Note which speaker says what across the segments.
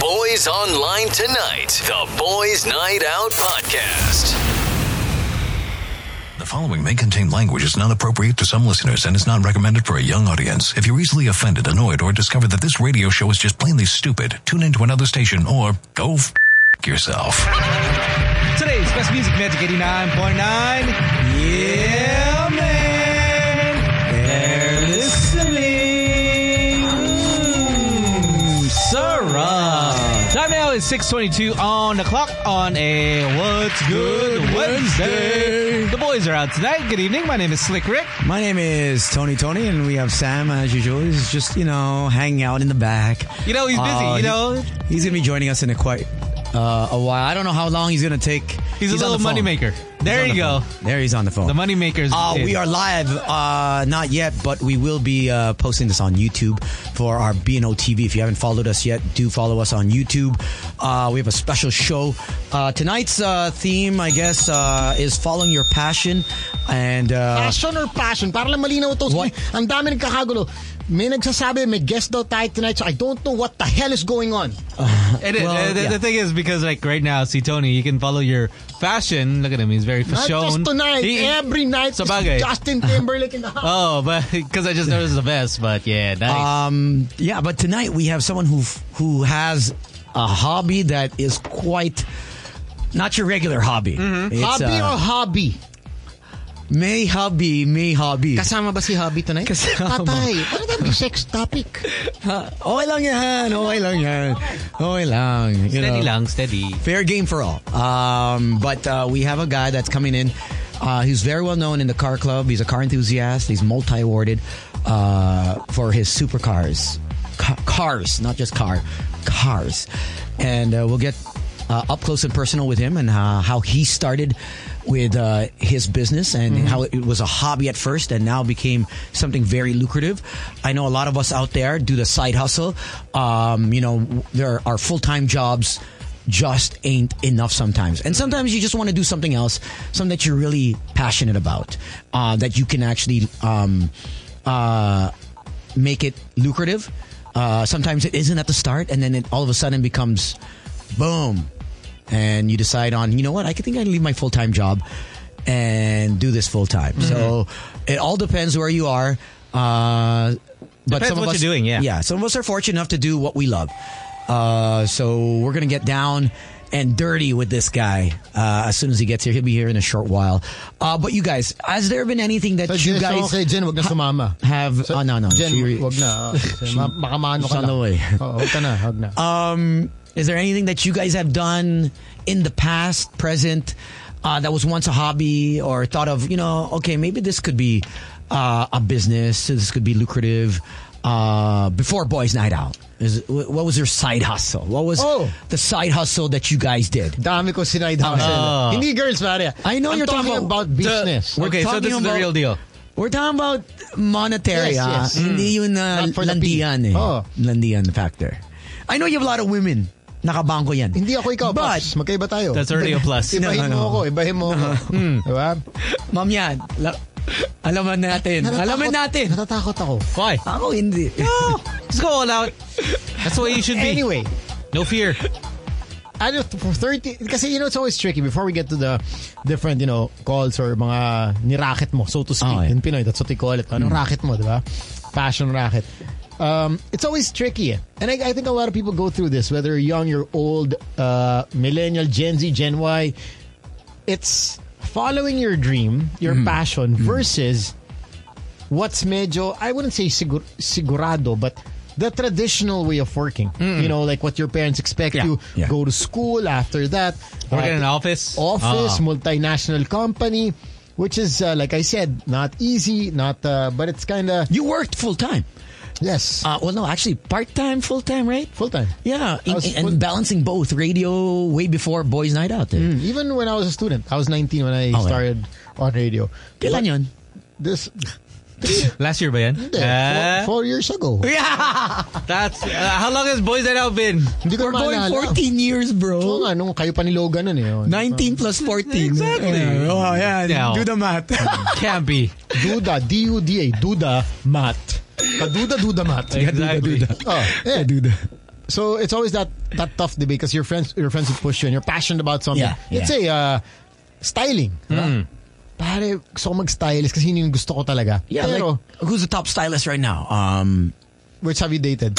Speaker 1: Boys Online Tonight, the Boys Night Out Podcast.
Speaker 2: The following may contain language that's not appropriate to some listeners and is not recommended for a young audience. If you're easily offended, annoyed, or discover that this radio show is just plainly stupid, tune into another station or go f- yourself.
Speaker 3: Today's best music magic 89.9. Yeah, man. They're listening. Mm, Sarah. Time now is 622 on the clock on a What's Good Wednesday. The boys are out tonight. Good evening. My name is Slick Rick.
Speaker 4: My name is Tony Tony, and we have Sam as usual. He's just you know hanging out in the back.
Speaker 3: You know, he's busy,
Speaker 4: Uh,
Speaker 3: you know.
Speaker 4: he- he's gonna be joining us in a quite uh, a while. I don't know how long he's gonna take.
Speaker 3: He's, a
Speaker 4: on
Speaker 3: little
Speaker 4: the phone.
Speaker 3: moneymaker. There
Speaker 4: He's
Speaker 3: you
Speaker 4: on
Speaker 3: go.
Speaker 4: the phone. There he's on
Speaker 5: Oh.
Speaker 4: the phone.
Speaker 3: The moneymaker's
Speaker 4: Uh,
Speaker 3: in.
Speaker 4: we are live, uh, not yet, but we will be uh, posting this on YouTube for our BNO TV. If you haven't followed us yet, do follow us on YouTube. Uh, we have a special show. Uh, tonight's uh, theme, I guess, uh, is following your passion. And uh,
Speaker 6: Passion or passion? Para lang malinaw to.
Speaker 4: What?
Speaker 6: Ang dami nagkakagulo. May nagsasabi, may guest daw tayo tonight. So I don't know what the hell is going on.
Speaker 3: And it-
Speaker 4: Well,
Speaker 3: uh, the,
Speaker 4: yeah.
Speaker 3: the thing is, because like right now, see Tony, you can follow your fashion. Look at him; he's very
Speaker 6: Not
Speaker 3: fashion.
Speaker 6: just tonight.
Speaker 3: He-
Speaker 6: every night
Speaker 3: Sa
Speaker 6: is
Speaker 3: bagay.
Speaker 6: Justin Timberlake in the house.
Speaker 3: Oh, but because I just noticed the best. But yeah, nice.
Speaker 4: Um, yeah, but tonight we have someone who who has a hobby that is quite not your regular hobby. It's,
Speaker 6: hobby
Speaker 4: uh,
Speaker 6: or hobby?
Speaker 4: may hobby, may hobby.
Speaker 6: Kasama ba si hobby tonight?
Speaker 4: Kasama.
Speaker 6: Patay. Ano ba sex topic?
Speaker 4: Okay lang yan, okay lang yan. Okay lang. you
Speaker 3: steady
Speaker 4: know.
Speaker 3: lang, steady.
Speaker 4: Fair game for all. Um, but uh, we have a guy that's coming in. Uh, he's very well known in the car club. He's a car enthusiast. He's multi awarded uh, for his supercars. Ca- cars, not just car. Cars. And uh, we'll get uh, up close and personal with him and uh, how he started with uh, his business and how it was a hobby at first and now became something very lucrative. I know a lot of us out there do the side hustle. Um, you know, w- there are full time jobs just ain't enough sometimes. And sometimes you just want to do something else, something that you're really passionate about, uh, that you can actually um, uh, make it lucrative. Uh, sometimes it isn't at the start, and then it all of a sudden becomes boom. And you decide on, you know what, I could think I can leave my full time job and do this full time.
Speaker 3: Mm-hmm.
Speaker 4: So it all depends where you are. Uh, but
Speaker 3: Depends
Speaker 4: some
Speaker 3: what
Speaker 4: of us,
Speaker 3: you're doing, yeah.
Speaker 4: Yeah, some of us are fortunate enough to do what we love. Uh, so we're gonna get down and dirty with this guy uh, as soon as he gets here. He'll be here in a short while. Uh, but you guys, has there been anything that you guys?
Speaker 6: okay, Jen, wag na sumama.
Speaker 4: have- oh, no, no.
Speaker 6: Jen,
Speaker 4: She-
Speaker 6: wag na. Kasi ma- Baka maano
Speaker 4: she's
Speaker 6: ka
Speaker 4: on the way.
Speaker 6: Oo, wag ka na, wag na.
Speaker 4: Um, is there anything that you guys have done in the past, present, uh, that was once a hobby or thought of, you know, okay, maybe this could be uh, a business, this could be lucrative uh, before Boys Night Out? Is, wh- what was your side hustle? What was
Speaker 6: Oh.
Speaker 4: the side hustle that you guys did?
Speaker 6: Dami ko sinide hustle.
Speaker 3: Ah.
Speaker 6: Hindi girls, pare.
Speaker 4: I know
Speaker 6: I'm
Speaker 4: you're
Speaker 6: talking,
Speaker 4: talking
Speaker 6: about, business.
Speaker 4: We're
Speaker 3: okay, so
Speaker 4: talking
Speaker 3: this is the
Speaker 4: about-
Speaker 3: real deal.
Speaker 4: We're talking about monetary,
Speaker 6: Yes,
Speaker 4: ah.
Speaker 6: yes.
Speaker 4: hindi yun na
Speaker 6: Not for the P.
Speaker 4: landian eh.
Speaker 6: Oo.
Speaker 4: Landian factor. I know you have a lot of women. Nakabangko yan.
Speaker 6: Hindi ako ikaw,
Speaker 4: But,
Speaker 6: Pops. Magkaiba tayo.
Speaker 3: That's already a plus.
Speaker 6: Ibahin
Speaker 4: No, no.
Speaker 6: mo ako, ibahin mo ako. Diba?
Speaker 4: Hmm. Ma'am yan, la- alaman natin. alaman natin.
Speaker 6: Natatakot ako.
Speaker 3: Why?
Speaker 4: Ako hindi.
Speaker 3: No, just go all out. That's the way you should be.
Speaker 6: Anyway,
Speaker 3: no fear.
Speaker 6: ano, for 30, kasi you know, it's always tricky before we get to the different, you know, calls or mga niracket mo, so to speak.
Speaker 3: Ah,
Speaker 4: Okay.
Speaker 6: In Pinoy, that's what they call it.
Speaker 3: Mm.
Speaker 6: Anong racket mo, di ba? Passion racket. Um, it's always tricky. eh. And I, I think a lot of people go through this, whether you're young, you're old, uh, millennial, Gen Z, Gen Y. It's following your dream, your
Speaker 3: Mm-hmm.
Speaker 6: passion, versus what's medyo, I wouldn't say sigur, sigurado, but the traditional way of working. You know, like what your parents expect
Speaker 3: Yeah.
Speaker 6: you,
Speaker 4: Yeah.
Speaker 6: go to school after that.
Speaker 3: Work
Speaker 6: uh,
Speaker 3: in an office.
Speaker 6: Office,
Speaker 3: Ah.
Speaker 6: multinational company, which is, uh, like I said, not easy, not, uh, but it's kind of,
Speaker 4: You worked full time.
Speaker 6: yes,
Speaker 4: Uh, well, no, actually part time, full time, right?
Speaker 6: full time.
Speaker 4: Yeah,
Speaker 6: I was
Speaker 4: and- and
Speaker 6: full-
Speaker 4: balancing both radio way before Boys Night Out. Eh.
Speaker 6: Mm, Even when I was a student, I was 19 when I
Speaker 4: Okay.
Speaker 6: started on radio.
Speaker 4: Kailan yun?
Speaker 6: This,
Speaker 3: Last year ba yan?
Speaker 6: four,
Speaker 3: Ah,
Speaker 6: four years ago.
Speaker 3: that's, uh, how long has Boys Night Out been?
Speaker 6: Hindi ko
Speaker 4: We're going
Speaker 6: maalala.
Speaker 4: 14
Speaker 6: Oo
Speaker 4: years, bro.
Speaker 6: nga, nung kayo pa ni Logan nun eh. Oo.
Speaker 4: 19 plus 14.
Speaker 3: Exactly.
Speaker 4: Yeah. Oh, yeah.
Speaker 3: Yeah.
Speaker 4: Do the math.
Speaker 3: Can't be.
Speaker 6: Duda, D-U-D-A, Duda Mat. Kaduda Duda Mat.
Speaker 3: Exactly.
Speaker 6: Oh, yeah.
Speaker 4: Duda.
Speaker 6: so it's always that that tough debate because your friends your friends would push you and you're passionate about something.
Speaker 7: Yeah,
Speaker 6: Let's say uh, styling.
Speaker 3: Hmm.
Speaker 6: Mm. Pare, gusto ko mag-stylist kasi yun yung gusto ko talaga.
Speaker 7: Yeah,
Speaker 6: Pero,
Speaker 7: like, who's the top stylist right now?
Speaker 6: uh,
Speaker 7: Um,
Speaker 6: which have you dated?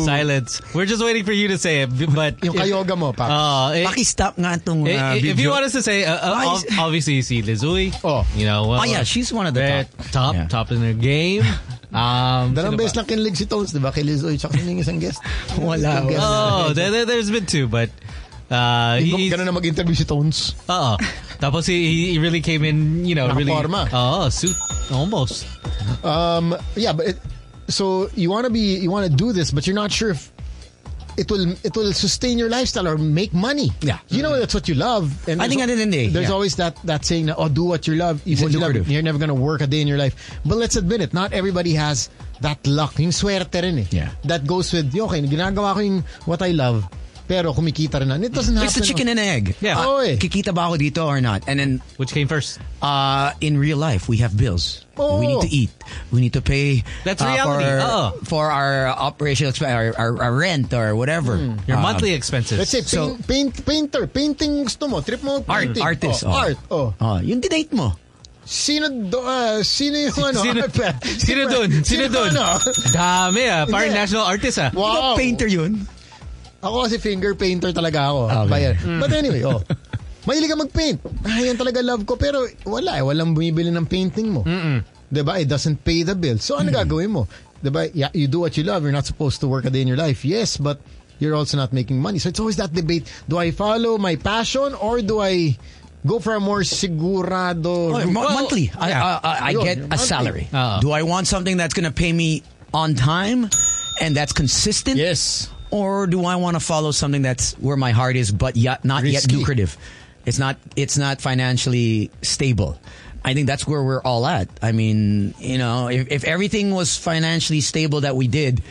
Speaker 3: Silence. We're just waiting for you to say it, b- but
Speaker 6: Oh! Yung kayoga mo, pa.
Speaker 3: Uh, eh,
Speaker 7: Paki-stop nga itong
Speaker 3: eh,
Speaker 7: uh,
Speaker 3: eh, if
Speaker 7: video.
Speaker 3: you want us to say, uh, uh,
Speaker 7: Why
Speaker 3: ob-
Speaker 7: is-
Speaker 3: obviously you see Lizui.
Speaker 6: Oh.
Speaker 3: you know. uh,
Speaker 7: Oh, yeah, she's one of the
Speaker 3: they're
Speaker 7: top.
Speaker 3: top,
Speaker 7: Yeah.
Speaker 3: top in their game. Um,
Speaker 6: Dalang
Speaker 3: sino
Speaker 6: beses
Speaker 3: ba?
Speaker 6: lang kinilig si Tones, di ba? Kay Liz Oy, tsaka kanina yung isang guest.
Speaker 4: Wala,
Speaker 6: Yung guest
Speaker 3: Oh,
Speaker 6: na-
Speaker 3: there, there, there's been two, but uh,
Speaker 6: Hindi ko
Speaker 3: he's,
Speaker 6: ganun na mag-interview si Tones.
Speaker 3: uh, tapos he, he really came in, you know, really.
Speaker 6: Nakaporma.
Speaker 3: Oh, suit almost.
Speaker 6: Um, yeah, but it, so you want to be, you want to do this, but you're not sure if it will, it will sustain your lifestyle or make money.
Speaker 4: Yeah.
Speaker 6: you know that's what you love. And
Speaker 4: I think
Speaker 6: there's-
Speaker 4: at the end of the day,
Speaker 6: there's
Speaker 4: yeah.
Speaker 6: always that that saying that oh, do what you love. You
Speaker 4: It's
Speaker 6: what you love.
Speaker 4: lucrative.
Speaker 6: You're never gonna work a day in your life. But let's admit it, not everybody has that luck. Yung swerte rin eh.
Speaker 4: Yeah.
Speaker 6: That goes with "Yo, okay, ginagawa ko yung what I love. Pero kumikita rin na. And It doesn't happen.
Speaker 4: It's the chicken and egg.
Speaker 3: Yeah.
Speaker 4: Uh,
Speaker 6: Oo eh.
Speaker 4: kikita ba ako dito or not? And then
Speaker 3: Which came first?
Speaker 4: uh, in real life, we have bills.
Speaker 6: Oo.
Speaker 4: We need to eat. We need to pay.
Speaker 3: That's
Speaker 4: uh,
Speaker 3: reality. Oh.
Speaker 4: For,
Speaker 3: Oo.
Speaker 4: for our operational expense, our, our, our rent or whatever.
Speaker 3: Your
Speaker 4: Uh,
Speaker 3: monthly expenses.
Speaker 6: Let's say
Speaker 4: So-
Speaker 6: paint, paint, painter, painting gusto mo, trip mo
Speaker 4: Art,
Speaker 6: painting.
Speaker 4: artist.
Speaker 6: Oh,
Speaker 4: oh.
Speaker 6: Art, oh.
Speaker 4: Oh, yung dinate mo.
Speaker 6: Sino do, ah, sino yung ano?
Speaker 3: Sino, sino dun? Sino dun?
Speaker 6: ano?
Speaker 3: Dami ah. Parang
Speaker 6: Hindi.
Speaker 3: national artist ah.
Speaker 4: Di ba
Speaker 6: Wow.
Speaker 4: Ano, painter yun?
Speaker 6: Ako kasi finger painter talaga ako.
Speaker 3: Ah,
Speaker 4: Okay.
Speaker 6: Bayan.
Speaker 3: Hmm.
Speaker 6: But anyway, oh. Mahilig ka mag-paint. Ah, yan talaga love ko. Pero wala eh. Walang bumibili ng painting mo. Mm-mm. Diba? It doesn't pay the bill. So ano gagawin mo? Diba? Yeah, you do what you love. You're not supposed to work a day in your life. Yes, but you're also not making money. So it's always that debate. Do I follow my passion or do I go for a more sigurado...
Speaker 4: Oh, mo- monthly. I,
Speaker 3: yeah.
Speaker 4: I- I- I
Speaker 6: Yun,
Speaker 4: get
Speaker 6: yung
Speaker 4: a
Speaker 6: monthly.
Speaker 4: salary.
Speaker 3: Oo.
Speaker 4: Do I want something that's going to pay me on time and that's consistent?
Speaker 6: Yes.
Speaker 4: Or do I want to follow something that's where my heart is, but yet not yet
Speaker 6: Risky.
Speaker 4: lucrative? It's not. It's not financially stable. I think that's where we're all at. I mean, you know, if, if everything was financially stable that we did,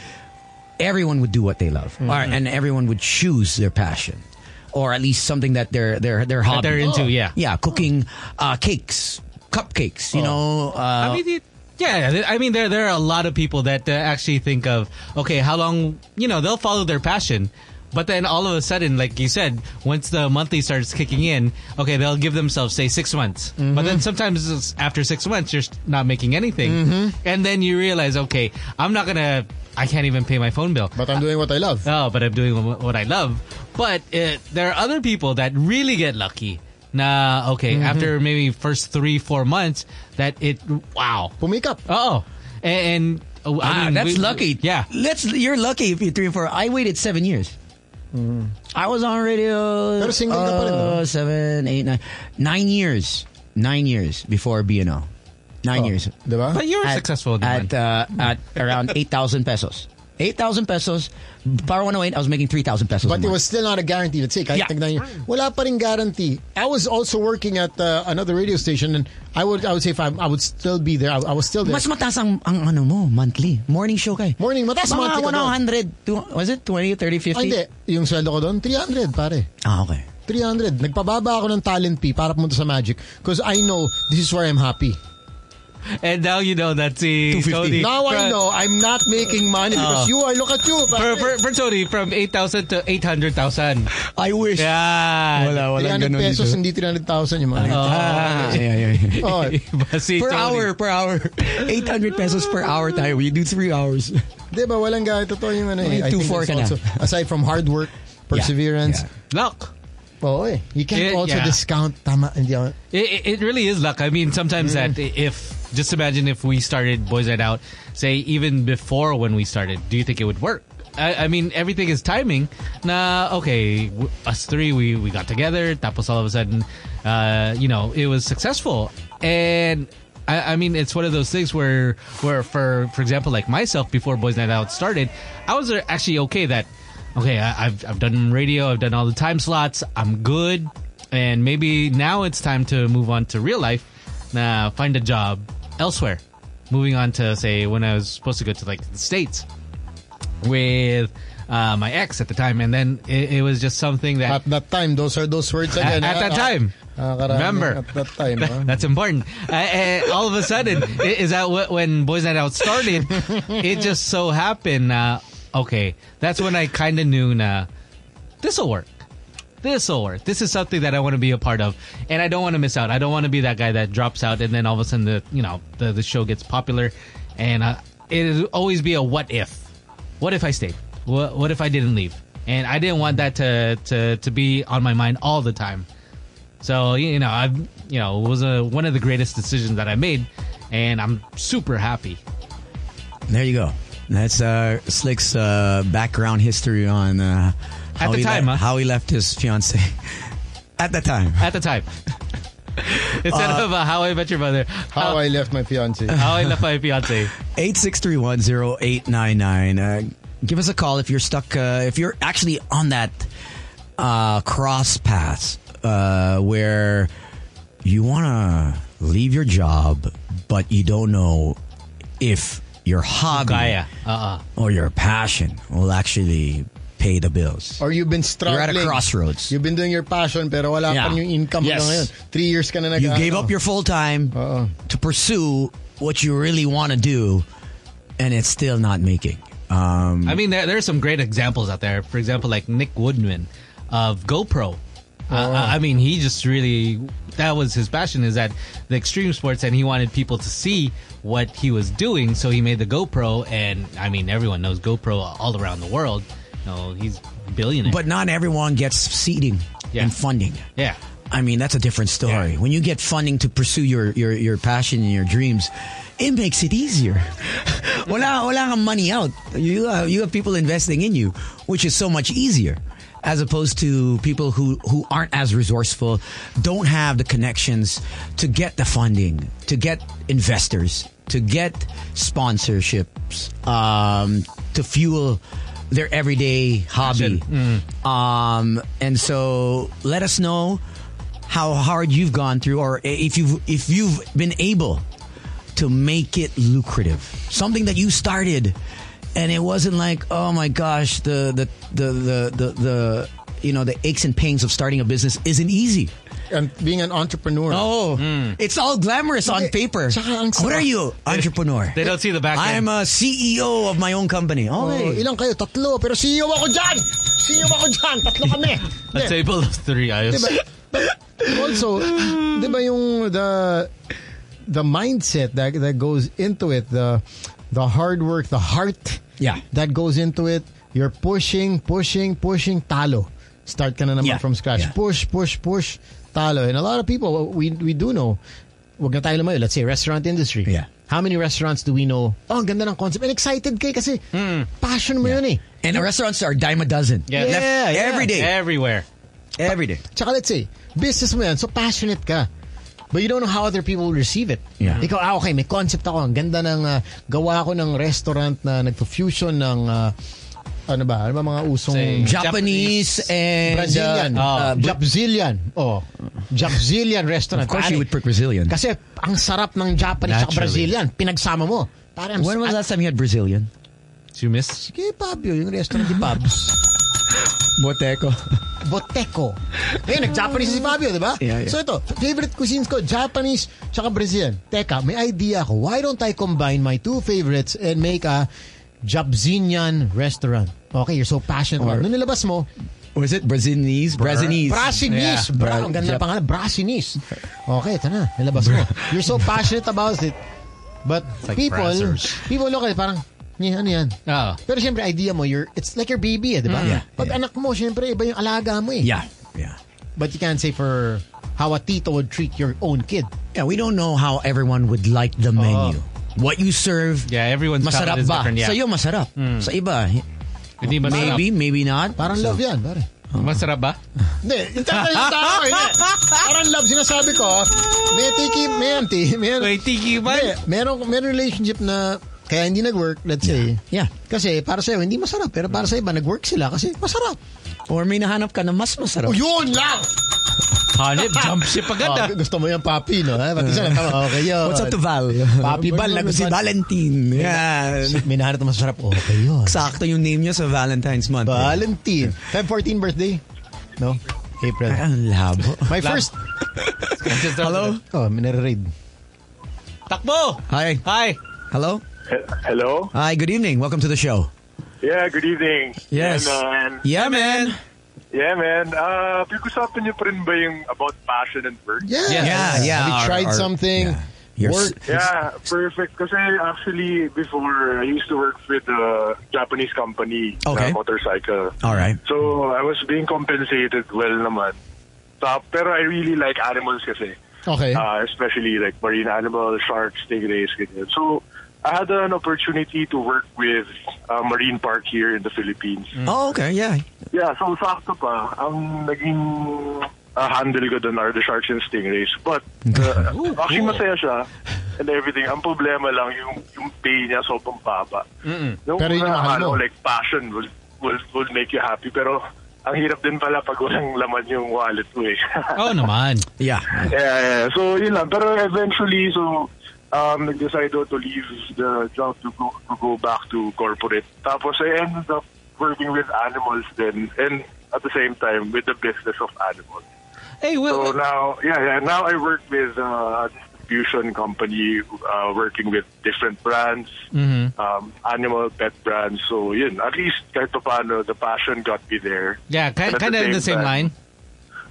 Speaker 4: everyone would do what they love, Or- and everyone would choose their passion, or at least something that their their their hobby
Speaker 3: they're into, yeah.
Speaker 4: yeah, cooking uh, cakes, cupcakes. You know, uh,
Speaker 3: I mean, it, yeah, th- I mean, there there are a lot of people that uh, actually think of okay, how long you know they'll follow their passion, but then all of a sudden, like you said, once the monthly starts kicking in, okay, they'll give themselves say six months, but then sometimes it's after six months you're s- not making anything, and then you realize okay, I'm not gonna, I can't even pay my phone bill.
Speaker 6: But I'm doing what I love.
Speaker 3: Oh, but I'm doing wh- what I love. But uh there are other people that really get lucky. Nah, okay.
Speaker 6: Mm-hmm.
Speaker 3: After maybe first three, four months, that it wow.
Speaker 6: Pumikap.
Speaker 3: Oh, and, and oh, I
Speaker 4: ah,
Speaker 3: mean,
Speaker 4: that's
Speaker 3: we-
Speaker 4: lucky.
Speaker 3: Yeah,
Speaker 4: let's. You're lucky if you're three or four. I waited seven years. I was on radio.
Speaker 6: Pero single ka pa rin,
Speaker 4: uh,
Speaker 6: no?
Speaker 4: seven, eight, nine, nine years. Nine years before BNO. Nine years.
Speaker 6: Diba?
Speaker 3: but you're
Speaker 4: Oh. at,
Speaker 3: successful. At,
Speaker 4: at uh, at around eight thousand pesos. Eight thousand pesos. Power one hundred eight. I was making three thousand pesos. a
Speaker 6: But it
Speaker 4: month.
Speaker 6: was still not a guarantee. Let's say, kahit
Speaker 4: Yeah.
Speaker 6: tignan nyo, wala pa rin guarantee. I was also working at uh, another radio station and I would I would say if I'm, I would still be there. I, I was still there.
Speaker 4: Mas mataas ang, ang ano mo, monthly. Morning show kay.
Speaker 6: Morning, mataas monthly
Speaker 4: Mga
Speaker 6: ka doon.
Speaker 4: 100, two, was it 20,
Speaker 6: Ah,
Speaker 4: 30, 50?
Speaker 6: hindi. Yung sweldo ko doon, 300 pare.
Speaker 4: Ah, okay.
Speaker 6: 300. Nagpababa ako ng talent fee para pumunta sa Magic because I know this is where I'm happy.
Speaker 3: and now you know that the
Speaker 4: 250.
Speaker 3: Tony.
Speaker 6: Now
Speaker 3: from,
Speaker 6: I know I'm not making money because you are, look at you.
Speaker 3: For,
Speaker 6: pare.
Speaker 3: for, for Tony, from eight thousand to eight hundred thousand.
Speaker 4: I wish.
Speaker 3: Yeah,
Speaker 4: Wala,
Speaker 6: 300 pesos, hindi 300,000 yung mga.
Speaker 4: Ah, yeah, yeah, yeah.
Speaker 6: Oh,
Speaker 3: si
Speaker 4: per
Speaker 3: Tony.
Speaker 4: hour, per hour. 800 pesos per hour tayo. We do three hours.
Speaker 6: di ba? Walang gaya. Totoo yung ano. eh.
Speaker 4: May
Speaker 6: I think
Speaker 4: 2-4
Speaker 6: it's
Speaker 4: ka na.
Speaker 6: also, aside from hard work, perseverance,
Speaker 4: Yeah.
Speaker 3: luck.
Speaker 6: Oo eh. You can't
Speaker 3: Yeah,
Speaker 6: also
Speaker 3: yeah.
Speaker 6: discount tama hindi ako.
Speaker 3: It, it- it really is luck. I mean, sometimes that if just imagine if we started Boys Night Out, say even before when we started, do you think it would work? I, I mean, everything is timing. Nah, okay, w- us three we we got together. Tapos all of a sudden, uh, you know, it was successful and. I, I mean, it's one of those things where, where for for example, like myself, before Boys Night Out started, I was uh, actually okay that okay, I, I've I've done radio, I've done all the time slots, I'm good, and maybe now it's time to move on to real life, uh, find a job elsewhere. Moving on to say when I was supposed to go to like the states with uh, my ex at the time, and then it, it was just something that
Speaker 6: At that time, those are those words again.
Speaker 3: At- at that
Speaker 6: Ah,
Speaker 3: time.
Speaker 6: Nakakarami
Speaker 3: Remember.
Speaker 6: At that time. ah.
Speaker 3: That's important. Uh, uh, all of a sudden, i- is that what, when Boys Night Out started? It just so happened. Uh, okay, that's when I kind of knew. Na, this will work. This will work. This is something that I want to be a part of, and I don't want to miss out. I don't want to be that guy that drops out and then all of a sudden the you know the, the show gets popular, and uh, it'll always be a what if. What if I stayed? What, what if I didn't leave? And I didn't want that to, to, to be on my mind all the time. So you know, I you know it was a, one of the greatest decisions that I made, and I'm super happy.
Speaker 4: There you go. That's uh, Slick's uh, background history on uh, how,
Speaker 3: the
Speaker 4: he
Speaker 3: time, huh?
Speaker 4: how he left his fiance. At the time.
Speaker 3: At the time, instead of uh, how I met your mother,
Speaker 6: How
Speaker 3: how,
Speaker 6: I left my fiance.
Speaker 3: how I left my fiance.
Speaker 4: 8631089. Uh, give us a call if you're stuck, uh, if you're actually on that uh, cross path uh, where you want to leave your job, but you don't know if your hobby
Speaker 3: Kaya, uh, uh
Speaker 4: or your passion will actually pay the bills.
Speaker 6: Or you've been struggling.
Speaker 4: You're at a crossroads.
Speaker 6: You've been doing your passion pero wala
Speaker 4: Yeah.
Speaker 6: pa yung income
Speaker 4: Yes.
Speaker 6: na ngayon. Three years ka na nag ano.
Speaker 4: You gave up your full time
Speaker 6: Oo.
Speaker 4: to pursue what you really want to do, and it's still not making. Um,
Speaker 3: I mean, there there are some great examples out there. For example, like Nick Woodman of GoPro.
Speaker 4: Oh,
Speaker 3: Uh, I I mean, he just really that was his passion is that the extreme sports, and he wanted people to see what he was doing. So he made the GoPro, and I mean, everyone knows GoPro all around the world. You know, he's a billionaire.
Speaker 4: but not everyone gets seeding
Speaker 3: Yeah.
Speaker 4: and funding.
Speaker 3: yeah,
Speaker 4: I mean, that's a different story. When you get funding to pursue your, your, your passion and your dreams, it makes it easier. wala, wala kang money out. You have, you have people investing in you, which is so much easier. As opposed to people who, who aren't as resourceful, don't have the connections to get the funding, to get investors, to get sponsorships, um, to fuel their everyday hobby.
Speaker 6: Mm-hmm.
Speaker 4: Um, and so let us know how hard you've gone through or if you've if you've been able to make it lucrative. Something that you started and it wasn't like, oh my gosh, the the the the the, the you know, the aches and pains of starting a business isn't easy.
Speaker 6: and being an entrepreneur.
Speaker 4: Oh, it's all glamorous on
Speaker 6: Hindi.
Speaker 4: paper.
Speaker 6: Tsaka ang sarap.
Speaker 4: What are you? Entrepreneur.
Speaker 3: they don't see the back end.
Speaker 4: I'm a CEO of my own company.
Speaker 6: Oh,
Speaker 4: Okay.
Speaker 6: ilang kayo? Tatlo. Pero CEO ako dyan! CEO ako dyan! Tatlo kami!
Speaker 3: a
Speaker 6: Hindi.
Speaker 3: table of three. I
Speaker 6: Diba? also, di ba yung the the mindset that that goes into it, the the hard work, the heart
Speaker 4: Yeah.
Speaker 6: that goes into it, you're pushing, pushing, pushing, talo. Start ka na naman
Speaker 4: Yeah.
Speaker 6: from scratch.
Speaker 4: Yeah.
Speaker 6: Push, push, push, talo. And a lot of people, we we do know, wag na tayo lumayo, let's say restaurant industry.
Speaker 4: Yeah.
Speaker 6: How many restaurants do we know? Oh, ang ganda ng concept. And excited kayo kasi passion mo yun eh.
Speaker 4: Hmm. And the restaurants are dime a dozen.
Speaker 3: Yeah.
Speaker 4: Left-
Speaker 6: Yeah, yeah.
Speaker 4: Every day.
Speaker 3: everywhere.
Speaker 4: Every day.
Speaker 6: Tsaka let's say, business mo yan, so passionate ka. But you don't know how other people will receive it.
Speaker 4: Yeah.
Speaker 6: Ikaw, ah, okay, may concept ako. Ang ganda ng ah, gawa ko ng restaurant na nagpo-fusion ng ah, ano ba? Ano ba mga usong
Speaker 3: Say,
Speaker 4: Japanese, and
Speaker 6: Brazilian.
Speaker 4: uh,
Speaker 6: Uh,
Speaker 4: uh, Bra-
Speaker 6: Japzilian. Oh. Japzilian restaurant.
Speaker 4: Of course
Speaker 6: Pare,
Speaker 4: you would pick Brazilian.
Speaker 6: Kasi ang sarap ng Japanese at
Speaker 3: Naturally.
Speaker 6: Brazilian. Pinagsama mo. Pare, ang-
Speaker 4: When was
Speaker 6: at-
Speaker 4: the last time you had Brazilian?
Speaker 3: Did you miss?
Speaker 6: Kay Pablo, yung restaurant ni Pabs.
Speaker 4: Boteco.
Speaker 6: Boteco. Ngayon, nag-Japanese si Fabio, di ba?
Speaker 4: Yeah, yeah.
Speaker 6: So ito, favorite cuisines ko, Japanese tsaka Brazilian. Teka, may idea ako. Why don't I combine my two favorites and make a Japzinian restaurant? Okay, you're so passionate. about it. Nung nilabas mo,
Speaker 4: Was it Brazilianese? Brazilianese.
Speaker 6: Brasinis.
Speaker 4: Yeah.
Speaker 6: Bra- ang ganda
Speaker 4: Jap-
Speaker 6: ng pangalan, Brasinis. Okay, ito na, nilabas mo. You're so passionate about it. But
Speaker 3: like
Speaker 6: people,
Speaker 3: Brazzers.
Speaker 6: people look at it, parang, "Ni- ano yan?
Speaker 3: Oh,
Speaker 6: Pero siyempre, idea mo, you're, it's like your baby, eh, di ba?
Speaker 4: Mm. Yeah,
Speaker 6: Pag
Speaker 4: yeah.
Speaker 6: anak mo, siyempre, iba yung alaga mo eh.
Speaker 4: Yeah. Yeah.
Speaker 6: But you can't say for how a tito would treat your own kid.
Speaker 4: Yeah, we don't know how everyone would like the menu. What you serve.
Speaker 3: Yeah, everyone's palate
Speaker 4: masarap
Speaker 3: is
Speaker 4: ba?
Speaker 3: different, yeah.
Speaker 4: Sa'yo masarap. Sa iba, eh.
Speaker 3: hindi masarap.
Speaker 4: maybe, maybe not.
Speaker 6: Parang
Speaker 4: So-
Speaker 6: love yan, pare.
Speaker 3: Masarap ba?
Speaker 6: Hindi, yung tatay yung tao, eh, hindi. Parang love, sinasabi ko, may tiki, may anti, may
Speaker 3: May tiki ba?
Speaker 6: Hindi, merong, merong relationship na kaya hindi nag-work, let's say.
Speaker 4: Yeah.
Speaker 6: Kasi para sa'yo, hindi masarap. Pero para sa iba, nag-work sila kasi masarap.
Speaker 4: Or may nahanap ka na mas masarap.
Speaker 6: yun lang!
Speaker 3: Hanip, jump ship agad ah.
Speaker 6: Oh, gusto mo yung papi, no? Eh? Pati siya, tama, okay yun.
Speaker 4: What's up to Val? Papi Val, nag si Valentine. Yeah.
Speaker 6: May nahanap na masarap, okay yun.
Speaker 4: Sakto yung name niya sa Valentine's month.
Speaker 6: Valentine. Feb 14 birthday? No? April.
Speaker 4: Ang labo.
Speaker 6: My first...
Speaker 3: Hello?
Speaker 6: Oh, minare-raid.
Speaker 3: Takbo!
Speaker 4: Hi.
Speaker 3: Hi!
Speaker 4: Hello?
Speaker 8: Hello.
Speaker 4: Hi, good evening. Welcome to the show.
Speaker 8: Yeah, good evening.
Speaker 4: Yes.
Speaker 8: Yeah, man.
Speaker 4: Yeah, man.
Speaker 8: Yeah, man. Uh, pinag-usapan niyo pa rin ba yung about passion and work?
Speaker 6: Yeah.
Speaker 4: Yeah, yeah.
Speaker 6: Have you
Speaker 4: Our-
Speaker 6: tried
Speaker 4: our-
Speaker 6: something?
Speaker 4: yeah. Your s-
Speaker 6: Work?
Speaker 8: Yeah, perfect. Kasi actually, before, I used to work with a Japanese company
Speaker 4: Okay.
Speaker 8: na motorcycle.
Speaker 4: All right.
Speaker 8: So, I was being compensated well naman. Ta- pero I really like animals kasi.
Speaker 6: Okay.
Speaker 8: Uh, especially like marine animals, sharks, stingrays, ganyan. So, I had an opportunity to work with a marine park here in the Philippines.
Speaker 6: Mm.
Speaker 4: Oh, okay. Yeah.
Speaker 8: Yeah, so sakto pa. Ang naging uh, handle ko dun are the sharks and stingrays. But, uh, actually masaya siya and everything. Ang problema lang, yung, yung pay niya sobrang baba. Yung
Speaker 6: Pero yun ang
Speaker 8: una,
Speaker 6: mahal
Speaker 8: ano,
Speaker 6: mo.
Speaker 8: like passion will, will, will make you happy. Pero, ang hirap din pala pag walang laman yung wallet mo eh.
Speaker 3: Oh naman.
Speaker 4: Yeah.
Speaker 8: yeah, yeah. So, yun lang. Pero eventually, so, um, nag-decide ako to leave the job to go, to go back to corporate. Tapos, I ended up working with animals then and at the same time with the business of animals.
Speaker 3: Hey,
Speaker 8: So
Speaker 3: Will,
Speaker 8: now, yeah, yeah. Now I work with uh, a distribution company uh, working with different brands,
Speaker 4: Mm-hmm.
Speaker 8: um, animal pet brands. So, yun. At least, kahit pa paano, the passion got me there.
Speaker 3: yeah, kind
Speaker 8: And at
Speaker 3: of the same line.
Speaker 8: time-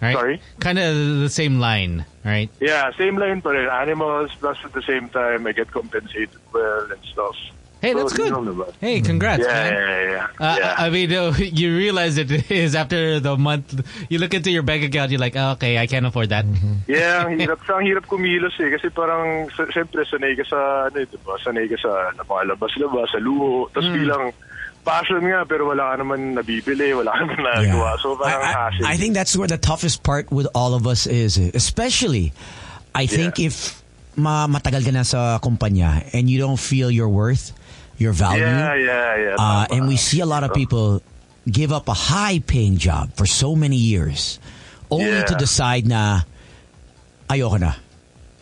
Speaker 3: Right?
Speaker 8: Sorry?
Speaker 3: Kind of the same line, right?
Speaker 8: Yeah, same line pa rin. Animals, plus at the same time, I get compensated well and stuff.
Speaker 3: Hey,
Speaker 8: So,
Speaker 3: that's
Speaker 8: yun diba?
Speaker 3: good.
Speaker 8: lang naman.
Speaker 3: Hey, congrats,
Speaker 8: Yeah,
Speaker 3: man.
Speaker 8: yeah, yeah.
Speaker 3: Uh,
Speaker 8: yeah.
Speaker 3: I mean, uh, you realize it is after the month. You look into your bank account, you're like, oh, okay, I can't afford that.
Speaker 4: Mm-hmm.
Speaker 8: yeah, ang hirap siya. Ang hirap kumilos eh. Kasi parang, sa- syempre, sanay ka sa, ano eh, diba? Sanay ka sa napakalabas-labas, sa luho. Tapos
Speaker 4: Hmm.
Speaker 8: bilang passion nga, pero wala ka naman nabibili, wala ka naman nagawa. So parang
Speaker 4: I,
Speaker 8: hassle.
Speaker 4: I, I think that's where the toughest part with all of us is, especially, I think if ma matagal ka na sa kumpanya and you don't feel your worth, your value,
Speaker 8: yeah, yeah, yeah.
Speaker 4: uh,
Speaker 8: Tama.
Speaker 4: and we see a lot of people give up a high-paying job for so many years, only
Speaker 8: Yeah.
Speaker 4: to decide na ayoko na.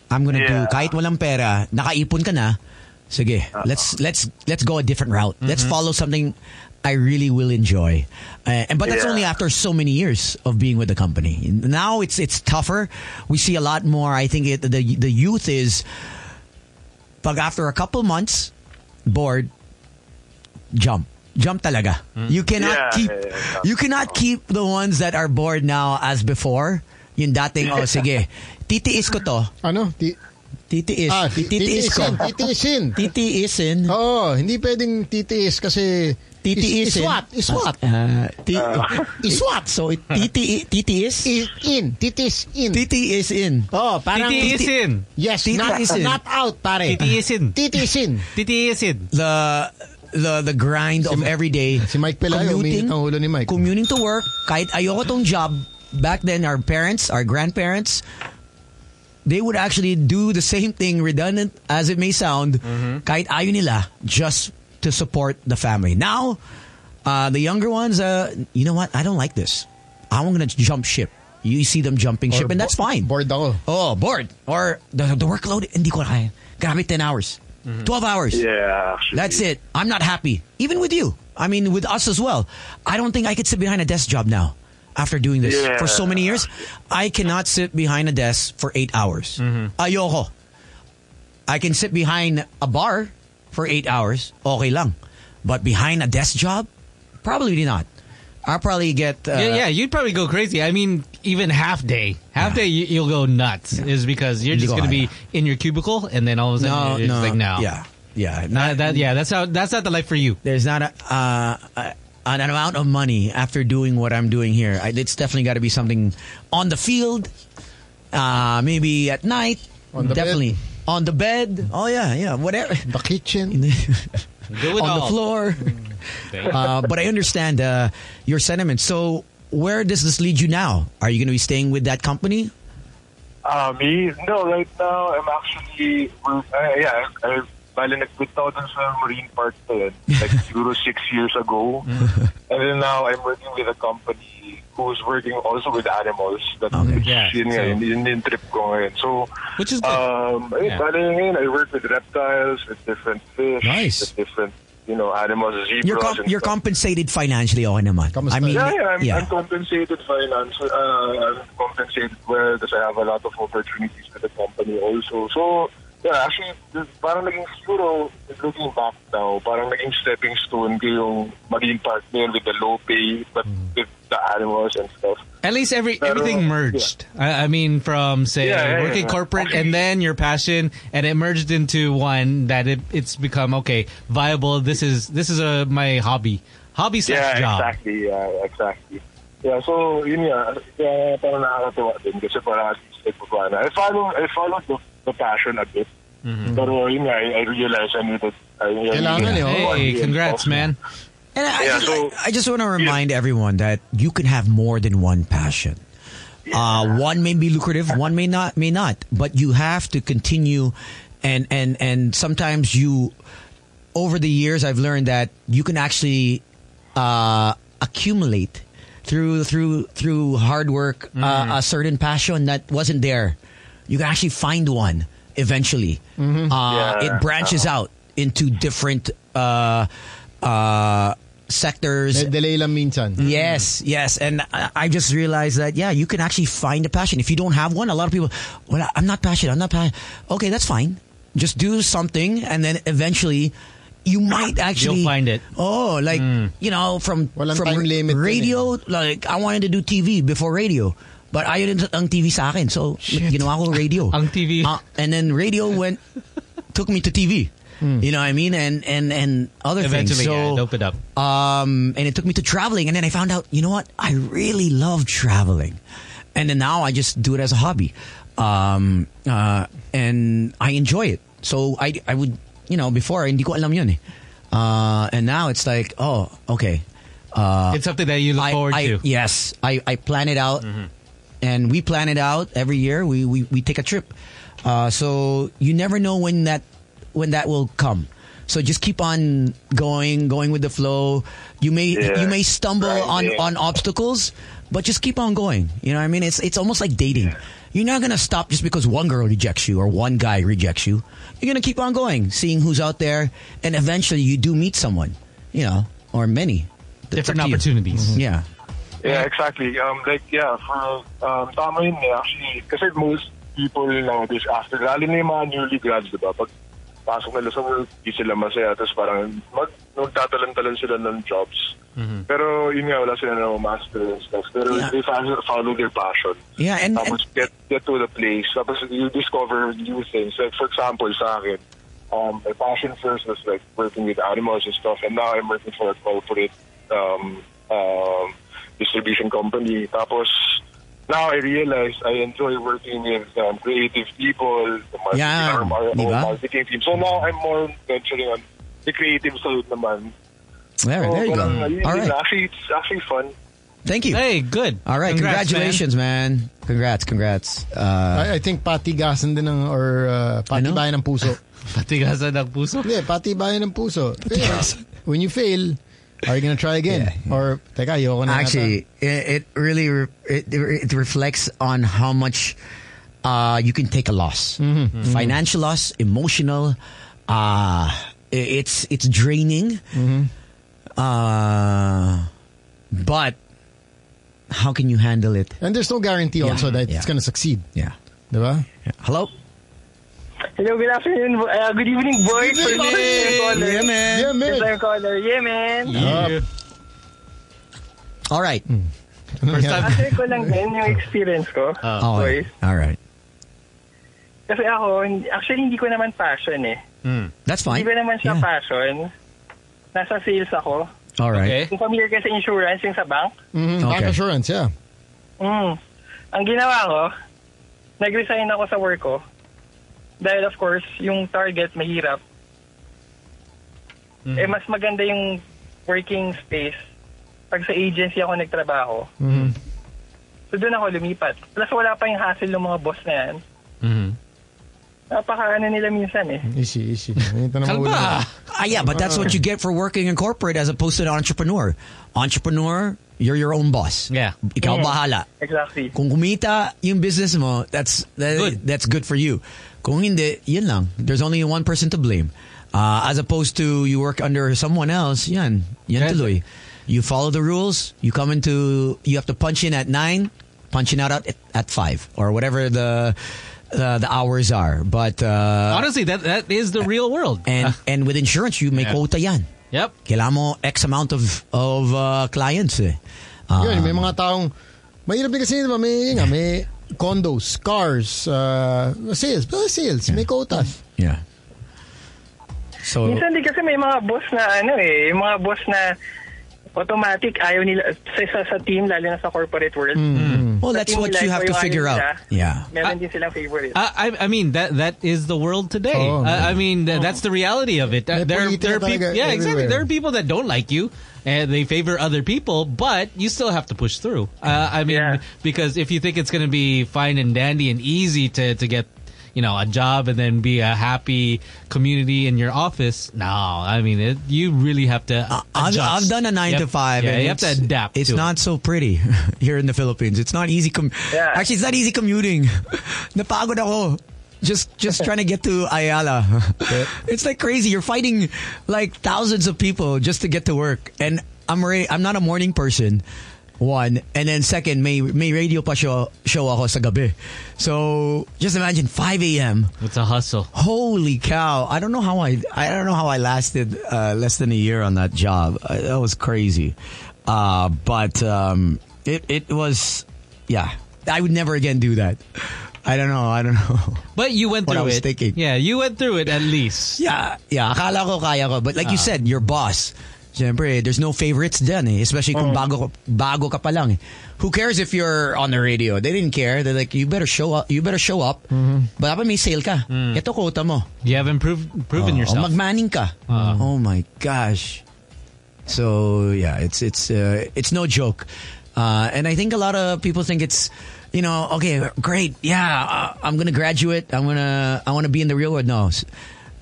Speaker 4: I'm gonna
Speaker 8: Yeah. Uh-uh.
Speaker 4: do kahit walang pera, nakaipon ka na. Sige, let's let's let's go a different route. Let's follow something I really will enjoy. Uh, and but that's
Speaker 8: Yeah.
Speaker 4: only after so many years of being with the company. Now it's it's tougher. We see a lot more. I think it, the the youth is pag after a couple months bored jump. Jump talaga. You cannot
Speaker 8: Hmm. Yeah,
Speaker 4: keep
Speaker 8: yeah, yeah. Oh.
Speaker 4: you cannot keep the ones that are bored now as before. Yung dating, oh sige, titiis ko to.
Speaker 6: Ano? Ti
Speaker 4: Titiis.
Speaker 6: ah, ti-
Speaker 4: titiis ko.
Speaker 6: titiisin. Titiisin.
Speaker 4: Titiisin.
Speaker 6: Oo, hindi pwedeng titiis kasi...
Speaker 4: Titiisin.
Speaker 6: Is- Iswat. Iswat.
Speaker 4: Ah, ti-
Speaker 6: Iswat.
Speaker 4: So, it- titi, titiis?
Speaker 6: Is in. Titis in.
Speaker 4: Titiis in.
Speaker 6: oh, parang...
Speaker 3: Titiisin.
Speaker 6: Yes,
Speaker 4: Titi-
Speaker 6: not,
Speaker 4: isin.
Speaker 6: not out, pare.
Speaker 3: Titiisin.
Speaker 6: Titiisin.
Speaker 3: Titiisin.
Speaker 4: The the the grind of every day.
Speaker 6: si Mike Pelayo, umiinit ang ulo ni Mike.
Speaker 4: Commuting to work, kahit ayoko tong job, back then our parents, our grandparents, they would actually do the same thing, redundant as it may sound,
Speaker 6: Mm-hmm.
Speaker 4: kahit ayaw nila, just to support the family. Now, uh, the younger ones, uh, you know what? I don't like this. I'm going to jump ship. You see them jumping ship,
Speaker 6: Or
Speaker 4: and that's
Speaker 6: bo-
Speaker 4: fine.
Speaker 6: Bored ako.
Speaker 4: Oh, bored. Or the, the workload, hindi ko kaya. Grabe, 10 hours. 12 hours.
Speaker 8: yeah, actually.
Speaker 4: That's it. I'm not happy. Even with you. I mean, with us as well. I don't think I could sit behind a desk job now after doing this
Speaker 8: Yeah.
Speaker 4: for so many years. I cannot sit behind a desk for eight hours.
Speaker 3: Mm-hmm.
Speaker 4: Ayoko. I can sit behind a bar for eight hours. Okay lang. But behind a desk job? Probably not. I'll probably get. Uh,
Speaker 3: yeah, yeah, you'd probably go crazy. I mean, even half day. Half day, you, you'll go nuts. Is because you're just
Speaker 4: Hindi ko
Speaker 3: going to be
Speaker 4: kaya.
Speaker 3: in your cubicle, and then all of a sudden,
Speaker 4: No,
Speaker 3: you're
Speaker 4: no.
Speaker 3: just like, no.
Speaker 4: Yeah. Yeah.
Speaker 3: Uh, that, yeah, that's how. That's not the life for you.
Speaker 4: there's not a, uh, a an amount of money after doing what I'm doing here. I, it's definitely got to be something on the field, uh, maybe at night,
Speaker 6: On the
Speaker 4: definitely on the bed. Oh yeah, yeah, whatever.
Speaker 6: The kitchen.
Speaker 3: Do it
Speaker 4: on the
Speaker 3: all.
Speaker 4: floor. Uh, but I understand uh, your sentiment. So where does this lead you now? Are you going to be staying with that company?
Speaker 8: Ah, me? No, right now, I'm actually, uh, yeah, I, I, bali nag-quit ako dun sa Marine Park na yun. Like, siguro six years ago.
Speaker 3: Mm.
Speaker 8: and then now, I'm working with a company who's working also with animals. That, which,
Speaker 3: Yeah,
Speaker 8: yun nga,
Speaker 3: so-
Speaker 8: yun, yun yung trip ko ngayon. So,
Speaker 3: Which is good.
Speaker 8: um, ayun,
Speaker 3: Yeah.
Speaker 8: bali ngayon, I work with reptiles, with different fish,
Speaker 4: Nice.
Speaker 8: with different you know, animals, zebras.
Speaker 4: You're com-
Speaker 8: and
Speaker 4: you're
Speaker 8: stuff.
Speaker 4: compensated financially okay naman.
Speaker 6: Kamusta?
Speaker 4: I mean,
Speaker 8: Yeah, yeah, I'm,
Speaker 4: yeah.
Speaker 8: I'm compensated finance. Uh, I'm compensated well because I have a lot of opportunities with the company also. So, yeah, actually, this, parang naging siguro, looking back now, parang naging stepping stone ko yung magiging partner with the low pay but
Speaker 4: Mm.
Speaker 8: with the animals and stuff.
Speaker 3: At least every
Speaker 8: Pero,
Speaker 3: everything merged. I, I mean, from say
Speaker 8: Yeah, yeah,
Speaker 3: working
Speaker 8: yeah.
Speaker 3: corporate and then your passion, and it merged into one that it, it's become okay viable. This is this is a my hobby, hobby slash
Speaker 8: yeah,
Speaker 3: job.
Speaker 8: exactly. Yeah, exactly. Yeah, so yun nga. Kaya parang nakakatawa din kasi para at least nagpapana. I follow, I follow the, the passion a bit.
Speaker 3: Mm-hmm.
Speaker 8: Pero yun nga, I, I realized I needed... I, I
Speaker 6: Kailangan
Speaker 8: needed
Speaker 6: eh, oh.
Speaker 8: one
Speaker 3: Hey,
Speaker 8: year
Speaker 3: congrats,
Speaker 8: off.
Speaker 3: man!
Speaker 4: And I, I,
Speaker 8: Yeah,
Speaker 4: just,
Speaker 8: so-
Speaker 4: I, I just want to remind everyone that you can have more than one passion. Uh, one may be lucrative, one may not, may not. But you have to continue, and and and sometimes you, over the years, I've learned that you can actually uh, accumulate through through through hard work
Speaker 3: Mm.
Speaker 4: uh, a certain passion that wasn't there. You can actually find one eventually.
Speaker 3: Mm.
Speaker 4: Uh,
Speaker 9: Mm-hmm.
Speaker 8: Yeah.
Speaker 4: It branches out into different uh, uh, sectors. Mm-hmm.
Speaker 6: De- delay lang minsan.
Speaker 4: Yes, yes, and I I just realized that yeah, you can actually find a passion. If you don't have one, a lot of people, well, I'm not passionate. I'm not passionate. Okay, that's fine. Just do something, and then eventually, you might actually
Speaker 3: find it.
Speaker 4: Oh, like you know, from
Speaker 6: Mm. Walang
Speaker 4: from
Speaker 6: time
Speaker 4: ra-
Speaker 6: limit dun eh.
Speaker 4: radio. Like I wanted to do TV before radio, but ayaw din ang TV sa akin. So ginawa ko radio.
Speaker 3: Ang TV.
Speaker 4: Ah, and then radio went took me to TV. You know what I mean? And and and other
Speaker 3: Hmm. Eventually,
Speaker 4: things. So,
Speaker 3: yeah, dope it up.
Speaker 4: um, and it took me to traveling. And then I found out, you know what? I really love traveling. And then now I just do it as a hobby. Um, uh, and I enjoy it. So I, I would, you know, before, hindi ko alam yun eh. Uh, and now it's like, oh, okay. Uh,
Speaker 3: it's something that you look
Speaker 4: I,
Speaker 3: forward
Speaker 4: I-
Speaker 3: to. Mm-hmm.
Speaker 4: Yes, I, I plan it out, and we plan it out every year. We we, we take a trip, uh, so you never know when that when that will come. So just keep on going, going with the flow. You may
Speaker 8: Yeah.
Speaker 4: you may stumble
Speaker 8: Right,
Speaker 4: on
Speaker 8: yeah.
Speaker 4: on obstacles, but just keep on going. You know what I mean? It's it's almost like dating. You're not gonna stop just because one girl rejects you or one guy rejects you. You're gonna keep on going, seeing who's out there, and eventually you do meet someone, you know, or many. It's
Speaker 3: Different
Speaker 4: up to you. Mm-hmm.
Speaker 3: opportunities.
Speaker 4: Yeah.
Speaker 8: Yeah, exactly. Um, like, yeah, for, um, tama yun eh, actually. Kasi most people nowadays, after, lalo na yung mga newly grads, di ba? Pag pasok nila sa work, di sila masaya. Tapos parang mag, magtatalan-talan sila ng jobs.
Speaker 3: Mm-hmm.
Speaker 8: Pero yun nga, wala sila ng master and stuff. Pero
Speaker 4: Yeah.
Speaker 8: they follow, follow their passion.
Speaker 4: Yeah, and-
Speaker 8: Tapos
Speaker 4: and-
Speaker 8: get, get to the place. Tapos you discover new things. Like, for example, sa akin, um, my passion first was like working with animals and stuff. And now I'm working for a corporate um, um, distribution company. Tapos, now I realize I enjoy working with um, creative people, the marketing,
Speaker 4: Yan.
Speaker 8: arm, our,
Speaker 4: Di ba?
Speaker 8: our marketing team. So now I'm more venturing on the creative side naman.
Speaker 4: There,
Speaker 8: So,
Speaker 4: there you
Speaker 8: parang,
Speaker 4: go.
Speaker 8: ayun,
Speaker 4: All right.
Speaker 8: Actually, it's actually fun.
Speaker 4: Thank you.
Speaker 3: Hey, good.
Speaker 4: All right.
Speaker 3: Congrats, man.
Speaker 4: Congratulations, man. Congrats. Congrats. Uh, Ano?
Speaker 6: I, I think patigasan din ng, or uh, patibayan ng puso.
Speaker 3: Patigasan ng puso.
Speaker 6: Hindi, patibayan ng puso. Pero, When you fail, are you gonna try again? Or, teka, ayoko na.
Speaker 4: actually, it, it really re- it, it reflects on how much uh, you can take a loss,
Speaker 3: Mm-hmm.
Speaker 4: Mm-hmm. financial loss, emotional. Uh, i- it's it's draining.
Speaker 3: Mm-hmm.
Speaker 4: Uh, but how can you handle it?
Speaker 6: nata. And there's no guarantee also that it's
Speaker 4: yeah.
Speaker 6: gonna succeed.
Speaker 4: Yeah.
Speaker 6: Diba?
Speaker 4: Hello.
Speaker 10: Hello, good afternoon. bo- Uh, good evening, boys. First time caller.
Speaker 4: Yeah, man.
Speaker 6: Yeah,
Speaker 10: First
Speaker 6: man.
Speaker 10: time caller. Yeah, man.
Speaker 3: Yeah.
Speaker 4: All right.
Speaker 3: First time. Ah.
Speaker 10: Share ko lang din yung experience ko.
Speaker 6: Ah,
Speaker 4: All right.
Speaker 10: boys.
Speaker 4: All right.
Speaker 10: Kasi ako, hindi- actually hindi ko naman passion eh.
Speaker 4: That's
Speaker 10: Hindi
Speaker 4: fine.
Speaker 10: ko naman siya
Speaker 4: Yeah.
Speaker 10: passion. Nasa sales ako.
Speaker 4: All
Speaker 3: Okay.
Speaker 4: right.
Speaker 10: Kung familiar ka sa insurance, yung sa bank.
Speaker 6: Mm, Bank
Speaker 4: Okay.
Speaker 6: assurance, yeah.
Speaker 10: Mm. Ang ginawa ko, nag-resign ako sa work ko. Dahil of course, yung target mahirap. Eh
Speaker 9: Mm.
Speaker 10: mas maganda yung working space pag sa agency ako nagtrabaho. So doon ako lumipat. Plus wala pa yung hassle ng mga boss na yan. Napaka ano nila minsan eh.
Speaker 6: Easy, easy. Ito na maulo.
Speaker 3: Kalma.
Speaker 4: Ah, yeah, but that's what you get for working in corporate as opposed to an entrepreneur. Entrepreneur, you're your own boss.
Speaker 3: Yeah.
Speaker 4: Ikaw
Speaker 10: Mm.
Speaker 4: bahala.
Speaker 10: Exactly.
Speaker 4: Kung kumita yung business mo, that's that,
Speaker 3: Good.
Speaker 4: that's good for you. Kung hindi, yun lang. There's only one person to blame. Uh, as opposed to you work under someone else, yan, yan
Speaker 6: Yes.
Speaker 4: tuloy. You follow the rules, you come into, you have to punch in at 9, punching out at, at 5, or whatever the uh, the hours are. But, uh,
Speaker 3: Honestly, that that is the real world.
Speaker 4: and, and with insurance, you may
Speaker 3: Yeah.
Speaker 4: quota yan.
Speaker 3: yep.
Speaker 4: Kailangan mo X amount of, of uh, clients eh. Uh,
Speaker 6: Yun, may mga taong, mahirap din kasi, di ba, may, nga, may condos, cars, uh, sales, pero sales, may quotas.
Speaker 4: yeah.
Speaker 6: Oh.
Speaker 4: So,
Speaker 10: Minsan di kasi may mga boss na ano eh, yung mga boss na automatic ayaw nila sa, sa, sa team lalo na sa corporate world.
Speaker 4: Mm. well,
Speaker 10: Sa
Speaker 4: that's
Speaker 10: team
Speaker 4: what
Speaker 10: nila,
Speaker 4: you
Speaker 10: ikaw
Speaker 4: have to
Speaker 10: yung
Speaker 4: figure
Speaker 10: ayaw
Speaker 4: out.
Speaker 10: nila,
Speaker 4: Yeah.
Speaker 10: Meron din silang favorite.
Speaker 3: I, I I mean that that is the world today.
Speaker 4: Oh,
Speaker 6: Oo, man.
Speaker 3: I, I mean th- that's the reality of it. Uh,
Speaker 6: May
Speaker 3: There
Speaker 6: politika
Speaker 3: there are people,
Speaker 6: talaga
Speaker 3: yeah, exactly.
Speaker 6: everywhere.
Speaker 3: There are people that don't like you and they favor other people, but you still have to push through. Uh, I mean
Speaker 10: Yeah.
Speaker 3: because if you think it's going to be fine and dandy and easy to to get you know a job and then be a happy community in your office, no. I mean it, you really have to. uh,
Speaker 4: I've,
Speaker 3: adjust.
Speaker 4: I've done a nine
Speaker 3: Yep.
Speaker 4: to five.
Speaker 3: Yeah,
Speaker 4: and
Speaker 3: you have to
Speaker 4: it's-
Speaker 3: adapt.
Speaker 4: It's
Speaker 3: to it.
Speaker 4: not so pretty here in the Philippines. It's not easy. Com-
Speaker 10: Yeah.
Speaker 4: Actually, it's not easy commuting. Napagod ako. Just just trying to get to Ayala. it's like crazy. You're fighting like thousands of people just to get to work. And I'm already, I'm not a morning person. One and then second, may may radio pa show show ako sa gabi. So just imagine 5 a.m.
Speaker 3: It's a hustle.
Speaker 4: Holy cow! I don't know how I I don't know how I lasted uh, less than a year on that job. Uh, that was crazy, uh, but um, it it was yeah. I would never again do that. I don't know. I don't know.
Speaker 3: But you went
Speaker 4: What
Speaker 3: through
Speaker 4: I
Speaker 3: it.
Speaker 4: was thinking.
Speaker 3: Yeah, you went through it at least. Ah.
Speaker 4: yeah, yeah. Akala ko kaya ko, but like you said, your boss. Siyempre, there's no favorites dyan eh. Especially kung bago, bago ka pa lang eh. Who cares if you're on the radio? They didn't care. They're like, you better show up. You better show up. But dapat may sale ka. Ito quota mo.
Speaker 3: Mm-hmm. Mm. You haven't proved, proven
Speaker 4: Oo,
Speaker 3: yourself. Ah.
Speaker 4: magmaning ka. oh my gosh. So yeah, it's it's uh, it's no joke. Uh, and I think a lot of people think it's you know, okay, great. Yeah, uh, I'm going to graduate. I'm going to I want to be in the real world. No. s-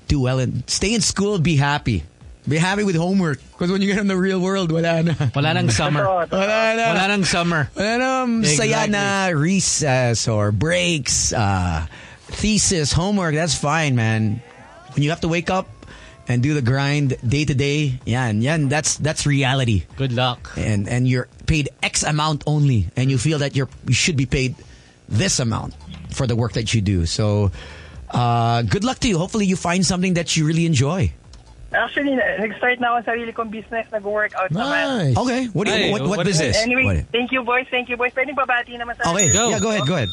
Speaker 4: Do well and stay in school, be happy. Be happy with homework because when you get in the real world, wala na.
Speaker 3: Wala nang summer.
Speaker 10: Totoo, totoo.
Speaker 4: Wala na.
Speaker 3: Wala nang summer.
Speaker 4: Well, um,
Speaker 3: Exactly.
Speaker 4: saya na recess or breaks, uh, thesis, homework. That's fine, man. When you have to wake up and do the grind day to day, yan, yan. That's that's reality,
Speaker 3: Good luck.
Speaker 4: and and you're paid X amount only, and you feel that you're you should be paid this amount for the work that you do. So, uh, good luck to you. Hopefully, you find something that you really enjoy.
Speaker 10: Actually, na- nag-start na ako sa sarili kong business, nag-workout naman.
Speaker 6: Nice.
Speaker 4: Okay, what do you,
Speaker 3: Hey,
Speaker 4: what, what,
Speaker 3: what is
Speaker 4: is
Speaker 3: it?
Speaker 4: this?
Speaker 10: Anyway,
Speaker 4: What-
Speaker 10: thank you boys, thank you boys. Pwedeng babati naman sa
Speaker 4: Okay,
Speaker 3: Go.
Speaker 4: Oh, yeah, go ahead, go ahead.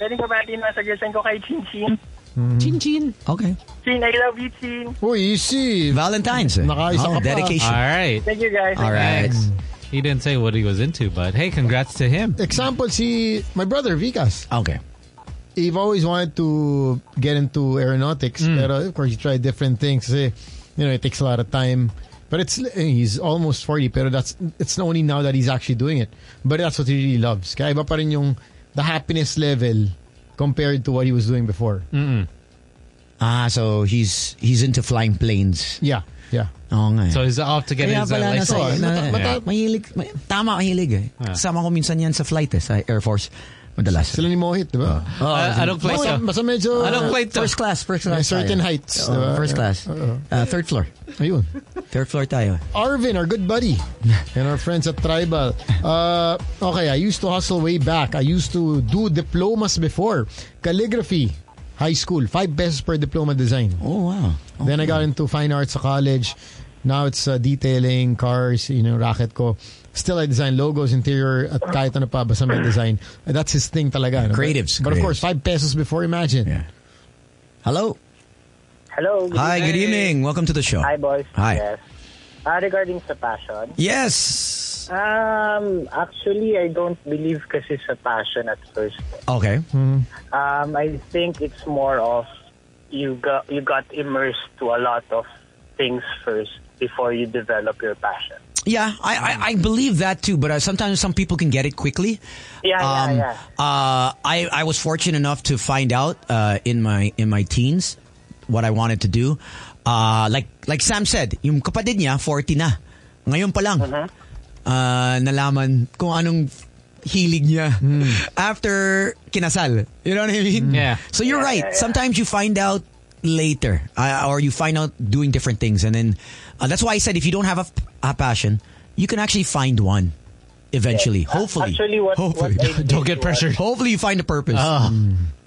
Speaker 10: Pwedeng babati naman sa girlfriend ko kay Chin Chin.
Speaker 3: Mm-hmm.
Speaker 4: Okay,
Speaker 10: Chin, I love you, Chin.
Speaker 6: Uy, easy.
Speaker 4: Valentine's. eh?
Speaker 6: Nakaisa ka pa.
Speaker 4: dedication.
Speaker 3: All right.
Speaker 10: Thank you guys.
Speaker 4: All right.
Speaker 3: He didn't say what he was into, but hey, congrats to him.
Speaker 6: Example, si my brother, Vicas.
Speaker 4: Okay.
Speaker 6: He always wanted to get into aeronautics, pero of course he tried different things. kasi, you know, it takes a lot of time. But it's he's almost 40, pero that's it's only now that he's actually doing it. But that's what he really loves. Kaya iba pa rin yung the happiness level compared to what he was doing before.
Speaker 4: Ah, so he's he's into flying planes.
Speaker 6: Yeah, yeah.
Speaker 4: Oo nga. eh.
Speaker 3: So he's off to get
Speaker 4: Kaya
Speaker 3: his uh,
Speaker 4: pala
Speaker 3: license.
Speaker 4: nasa, na,
Speaker 6: Mata- mata-
Speaker 4: mahilig, may- tama mahilig eh. Kasama ko minsan yan sa flight eh, sa Air Force. Madalas. Oh.
Speaker 6: Sila ni Mohit, di ba?
Speaker 4: Oo,
Speaker 3: Uh, I- I don't play to.
Speaker 6: Basta- basta medyo...
Speaker 3: I don't play to.
Speaker 4: First class, first class.
Speaker 6: May certain
Speaker 4: tayo.
Speaker 6: heights,
Speaker 4: Oo,
Speaker 6: diba?
Speaker 4: First class.
Speaker 6: Oo.
Speaker 4: Uh, third floor.
Speaker 6: Ayun.
Speaker 4: Third floor tayo.
Speaker 6: Arvin, our good buddy, and our friends at Tribal. Uh, okay, I used to hustle way back. I used to do diplomas before. Calligraphy, high school, five pesos per diploma design.
Speaker 4: Oh, wow.
Speaker 6: Then I got into fine arts sa college. Now it's uh, detailing, cars, you know, racket ko. Still, I design logos, interior, at kahit ano pa, basta may design. That's his thing talaga. ano?
Speaker 4: Creatives,
Speaker 6: But, but of
Speaker 4: creatives.
Speaker 6: course, five pesos before, imagine.
Speaker 4: Yeah. Hello.
Speaker 11: Hello. good
Speaker 4: Hi, good
Speaker 3: Hey.
Speaker 4: evening. Welcome to the show.
Speaker 11: evening. Hi, boys.
Speaker 4: Hi.
Speaker 11: Yes. Uh, regarding sa passion,
Speaker 4: Yes.
Speaker 11: um, actually, I don't believe kasi sa passion at first.
Speaker 4: Okay.
Speaker 6: Mm-hmm.
Speaker 11: Um, I think it's more of you got you got immersed to a lot of things first before you develop your passion.
Speaker 4: Yeah, I, I, I believe that too, but uh, sometimes some people can get it quickly.
Speaker 11: Yeah, yeah,
Speaker 4: Um,
Speaker 11: yeah.
Speaker 4: Uh, I, I was fortunate enough to find out uh, in my in my teens what I wanted to do. Uh, like like Sam said, yung kapatid niya 40 na. Ngayon pa lang
Speaker 11: Uh-huh.
Speaker 4: uh, nalaman kung anong hilig niya after kinasal. You know what I mean?
Speaker 3: Yeah.
Speaker 4: So you're right. Sometimes you find out later, uh, or you find out doing different things, and then uh, that's why I said if you don't have a, a passion, you can actually find one eventually. Hopefully,
Speaker 9: Actually, what, uh,
Speaker 4: hopefully,
Speaker 9: what I did
Speaker 3: Don't get
Speaker 9: was-
Speaker 3: pressured. Ah.
Speaker 4: hopefully you find a purpose. Mm-hmm.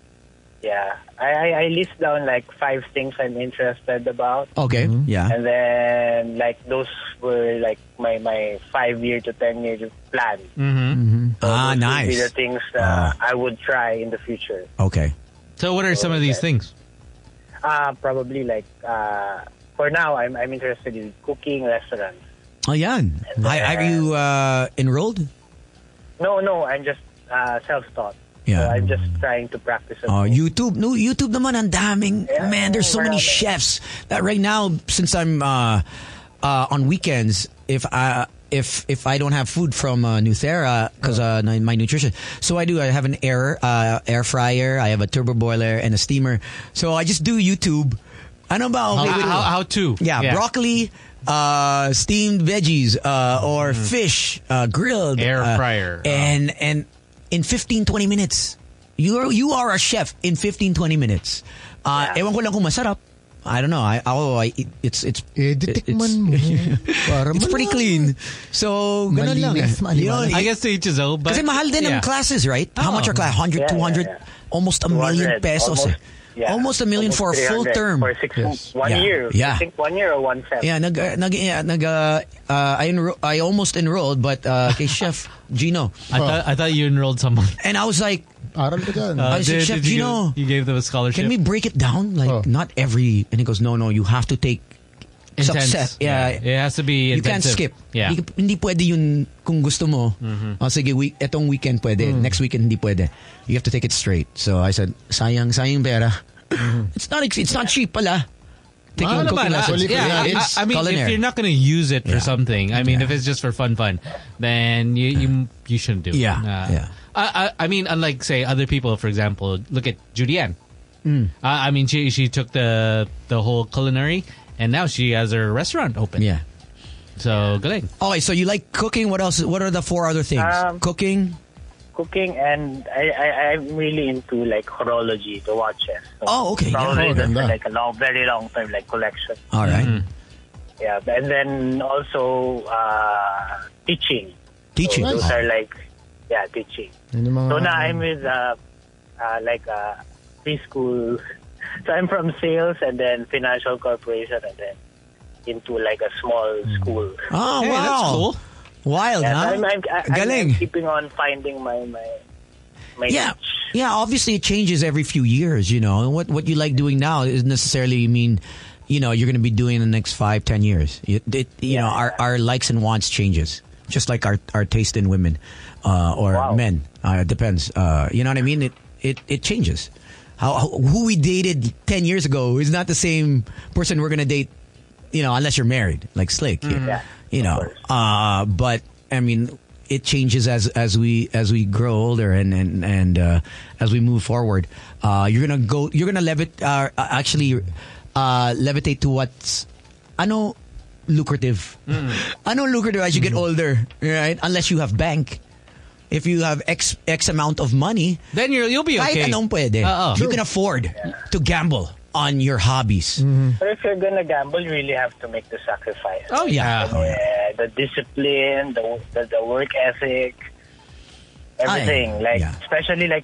Speaker 9: Yeah, I, I I list down like five things I'm interested about,
Speaker 4: okay,
Speaker 3: Mm-hmm.
Speaker 4: yeah,
Speaker 9: and then like those were like my my five year to ten year plan.
Speaker 3: Mm-hmm.
Speaker 4: ah,
Speaker 9: Those would Be
Speaker 4: nice. Ah.
Speaker 9: the things uh, I would try in the future.
Speaker 4: Okay,
Speaker 3: So what are some of these things?
Speaker 9: Uh, probably like uh, for now, I'm I'm interested in cooking restaurants.
Speaker 4: ayan. I, Oh, are you uh, enrolled?
Speaker 9: No, no, I'm just uh, self-taught.
Speaker 4: Yeah.
Speaker 9: So I'm just trying to practice.
Speaker 4: Oh, YouTube. No, YouTube naman ang daming.
Speaker 9: Yeah,
Speaker 4: man, there's so many
Speaker 9: marami.
Speaker 4: chefs that right now since I'm uh, uh, on weekends if I if if I don't have food from uh, Nuthera cuz uh, my my nutrition. So I do I have an air uh, air fryer, I have a turbo boiler and a steamer. So I just do YouTube. Ano ba okay
Speaker 3: How,
Speaker 4: with
Speaker 3: how, how to?
Speaker 4: yeah, broccoli, uh, steamed veggies, uh, or fish uh, grilled,
Speaker 3: Air
Speaker 4: uh,
Speaker 3: fryer.
Speaker 4: and and in 15, 20 minutes, you are you are a chef in 15, 20 minutes. Uh, Ewan ko lang kung masarap. I don't know. I, oh, I it- it's it's
Speaker 6: Eh,
Speaker 4: it-
Speaker 6: ditikman
Speaker 4: it's,
Speaker 6: mo. Para
Speaker 4: it's pretty
Speaker 6: malaman.
Speaker 4: clean. So ganun lang.
Speaker 6: Malinis, maliwanag.
Speaker 4: You know,
Speaker 3: I guess to each his own. But
Speaker 4: kasi mahal din
Speaker 3: yeah.
Speaker 4: ang classes, right?
Speaker 3: Oh.
Speaker 4: How much are class? 100,
Speaker 9: Yeah, yeah,
Speaker 4: 200,
Speaker 9: yeah.
Speaker 4: almost a million
Speaker 9: 200,
Speaker 4: pesos. eh.
Speaker 9: almost, yeah,
Speaker 4: Almost a million for a
Speaker 9: almost
Speaker 4: full
Speaker 9: 300
Speaker 4: term.
Speaker 9: For six months. One
Speaker 4: Yeah.
Speaker 9: year.
Speaker 4: Yeah.
Speaker 9: I think one year or one sem.
Speaker 4: Yeah, nag uh, nag yeah, nag uh, uh, I enro- I almost enrolled but uh kay Chef Gino.
Speaker 3: I thought, I thought you enrolled someone.
Speaker 4: And I was like,
Speaker 6: Aral ka dyan.
Speaker 3: Uh,
Speaker 4: I
Speaker 3: did-
Speaker 4: said, Chef
Speaker 3: did you,
Speaker 4: Gino,
Speaker 3: give, you gave them a scholarship.
Speaker 4: can we break it down like
Speaker 6: Oh.
Speaker 4: not every and he goes, "No, no, you have to take
Speaker 3: Intense.
Speaker 4: success." Yeah.
Speaker 3: It has to be
Speaker 4: You can't
Speaker 3: intensive.
Speaker 4: skip.
Speaker 3: Yeah. Mm-hmm.
Speaker 4: Hindi, hindi pwede yun kung gusto mo. Oh, sige, week, etong weekend pwede. Next weekend hindi pwede. You have to take it straight. So I said, sayang, sayang pera.
Speaker 6: Mm-hmm.
Speaker 4: it's not ex- it's not cheap pala. Taking
Speaker 3: Mahal naman,
Speaker 4: cooking lessons.
Speaker 3: ah, yeah, I-
Speaker 4: it's
Speaker 3: I, I mean, if
Speaker 4: culinary.
Speaker 3: you're not going to use it for
Speaker 4: Yeah.
Speaker 3: something, I mean,
Speaker 4: Yeah.
Speaker 3: if it's just for fun, fun, then you you, you shouldn't do it.
Speaker 4: Yeah,
Speaker 3: Uh,
Speaker 4: yeah.
Speaker 3: I, I, I mean, unlike say other people, for example, look at Julianne.
Speaker 4: Mm.
Speaker 3: I, I mean, she she took the the whole culinary, and now she has her restaurant open.
Speaker 4: yeah.
Speaker 3: So galing.
Speaker 4: Okay, so you like cooking. What else? What are the four other things?
Speaker 9: Um,
Speaker 4: cooking.
Speaker 9: Cooking and I, I, I'm really into like horology, the watches. So
Speaker 4: Oh, okay. Yeah.
Speaker 9: Probably
Speaker 6: Oh,
Speaker 9: that's
Speaker 6: ganda.
Speaker 9: like a long, very long time, like collection.
Speaker 4: All right.
Speaker 5: Mm-hmm.
Speaker 9: Yeah. And then also uh, teaching.
Speaker 4: Teaching.
Speaker 9: So those
Speaker 4: Oh,
Speaker 9: are like, yeah, teaching.
Speaker 6: Yun yung mga-
Speaker 9: So now I'm with uh, uh, like uh, preschool. So I'm from sales and then financial corporation and then into like a small school.
Speaker 4: Oh,
Speaker 3: Hey,
Speaker 4: wow.
Speaker 3: that's cool.
Speaker 4: Wild,
Speaker 9: Yeah,
Speaker 4: huh?
Speaker 9: so I'm, I'm, I'm,
Speaker 4: Galing.
Speaker 9: I'm keeping on finding my my my
Speaker 4: yeah.
Speaker 9: niche.
Speaker 4: Yeah, obviously it changes every few years, you know. And what, what you like doing now isn't necessarily mean, you know, you're going to be doing in the next five, ten years. It, it, you know, our, our likes and wants changes, just like our, our taste in women uh, or
Speaker 9: Wow.
Speaker 4: men. Uh, it depends. Uh, you know what I mean? It, it, it changes. How, who we dated 10 years ago is not the same person we're going to date, you know, unless you're married, like Slick.
Speaker 9: Yeah,
Speaker 4: you
Speaker 9: of
Speaker 4: know
Speaker 9: course.
Speaker 4: uh but i mean it changes as as we as we grow older and and and uh as we move forward uh you're gonna go you're gonna levitate uh, actually uh levitate to what's i know lucrative
Speaker 3: Hmm.
Speaker 4: i know lucrative as you get older right unless you have bank if you have x x amount of money
Speaker 3: Then you're, you'll be
Speaker 4: kahit
Speaker 3: okay. Uh-uh.
Speaker 4: anong pwede
Speaker 3: Oo.
Speaker 4: you can afford to gamble on your hobbies
Speaker 3: Mm-hmm.
Speaker 9: But if you're gonna gamble, you really have to make the sacrifice.
Speaker 3: Oh yeah.
Speaker 4: Oh,
Speaker 9: Yeah, the discipline, the the, the work ethic, everything.
Speaker 4: Ay,
Speaker 9: like
Speaker 4: yeah.
Speaker 9: especially like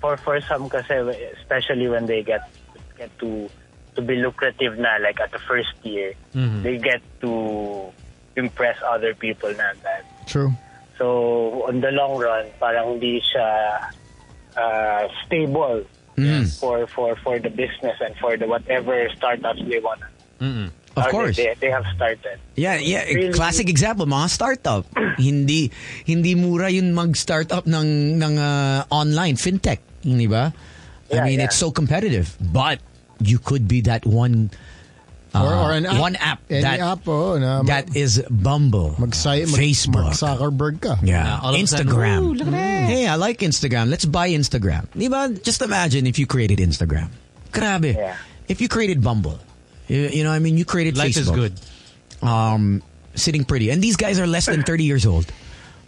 Speaker 9: for for some, kasi especially when they get get to to be lucrative na like at the first year,
Speaker 4: Mm-hmm.
Speaker 6: Mm-hmm.
Speaker 9: they get to impress other people na that.
Speaker 6: True.
Speaker 9: So on the long run, parang hindi siya uh, stable
Speaker 4: Hmm.
Speaker 9: for for for the business and for the whatever startups they want.
Speaker 4: Mm-hmm. of
Speaker 9: or
Speaker 4: course
Speaker 9: they, they have started.
Speaker 4: Yeah, yeah.
Speaker 9: Really?
Speaker 4: Classic example, mga startup. hindi hindi mura yun mag-startup ng ng uh, online fintech, di ba? I
Speaker 9: Yeah,
Speaker 4: mean,
Speaker 9: yeah.
Speaker 4: it's so competitive, but you could be that one uh,
Speaker 6: Or- or an app.
Speaker 4: one app
Speaker 6: Any
Speaker 4: that
Speaker 6: app, oh, na mag-
Speaker 4: that is Bumble,
Speaker 6: magsay, mag,
Speaker 4: Facebook,
Speaker 6: Mark Zuckerberg ka.
Speaker 4: yeah,
Speaker 3: all of a sudden,
Speaker 4: Instagram.
Speaker 3: "Ooh, look at that."
Speaker 4: Hey, I like Instagram. Let's buy Instagram. Di ba? Just imagine if you created Instagram. Grabe.
Speaker 9: Yeah.
Speaker 4: If you created Bumble, you, you know, what I mean, you created
Speaker 3: Life is good.
Speaker 4: Facebook um, sitting pretty. And these guys are less than 30 years old.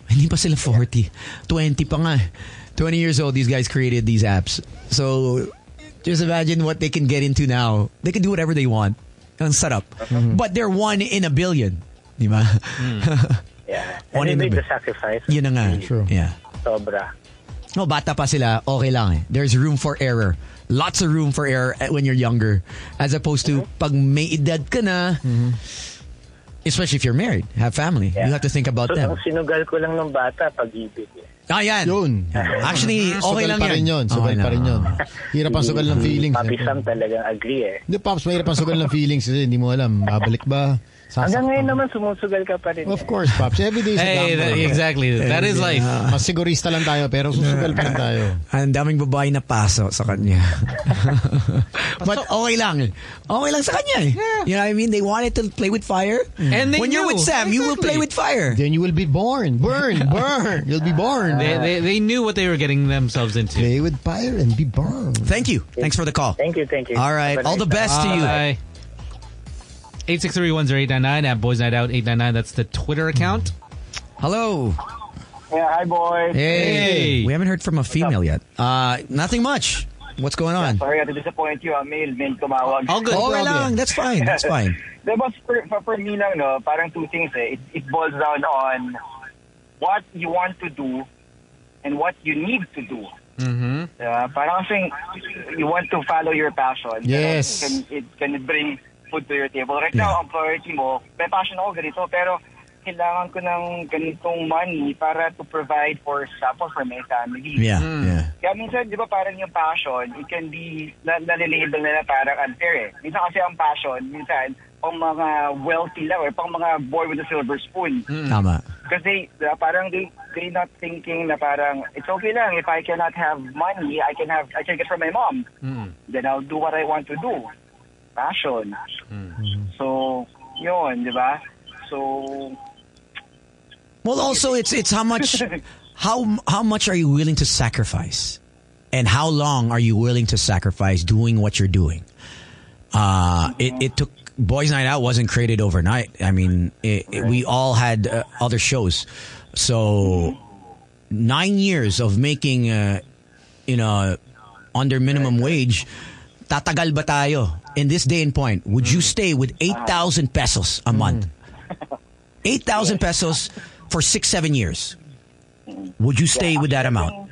Speaker 4: Hindi pa sila 40. 20 pa nga. eh. 20 years old, these guys created these apps. So, Just imagine what they can get into now. They can do whatever they want. Ang sarap.
Speaker 9: Mm-hmm.
Speaker 4: But they're one in a billion. Di ba?
Speaker 9: Mm. Yeah.
Speaker 4: One
Speaker 9: And
Speaker 4: in
Speaker 9: they
Speaker 4: a
Speaker 9: made
Speaker 4: bit.
Speaker 9: the sacrifice.
Speaker 4: Yun na nga.
Speaker 6: True.
Speaker 4: Yeah.
Speaker 9: Sobra.
Speaker 4: No, bata pa sila, okay lang eh. There's room for error. Lots of room for error at- when you're younger. As opposed to
Speaker 9: Mm-hmm.
Speaker 4: pag may edad ka na, especially if you're married, have family, you
Speaker 9: Yeah.
Speaker 4: have to think about
Speaker 9: So,
Speaker 4: them.
Speaker 9: ang sinugal ko lang ng bata, pag-ibig. eh.
Speaker 4: Ah, yan.
Speaker 6: Yun.
Speaker 4: Actually, okay
Speaker 6: Ah, sugal
Speaker 4: lang
Speaker 6: pa rin yun.
Speaker 4: yan.
Speaker 6: Sugal
Speaker 4: Okay
Speaker 6: pa rin
Speaker 4: lang.
Speaker 6: yun. Hirap ang sugal ng
Speaker 4: Hmm.
Speaker 6: feelings. eh.
Speaker 9: Papi Sam talagang agree eh.
Speaker 6: Hindi, Pops, mahirap ang sugal ng feelings kasi hindi mo alam. Babalik ba?
Speaker 9: Hanggang ngayon
Speaker 6: Sasaktan.
Speaker 9: naman sumusugal ka pa rin.
Speaker 6: Of course, Pops. Every day sugal
Speaker 3: Hey,
Speaker 6: pa
Speaker 3: that-
Speaker 6: rin.
Speaker 3: exactly.
Speaker 4: Eh,
Speaker 3: That is life.
Speaker 6: Mas sigurista lang tayo pero susugal pa rin tayo.
Speaker 4: Ang daming babae na paso sa kanya. But okay lang. Okay lang sa kanya eh. You know what I mean? They wanted to play with fire.
Speaker 3: Mm. And they
Speaker 4: when you're
Speaker 3: knew.
Speaker 4: with Sam, you will play with fire.
Speaker 6: Then you will be born. Burn, burn. You'll be born.
Speaker 3: They, they, they knew what they were getting themselves into.
Speaker 6: Play with fire and be born.
Speaker 4: Thank you. Thanks for the call.
Speaker 9: Thank you, thank you.
Speaker 4: All right.
Speaker 9: Have a
Speaker 4: All
Speaker 9: nice
Speaker 4: the best to you.
Speaker 3: Bye. 863-1089 at Boys Night Out 899. That's the Twitter account.
Speaker 4: Hello.
Speaker 12: Yeah, hi, boy.
Speaker 3: Hey.
Speaker 4: We haven't heard from a female yet. Uh, nothing much. What's going on?
Speaker 12: Sorry, I had to disappoint you. Ah, male, male tumawag.
Speaker 3: All good.
Speaker 4: Oh, Okay lang. That's fine. That's fine.
Speaker 12: Diba, for, for, for me lang, no, parang two things eh. It, it boils down on what you want to do and what you need to do.
Speaker 3: Mhm.
Speaker 4: Mm-hmm.
Speaker 12: Diba? Parang kasing you want to follow your passion.
Speaker 6: Yes.
Speaker 12: Pero Can, it can bring food to your table. Right now, ang priority mo, may passion ako ganito, pero kailangan ko ng ganitong money para to provide for, example, for my family.
Speaker 5: Mm-hmm.
Speaker 4: Yeah. Yeah.
Speaker 12: Kaya minsan, di ba, parang yung passion, it can be, na, nalilabel na na parang unfair eh. Minsan kasi ang passion, minsan, pang mga wealthy lang or pang mga boy with a silver spoon.
Speaker 4: Tama.
Speaker 12: Kasi di ba, parang they, they not thinking na parang, it's okay lang, if I cannot have money, I can have, I can get from my mom.
Speaker 6: Hmm.
Speaker 12: Then I'll do what I want to do. Passion. So, yun, di ba? So,
Speaker 4: Well, also it's it's how much how how much are you willing to sacrifice, and how long are you willing to sacrifice doing what you're doing? Uh, it it took Boys Night Out wasn't created overnight. I mean, it, it- we all had uh, other shows, so nine years of making, uh, you know, under minimum wage. Tatagal ba tayo in this day and point? Would you stay with eight thousand pesos a month? eight thousand pesos for six seven years. Would you stay with that amount?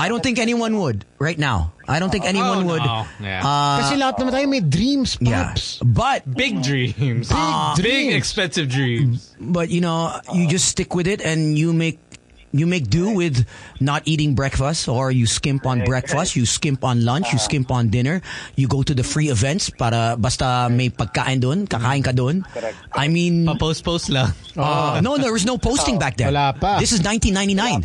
Speaker 4: I don't think anyone would right now. I don't think anyone
Speaker 3: Oh,
Speaker 4: would. Uh,
Speaker 3: no. Yeah.
Speaker 6: Kasi lahat naman tayo may dreams,
Speaker 4: Yeah,
Speaker 6: Pops.
Speaker 4: but Ah.
Speaker 3: Big dreams. Ah, Big,
Speaker 6: dreams.
Speaker 3: expensive dreams.
Speaker 4: but you know you just stick with it and you make you make do with not eating breakfast or you skimp on breakfast, you skimp on lunch, you skimp on dinner, you go to the free events para basta may pagkain doon, kakain ka doon. I mean,
Speaker 3: Post-post lang.
Speaker 4: Uh, no, there was no posting back then.
Speaker 6: Wala pa.
Speaker 4: This is 1999.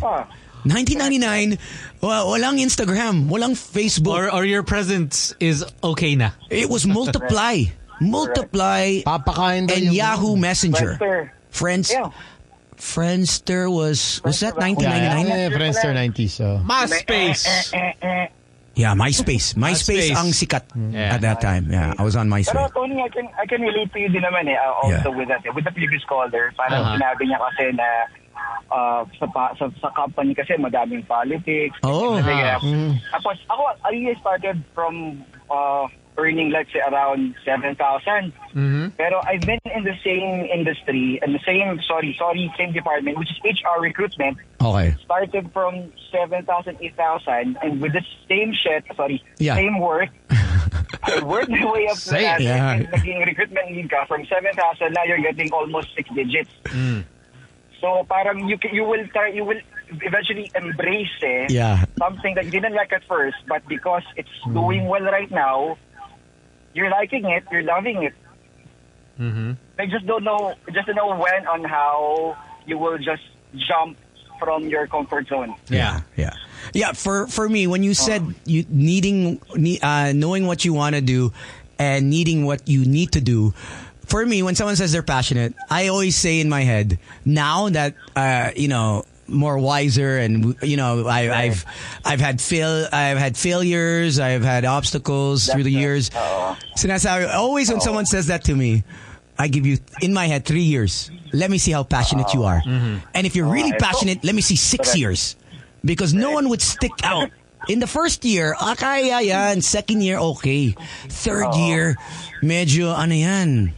Speaker 12: Wala pa.
Speaker 4: 1999, wa- walang Instagram, walang Facebook.
Speaker 3: Or, or your presence is okay na.
Speaker 4: It was multiply. multiply
Speaker 6: Papakain daw
Speaker 4: and
Speaker 6: yung-
Speaker 4: Yahoo Messenger.
Speaker 12: Friendster.
Speaker 4: Friends.
Speaker 12: yeah.
Speaker 4: Friendster was, was that
Speaker 6: Yeah, yeah.
Speaker 4: 1999?
Speaker 6: Eh, Friendster 90s. So.
Speaker 12: eh,
Speaker 3: MySpace.
Speaker 4: Yeah, MySpace. MySpace
Speaker 3: MySpace.
Speaker 4: ang sikat
Speaker 3: Yeah.
Speaker 4: at that time. Yeah, I was on
Speaker 12: Pero
Speaker 4: MySpace.
Speaker 12: Tony, I can, I can relate to you din naman eh, uh, also
Speaker 4: Yeah.
Speaker 12: with that, eh, with the previous caller. Parang
Speaker 3: Uh-huh.
Speaker 12: sinabi niya kasi na uh, sa, pa- sa, sa company kasi madaming politics.
Speaker 4: Oh.
Speaker 12: Kasi, uh, Tapos ako, I started from uh, earning let's say around 7,000.
Speaker 3: Mm-hmm. Hmm?
Speaker 12: Pero I've been in the same industry, in the same, sorry, sorry, same department, which is HR recruitment,
Speaker 4: Okay.
Speaker 12: started from 7,000, 8,000, and with the same shit, sorry,
Speaker 4: Yeah.
Speaker 12: same work, I worked my way up to
Speaker 3: Say
Speaker 12: that,
Speaker 4: it.
Speaker 12: and
Speaker 4: Yeah.
Speaker 12: naging recruitment lead ka from 7,000, now you're getting almost six digits.
Speaker 6: Hmm.
Speaker 12: So parang you, ca- you will try, you will eventually embrace eh,
Speaker 4: Yeah. Hmm.
Speaker 12: something that you didn't like at first, but because it's doing well right now, you're liking it, you're loving it.
Speaker 6: Hmm.
Speaker 12: I just don't know, just don't know when and how you will just jump from your comfort zone.
Speaker 3: Yeah.
Speaker 4: yeah yeah for for me when you said you needing ne- uh, knowing what you want to do and needing what you need to do for me when someone says they're passionate i always say in my head now that uh, you know more wiser and you know I, i've i've had fail i've had failures i've had obstacles through the years so that's how always when someone says that to me i give you in my head three years let me see how passionate you
Speaker 13: Mm.
Speaker 5: Mm-hmm.
Speaker 4: are and if you're
Speaker 12: I-
Speaker 4: really passionate let me see six years because no one would stick out in the first year, ah, kaya yan. Second year, okay. Third year, medyo ano yan.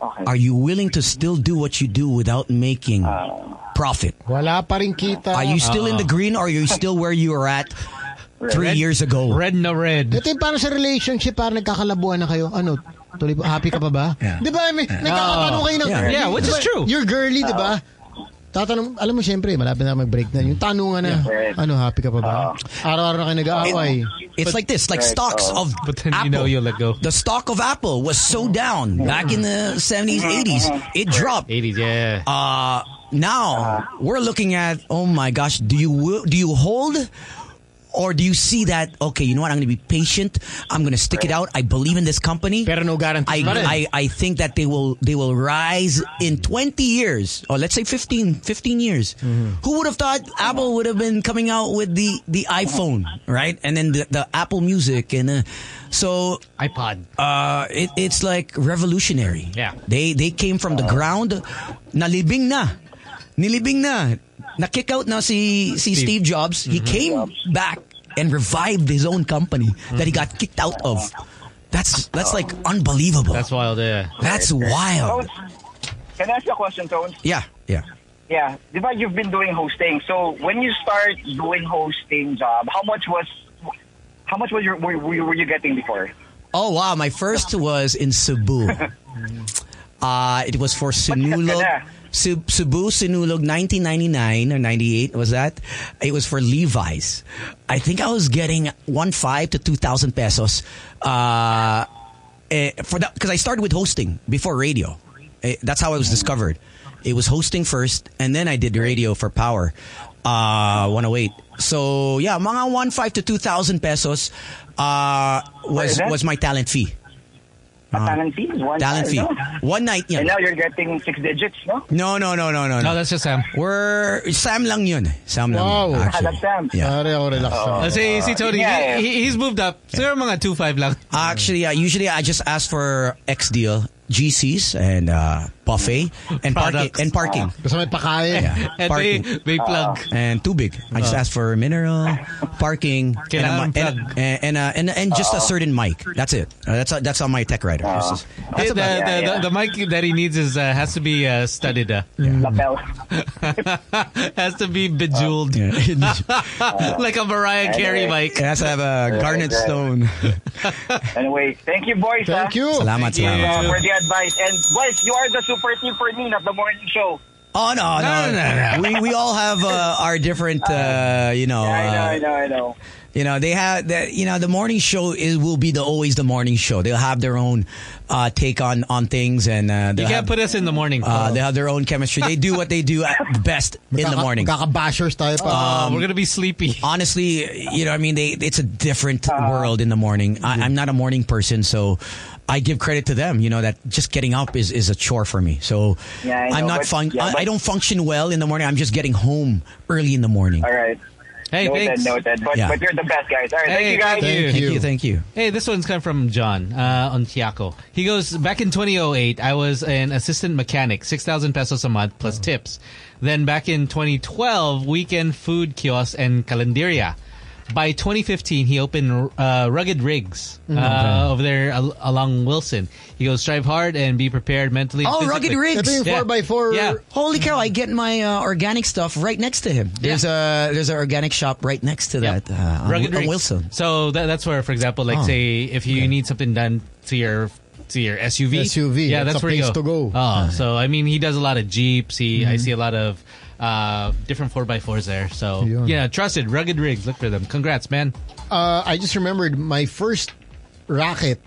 Speaker 11: Okay.
Speaker 4: Are you willing to still do what you do without making profit?
Speaker 6: Wala pa rin kita. Ah.
Speaker 4: Are you still in the green or are you still where you were at three years ago?
Speaker 3: Red na red.
Speaker 6: Ito yung parang sa relationship, parang nagkakalabuan na kayo. Ano, tuloy pa, happy ka pa ba? Di ba? May, nagkakatanong kayo ng...
Speaker 4: Yeah.
Speaker 3: Yeah, which is
Speaker 6: Diba,
Speaker 3: true.
Speaker 6: You're girly, di ba? Tatanong, alam mo siyempre, malapit na mag-break na. Yung tanungan na, ano, happy ka pa ba?
Speaker 3: Uh-huh.
Speaker 6: Araw-araw na kayo nag-aaway.
Speaker 4: It's like this, like stocks of
Speaker 3: But then
Speaker 4: Apple.
Speaker 3: you know you'll let go.
Speaker 4: The stock of Apple was so down back in the 70s, 80s. It dropped.
Speaker 3: 80s, yeah.
Speaker 4: Uh, now we're looking at oh my gosh, do you wi- do you hold or do you see that okay, you know what? I'm going to be patient. I'm going to stick it out. I believe in this company.
Speaker 6: Pero no guarantees
Speaker 4: I,
Speaker 6: pa rin.
Speaker 4: I, I think that they will they will rise in 20 years or let's say 15 15 years.
Speaker 6: Mm-hmm.
Speaker 4: Who would have thought Apple would have been coming out with the the iPhone, right? And then the, the Apple Music and uh, so
Speaker 6: iPod.
Speaker 4: uh, it, it's like revolutionary.
Speaker 3: Yeah.
Speaker 4: They they came from
Speaker 6: Oh.
Speaker 4: the ground. Nalibing na. Nilibing na. Na-kick out na si, si Steve. Jobs.
Speaker 6: Mm-hmm.
Speaker 4: He came back and revived his own company that he got kicked out of. That's that's like unbelievable.
Speaker 3: That's wild, yeah.
Speaker 4: That's
Speaker 11: Oh,
Speaker 4: wild.
Speaker 11: can I ask you a question, Tones?
Speaker 4: Yeah, yeah.
Speaker 11: Yeah, di ba you've been doing hosting? So when you start doing hosting job, how much was how much was your were, were, you- were you getting before?
Speaker 4: Oh wow, my first was in Cebu. Uh, it was for Sinulog.
Speaker 11: Matagal ka na.
Speaker 4: Cebu, Cebu Sinulog 1999 or 98 was that? It was for Levi's. I think I was getting 1.5 to 2,000 pesos uh, eh, for that because I started with hosting before radio. Eh, that's how I was discovered. It was hosting first and then I did radio for Power uh 108. So yeah, mga 1.5 to 2,000 pesos uh, was
Speaker 11: Wait, that-
Speaker 4: was my talent fee.
Speaker 11: A talent fee, one
Speaker 4: Talent fee.
Speaker 11: time, no?
Speaker 4: One night
Speaker 11: And
Speaker 4: yun.
Speaker 11: now you're getting six digits, no?
Speaker 4: No, no, no, no, no.
Speaker 3: No,
Speaker 4: no.
Speaker 3: that's just Sam.
Speaker 4: We're Sam lang yun. eh. Sam lang.
Speaker 6: Wow.
Speaker 4: yun,
Speaker 6: Ah,
Speaker 4: actually.
Speaker 11: that's Sam.
Speaker 4: Yeah.
Speaker 6: Pare ako relax
Speaker 4: Oh.
Speaker 6: na.
Speaker 3: Uh, si, si Tony,
Speaker 11: yeah, yeah.
Speaker 3: he, he- he's moved up. Siguro mga 2.5 lang.
Speaker 4: Actually, uh, usually I just ask for X deal, GCs, and uh, buffet, and parking,
Speaker 3: Products.
Speaker 4: and parking,
Speaker 6: Uh-huh. Basta may pakain.
Speaker 4: Yeah.
Speaker 3: And may,
Speaker 4: parking. Uh-huh.
Speaker 3: may plug.
Speaker 11: Ah.
Speaker 4: and too big.
Speaker 6: Ah.
Speaker 4: I just ask for mineral, parking, and a,
Speaker 3: Kailangan
Speaker 4: mi- and,
Speaker 3: plug.
Speaker 4: and, and, uh, and, and just a
Speaker 11: Ah.
Speaker 4: certain mic. That's it. Uh, that's that's on my tech writer. Just-
Speaker 3: Hey,
Speaker 11: about-
Speaker 3: the, the,
Speaker 11: Yeah,
Speaker 3: the, the mic that he needs is uh, has to be uh, studded. Uh,
Speaker 11: Lapel.
Speaker 3: has to be bejeweled.
Speaker 4: yeah.
Speaker 3: like a Mariah Carey
Speaker 11: anyway.
Speaker 3: mic.
Speaker 4: It has to have a garnet stone.
Speaker 11: Anyway, thank you, boys. ah,
Speaker 6: Thank you.
Speaker 4: salamat,
Speaker 3: you.
Speaker 4: salamat.
Speaker 11: uh, For the advice. And boys, you are the super team for me, not the morning show.
Speaker 4: Oh no, no,
Speaker 3: No, no,
Speaker 4: We we all have uh, our different, uh, you know,
Speaker 11: I know, I
Speaker 4: uh,
Speaker 11: know, I know.
Speaker 4: you know. They have that. You know, the morning show is will be the always the morning show. They'll have their own uh, take on on things, and uh,
Speaker 3: You
Speaker 4: they'll
Speaker 3: can't
Speaker 4: have,
Speaker 3: put us in the morning.
Speaker 4: uh, they have their own chemistry. They do what they do at best in the morning. Um,
Speaker 6: Kakabashers tayo
Speaker 11: Uh,
Speaker 6: pa.
Speaker 3: Oh, we're gonna be sleepy.
Speaker 4: Honestly, you know, I mean, they it's a different
Speaker 11: Uh,
Speaker 4: world in the morning. I, I'm not a morning person, so. I give credit to them, you know, that just getting up is, is a chore for me. So
Speaker 11: Yeah, I
Speaker 4: I'm
Speaker 11: know,
Speaker 4: not
Speaker 11: but-
Speaker 4: fun.
Speaker 11: yeah,
Speaker 4: I,
Speaker 11: but-
Speaker 4: I don't function well in the morning. I'm just getting home early in the morning.
Speaker 11: All right.
Speaker 3: Hey,
Speaker 11: noted,
Speaker 3: thanks.
Speaker 11: noted. But,
Speaker 4: Yeah.
Speaker 11: but you're the best, guys. All right,
Speaker 3: Hey,
Speaker 11: thank you, guys.
Speaker 3: thank you.
Speaker 6: Thank
Speaker 4: Thank you, thank you.
Speaker 3: Hey, this one's come from John uh, on Tiaco. He goes back in 2008. I was an assistant mechanic, six thousand pesos a month plus
Speaker 4: Oh.
Speaker 3: tips. Then back in 2012, weekend food kiosk and calendaria. By 2015, he opened uh, Rugged Rigs
Speaker 4: Oh,
Speaker 3: uh, over there al- along Wilson. He goes, strive hard and be prepared mentally. and
Speaker 4: Oh,
Speaker 3: physically."
Speaker 4: Rugged Rigs.
Speaker 6: Ito yung
Speaker 3: Yeah.
Speaker 6: 4x4.
Speaker 3: Yeah.
Speaker 4: Holy cow! I get my uh, organic stuff right next to him. There's a there's an organic shop right next to that. Uh, on-
Speaker 3: Rugged
Speaker 4: on
Speaker 3: Rigs.
Speaker 4: Wilson.
Speaker 3: So that, that's where, for example, like
Speaker 4: Oh,
Speaker 3: say if you need something done to your to your SUV,
Speaker 6: SUV,
Speaker 3: yeah,
Speaker 6: that's
Speaker 3: that's
Speaker 6: a
Speaker 3: where you
Speaker 6: place
Speaker 3: go.
Speaker 6: to go. Mm-hmm.
Speaker 3: Oh, so I mean, he does a lot of Jeeps. He I see a lot of uh, different four x fours there. So
Speaker 6: Yun.
Speaker 3: yeah, trusted rugged rigs. Look for them. Congrats, man.
Speaker 6: Uh, I just remembered my first racket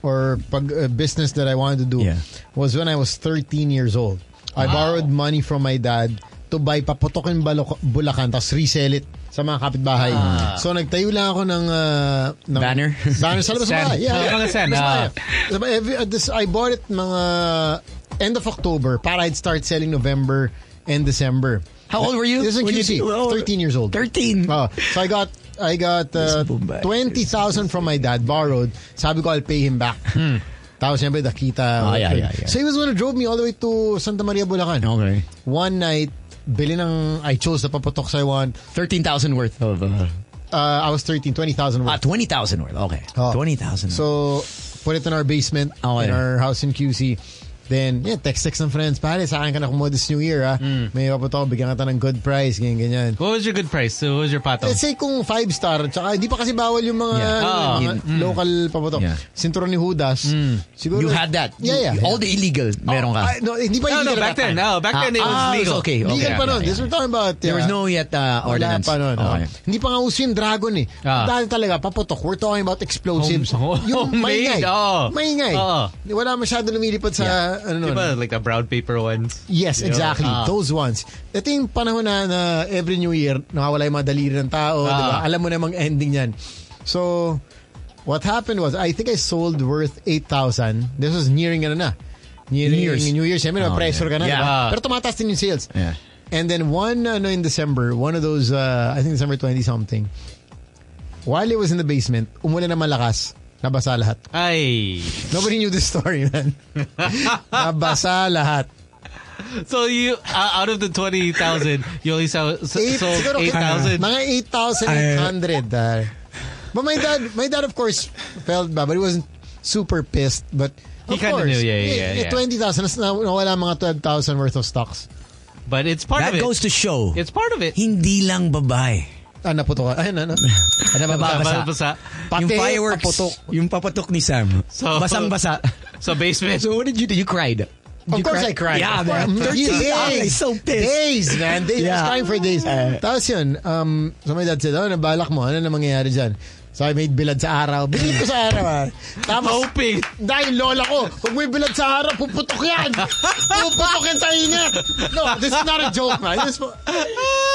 Speaker 6: or pag, uh, business that I wanted to do
Speaker 4: Yeah.
Speaker 6: was when I was 13 years old. I borrowed money from my dad to buy paputokin Baloc- Bulacan tapos resell it sa mga kapitbahay. So nagtayo lang ako ng, uh, ng-
Speaker 4: Ah. Banner?
Speaker 6: Banner sa labas ng
Speaker 3: Sand.
Speaker 6: bahay. Yeah,
Speaker 3: Sa
Speaker 6: yeah.
Speaker 3: mga sand,
Speaker 6: Labas ng
Speaker 3: ah.
Speaker 6: bahay. Diba, every- uh, this- I bought it mga end of October para I'd start selling November and December.
Speaker 4: How old were you?
Speaker 6: This is in
Speaker 4: When you
Speaker 6: QC.
Speaker 4: did- well,
Speaker 6: 13 years old.
Speaker 4: Thirteen.
Speaker 6: Oh, so I got I got uh,
Speaker 4: This Bombay.
Speaker 6: 20,000 from my dad borrowed. Sabi ko I'll pay him back.
Speaker 4: Hmm.
Speaker 6: Tapos siyempre nakita.
Speaker 4: Ah, yeah, yeah, yeah.
Speaker 6: So he was the one who drove me all the way to Santa Maria, Bulacan.
Speaker 4: Okay.
Speaker 6: One night, bili ng I chose the paputok sa I want.
Speaker 4: Thirteen thousand worth of. Uh,
Speaker 6: uh, I was 13, 20,000
Speaker 4: Ah,
Speaker 6: worth.
Speaker 4: 20,000 worth. Okay.
Speaker 6: Oh.
Speaker 4: 20,000.
Speaker 6: So, put it in our basement, in
Speaker 4: Okay.
Speaker 6: our house in QC. Then, yeah, text text ng friends. Pare, sa akin ka na kumuha this new year, ha?
Speaker 4: Hmm.
Speaker 6: May iba pa to, bigyan ka ta ng good price, ganyan, ganyan.
Speaker 3: What was your good price? So what was your pato?
Speaker 6: Let's say kung five star, tsaka hindi pa kasi bawal yung mga,
Speaker 4: Yeah. Mm.
Speaker 6: ano,
Speaker 3: Ah,
Speaker 6: mga local paputok.
Speaker 4: Yeah. Mm.
Speaker 6: Sinturon ni Judas. Siguro,
Speaker 4: you had that.
Speaker 6: Yeah, yeah.
Speaker 4: All the illegal meron ka.
Speaker 6: Ah, no, hindi pa
Speaker 3: No, no,
Speaker 6: illegal
Speaker 3: back
Speaker 6: that
Speaker 3: then.
Speaker 6: time.
Speaker 3: No, back then it was
Speaker 4: Ah,
Speaker 3: legal.
Speaker 4: okay. okay.
Speaker 6: Legal pa
Speaker 4: yeah,
Speaker 6: nun.
Speaker 4: yeah,
Speaker 6: This we're talking about.
Speaker 4: There was
Speaker 6: yeah.
Speaker 4: no yet uh, ordinance.
Speaker 6: Wala pa nun. oh.
Speaker 4: Okay.
Speaker 6: Hindi pa nga uso yung dragon eh.
Speaker 3: Ah.
Speaker 6: Dahil talaga, paputok. We're talking about explosives.
Speaker 4: Oh,
Speaker 3: Home-
Speaker 6: yung maingay.
Speaker 3: homemade, oo.
Speaker 6: Maingay.
Speaker 3: Oo.
Speaker 6: Wala masyado lumilipad sa ano
Speaker 3: Di
Speaker 6: nun.
Speaker 3: ba, like the brown paper ones?
Speaker 6: Yes,
Speaker 3: Yun.
Speaker 6: exactly.
Speaker 3: Ah.
Speaker 6: Those ones. Ito yung panahon na, na every new year, nakawala yung mga daliri ng
Speaker 3: Ah.
Speaker 6: tao. di ba? Alam mo namang ending yan. So, what happened was, I think I sold worth 8,000. This was nearing ano na. Nearing
Speaker 4: New Year's.
Speaker 6: New Year's. Siyempre,
Speaker 4: Oh,
Speaker 6: pressure ka na.
Speaker 3: yeah.
Speaker 6: di ba?
Speaker 3: Ah, Yeah.
Speaker 6: Pero tumataas din yung sales.
Speaker 4: Yeah.
Speaker 6: And then one ano, in December, one of those, uh, I think December 20-something, while it was in the basement, umulan na malakas. Nabasa lahat.
Speaker 3: Ay.
Speaker 6: Nobody knew this story, man. Nabasa lahat.
Speaker 3: So you, uh, out of the 20,000, you only sell, s-
Speaker 6: Eight,
Speaker 3: sold
Speaker 6: siguro,
Speaker 3: 8,000.
Speaker 6: Mga 8,800. Uh, but my dad, my dad of course felt bad, but he wasn't super pissed. But
Speaker 3: He
Speaker 6: of
Speaker 3: kinda
Speaker 6: course, Eh,
Speaker 3: knew, yeah, yeah, yeah, yeah.
Speaker 6: 20,000, nas- na- nawala mga 12,000 worth of stocks.
Speaker 3: But it's part
Speaker 4: That
Speaker 3: of it.
Speaker 4: goes to show,
Speaker 3: it's part of it.
Speaker 4: hindi lang babae.
Speaker 6: Ah, naputok. Ayun, ano? Ano ba?
Speaker 3: Basa.
Speaker 6: Basa.
Speaker 3: Basa.
Speaker 6: Pati
Speaker 4: yung fireworks,
Speaker 6: paputok.
Speaker 4: yung papatok ni Sam.
Speaker 3: So-
Speaker 4: Basang-basa.
Speaker 3: So basement.
Speaker 4: so what did you do? You cried.
Speaker 6: Of
Speaker 4: You
Speaker 6: course I cried.
Speaker 4: Yeah,
Speaker 6: Of course.
Speaker 4: man. 13 I was
Speaker 6: Days.
Speaker 4: so pissed.
Speaker 6: Days, man. Days. I was
Speaker 4: Yeah.
Speaker 6: crying for days. Tapos yun, um, so my dad said, oh, nabalak mo, ano na mangyayari dyan? So I made bilad sa araw. Bilid ko sa araw, ah. Tapos,
Speaker 3: Hoping.
Speaker 6: Dahil lola ko, pag may bilad sa harap, puputok yan! puputok yan sa init! No, this is not a joke, man. This,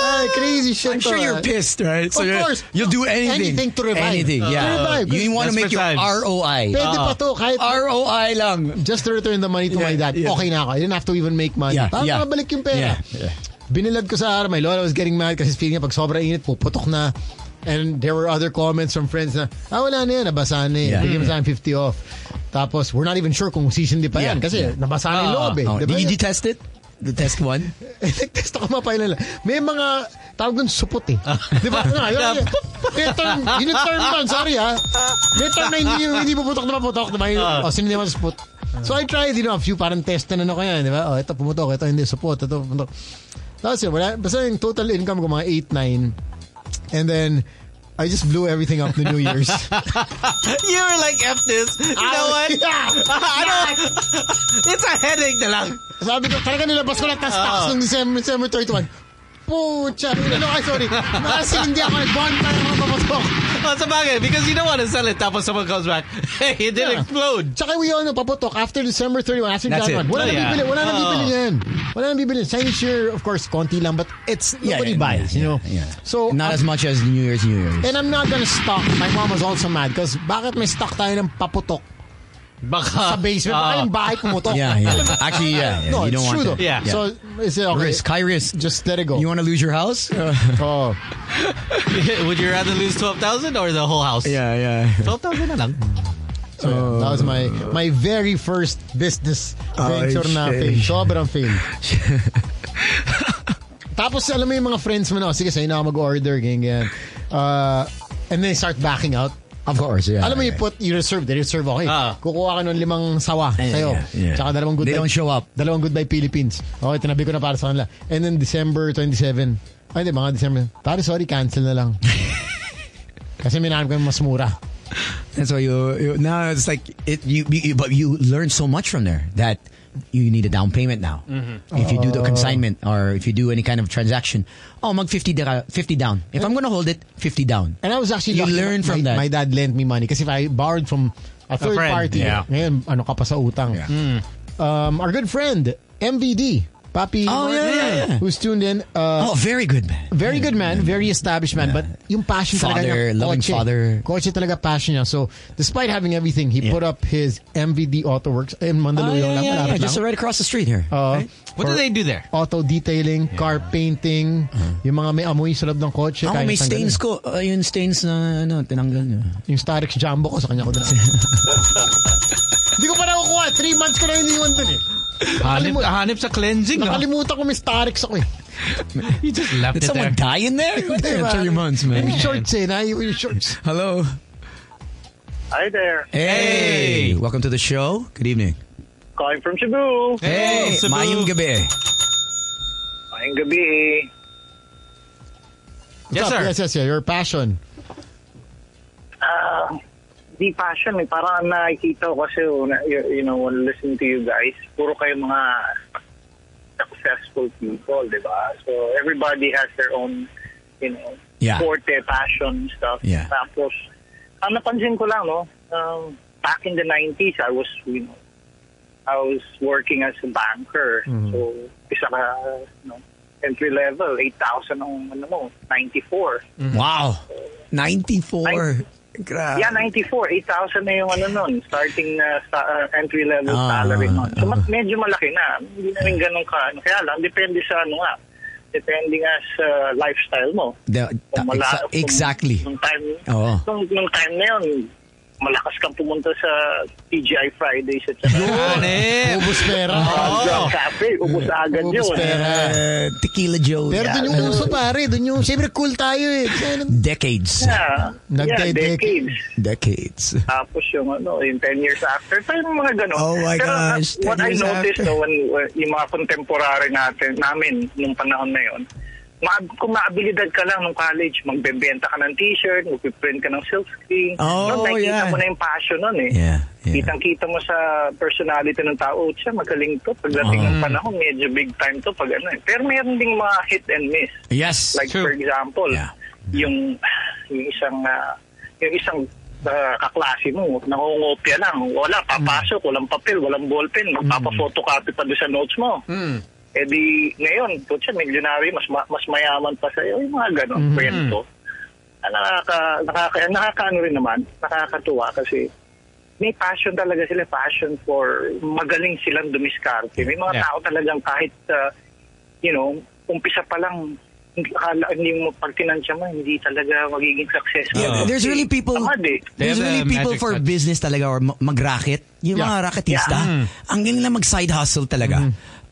Speaker 6: ay, crazy shit
Speaker 4: I'm
Speaker 6: to,
Speaker 4: sure you're
Speaker 6: man.
Speaker 4: pissed, right?
Speaker 6: Of
Speaker 4: you're-
Speaker 6: course.
Speaker 4: You'll do anything.
Speaker 6: Anything to revive. Uh,
Speaker 4: Anything, yeah.
Speaker 6: to revive.
Speaker 4: you want to
Speaker 3: Desperate
Speaker 4: make your
Speaker 3: times.
Speaker 4: ROI.
Speaker 6: Pwede pa to, kahit
Speaker 4: ROI lang.
Speaker 6: just to return the money to my dad.
Speaker 4: yeah.
Speaker 6: Okay na ako. I didn't have to even make money.
Speaker 4: Yeah,
Speaker 6: Parang
Speaker 4: yeah.
Speaker 6: nakabalik yung pera. Binilad ko sa araw. My lola was getting mad kasi feeling niya pag sobrang init, puputok na. And there were other comments from friends na, ah, wala na yan, nabasa na yan.
Speaker 4: Yeah.
Speaker 6: Bigyan mo sa akin 50 off. Tapos, we're not even sure kung sisindi pa yan
Speaker 4: Yeah,
Speaker 6: kasi nabasa na yung
Speaker 3: Ah,
Speaker 6: loob eh.
Speaker 4: Oh,
Speaker 6: Diba?
Speaker 4: did you test it? The test one?
Speaker 6: Nag-test ako mga lang. May mga tawag doon supot eh.
Speaker 4: Ah.
Speaker 6: Di ba? Ano, yun, yun, yun, term, yun yung term man, sorry ha. May term na hindi, hindi puputok na maputok. Diba? Yun,
Speaker 3: Ah.
Speaker 6: oh, sininaman supot. So I tried, you know, a few parang test na ano ko yan. Di ba? Oh, ito pumutok, ito hindi supot, ito pumutok. Tapos yun, wala. Basta yung total income ko mga 8-9. And then, I just blew everything up the New Year's.
Speaker 3: You were like, F this. You know what? I don't, it's a headache na lang.
Speaker 6: Sabi ko, talaga nilabas ko lahat ng stocks nung December, December 31. Pucha. No, ay, sorry. Masindi ako. Bonfire ako papatok.
Speaker 3: Well, sa bagay, because you don't want to sell it tapos someone comes back, hey, it didn't
Speaker 6: Yeah.
Speaker 3: explode.
Speaker 6: Tsaka we all know, paputok after December 31, after
Speaker 4: That's
Speaker 6: January
Speaker 4: it.
Speaker 6: 1.
Speaker 3: Oh,
Speaker 6: Wala na
Speaker 3: yeah.
Speaker 6: bibili, wala na
Speaker 3: Oh.
Speaker 6: bibili yan. Wala na bibili. Chinese year, of course, konti lang, but it's
Speaker 4: Yeah,
Speaker 6: nobody
Speaker 4: yeah,
Speaker 6: buys,
Speaker 4: yeah,
Speaker 6: you know?
Speaker 4: yeah.
Speaker 6: So, uh,
Speaker 4: Not as much as New Year's, New Year's.
Speaker 6: and I'm not gonna stock. My mom was also mad because bakit may stock tayo ng paputok
Speaker 3: Baka.
Speaker 6: sa basement? Baka
Speaker 3: Ah.
Speaker 6: yung bahay pumutok.
Speaker 4: Yeah, yeah. Actually, yeah. yeah.
Speaker 6: No,
Speaker 4: you don't
Speaker 6: it's
Speaker 4: want
Speaker 6: true
Speaker 4: that.
Speaker 6: though.
Speaker 3: Yeah.
Speaker 6: So, is it okay?
Speaker 4: Risk, high risk.
Speaker 6: Just let it go.
Speaker 4: You want to lose your house?
Speaker 6: oh.
Speaker 3: Would you rather lose 12,000 or the whole house?
Speaker 4: yeah.
Speaker 3: 12,000 na lang.
Speaker 6: So, yeah, that was my my very first business venture na fail. Sobrang fail. Tapos alam mo yung mga friends mo na, "Oh, sige sa'yo na ako mag-order, ganyan, ganyan. Uh, and then they start backing out.
Speaker 4: Of course, yeah.
Speaker 6: Alam mo, you put, you reserve, they reserve, okay.
Speaker 3: Ah.
Speaker 6: Kukuha ka ng limang sawa
Speaker 4: Yeah,
Speaker 6: sa'yo.
Speaker 4: yeah, yeah.
Speaker 6: Tsaka dalawang goodbye.
Speaker 4: They don't show up.
Speaker 6: Dalawang goodbye Philippines. Okay, tinabi ko na para sa kanila. And then December 27. Ay, hindi, mga December. Pare, sorry, cancel na lang. Kasi minahanap ko yung mas mura.
Speaker 4: And so you, you now it's like it you, you but you learn so much from there that you need a down payment now.
Speaker 3: Mm-hmm.
Speaker 4: If you do
Speaker 3: Oh.
Speaker 4: the consignment or if you do any kind of transaction, oh mag 50 da- 50 down. If I'm going to hold it, 50 down.
Speaker 6: And I was actually
Speaker 4: You
Speaker 6: lucky
Speaker 4: learn
Speaker 6: my,
Speaker 4: from that.
Speaker 6: My dad lent me money kasi if I borrowed from a third
Speaker 3: friend,
Speaker 6: party,
Speaker 3: yeah. Hmm.
Speaker 6: ngayon ano ka pa sa utang.
Speaker 4: Yeah.
Speaker 6: Um, our good friend MVD, Papi,
Speaker 4: Oh, yeah, yeah, yeah.
Speaker 6: who's tuned in. Uh,
Speaker 4: Oh, very good man.
Speaker 6: Very good man, very established man, but yung passion talaga
Speaker 4: Father,
Speaker 6: niya,
Speaker 4: loving
Speaker 6: kotse.
Speaker 4: father.
Speaker 6: Kotse talaga passion niya. So, despite having everything, he
Speaker 4: Yeah.
Speaker 6: put up his MVD Auto Works in
Speaker 4: Oh,
Speaker 6: Mandaluyong.
Speaker 4: yeah, yeah,
Speaker 6: lang,
Speaker 4: yeah,
Speaker 6: malapit
Speaker 4: just
Speaker 6: lang.
Speaker 4: right across the street here.
Speaker 6: Uh,
Speaker 3: What do
Speaker 6: for
Speaker 3: they do there?
Speaker 6: Auto detailing, car painting, yung mga may amoy sa loob ng kotse.
Speaker 4: Ako
Speaker 6: kaya
Speaker 4: Uh-huh. Oh, may
Speaker 6: tanggalin.
Speaker 4: stains ko. Uh, yung stains na ano, tinanggal niya.
Speaker 6: Yung Starex Jumbo ko sa kanya ko dala. Hindi ko pa nakukuha. Three months ko na hindi ko dun eh.
Speaker 3: Hanip, hanip sa cleansing. ah.
Speaker 6: Nakalimutan ko may starix ako eh.
Speaker 3: You just left it
Speaker 4: Did someone
Speaker 3: there.
Speaker 4: die in there?
Speaker 6: Diba?
Speaker 4: After your months,
Speaker 6: Yung
Speaker 4: man.
Speaker 6: shorts eh. Naiiwan yung shorts.
Speaker 4: Hello.
Speaker 11: Hi there.
Speaker 3: Hey.
Speaker 4: Hey. Welcome to the show. Good evening.
Speaker 11: Calling from Cebu.
Speaker 3: Hey, Cebu.
Speaker 4: Mayong gabi.
Speaker 11: Ayong gabi eh.
Speaker 3: Yes,
Speaker 6: What's up?
Speaker 3: sir.
Speaker 6: Yes, yes, yes. Your passion.
Speaker 11: Ah, Di passion eh. Parang ang nakikita ko kasi, una- you, you know, when listening to you guys, puro kayo mga successful people, di ba? So, everybody has their own, you know,
Speaker 4: Yeah.
Speaker 11: forte, passion, stuff.
Speaker 4: Yeah.
Speaker 11: Tapos, ang napansin ko lang, no, um, back in the 90s, I was, you know, I was working as a banker.
Speaker 4: Mm-hmm.
Speaker 11: So, isa ka, you know, entry level, 8,000 ang, ano mo, 94.
Speaker 3: Mm-hmm.
Speaker 4: Wow. 94. Grabe.
Speaker 11: Yeah, 94. 8,000 na yung ano nun, starting na sa uh, entry level
Speaker 4: Ah,
Speaker 11: salary nun. So,
Speaker 4: ah.
Speaker 11: mas, medyo malaki na. Hindi na rin ganun ka. ano. Kaya lang, depende sa ano nga. Depende nga sa lifestyle mo.
Speaker 4: The-
Speaker 11: Kung mala-
Speaker 4: Ah, exa-
Speaker 11: kung-
Speaker 4: exactly.
Speaker 11: Nung time,
Speaker 4: Oo.
Speaker 11: nung, nung time na yun, malakas kang pumunta sa TGI Fridays Ah, at sa
Speaker 3: Hanip.
Speaker 6: Ubus pera.
Speaker 11: Drug Cafe. Ubus agad
Speaker 6: Ubus
Speaker 11: yun.
Speaker 6: pera.
Speaker 4: Uh, tequila Joe.
Speaker 6: Pero dun yung uso pare. Dun yung, siyempre cool tayo eh. Kaya nung-
Speaker 4: Decades.
Speaker 11: Yeah. Yeah,
Speaker 6: Nagdedek-
Speaker 11: decades.
Speaker 4: Decades.
Speaker 11: Tapos yung ano, yung 10 years after, so yung mga ganun.
Speaker 4: Oh my
Speaker 11: Pero uh,
Speaker 4: gosh, 10
Speaker 11: what I
Speaker 4: years
Speaker 11: noticed
Speaker 4: after.
Speaker 11: though, when, when- yung mga contemporary natin, namin, nung panahon na yun, ma- kung maabilidad ka lang nung college, magbebenta ka ng t-shirt, magpiprint ka ng silkscreen.
Speaker 4: Oh,
Speaker 11: no, nakikita
Speaker 4: yeah.
Speaker 11: mo na yung passion nun eh.
Speaker 4: Yeah, yeah.
Speaker 11: Kitang-kita mo sa personality ng tao, siya magaling to. Pagdating ng
Speaker 4: Mm.
Speaker 11: panahon, medyo big time to pag ano eh. Pero meron ding mga hit and miss.
Speaker 4: Yes.
Speaker 11: Like for example,
Speaker 4: Yeah.
Speaker 11: yung yung isang ah, yung isang ah, kaklase mo, nangungopia lang. Wala, papasok, walang papel, walang ballpen,
Speaker 4: Mm.
Speaker 11: magpapa-photocopy pa doon sa notes mo. Eh di, ngayon, putya, milyonary, mas, ma- mas mayaman pa sa'yo. Yung mga ganon,
Speaker 3: Mm-hmm.
Speaker 11: kwento. Ah, Nakaka, nakaka, nakakaano rin naman, nakakatuwa kasi may passion talaga sila, passion for magaling silang dumiskarte. May mga
Speaker 3: Yeah.
Speaker 11: tao talagang kahit, ah, you know, umpisa pa lang, hindi, akala, hindi mo pag tinansya mo, hindi talaga magiging successful.
Speaker 4: Yeah,
Speaker 11: Kasi
Speaker 4: there's really people-
Speaker 11: Tamad eh.
Speaker 3: They
Speaker 4: There's
Speaker 3: have
Speaker 4: really
Speaker 3: the
Speaker 4: people
Speaker 3: magic
Speaker 4: for
Speaker 3: touch.
Speaker 4: business talaga or ma- mag-racket. Yung
Speaker 6: Yeah. Mm-hmm.
Speaker 4: mga racketista, ang galing na mag-side hustle talaga.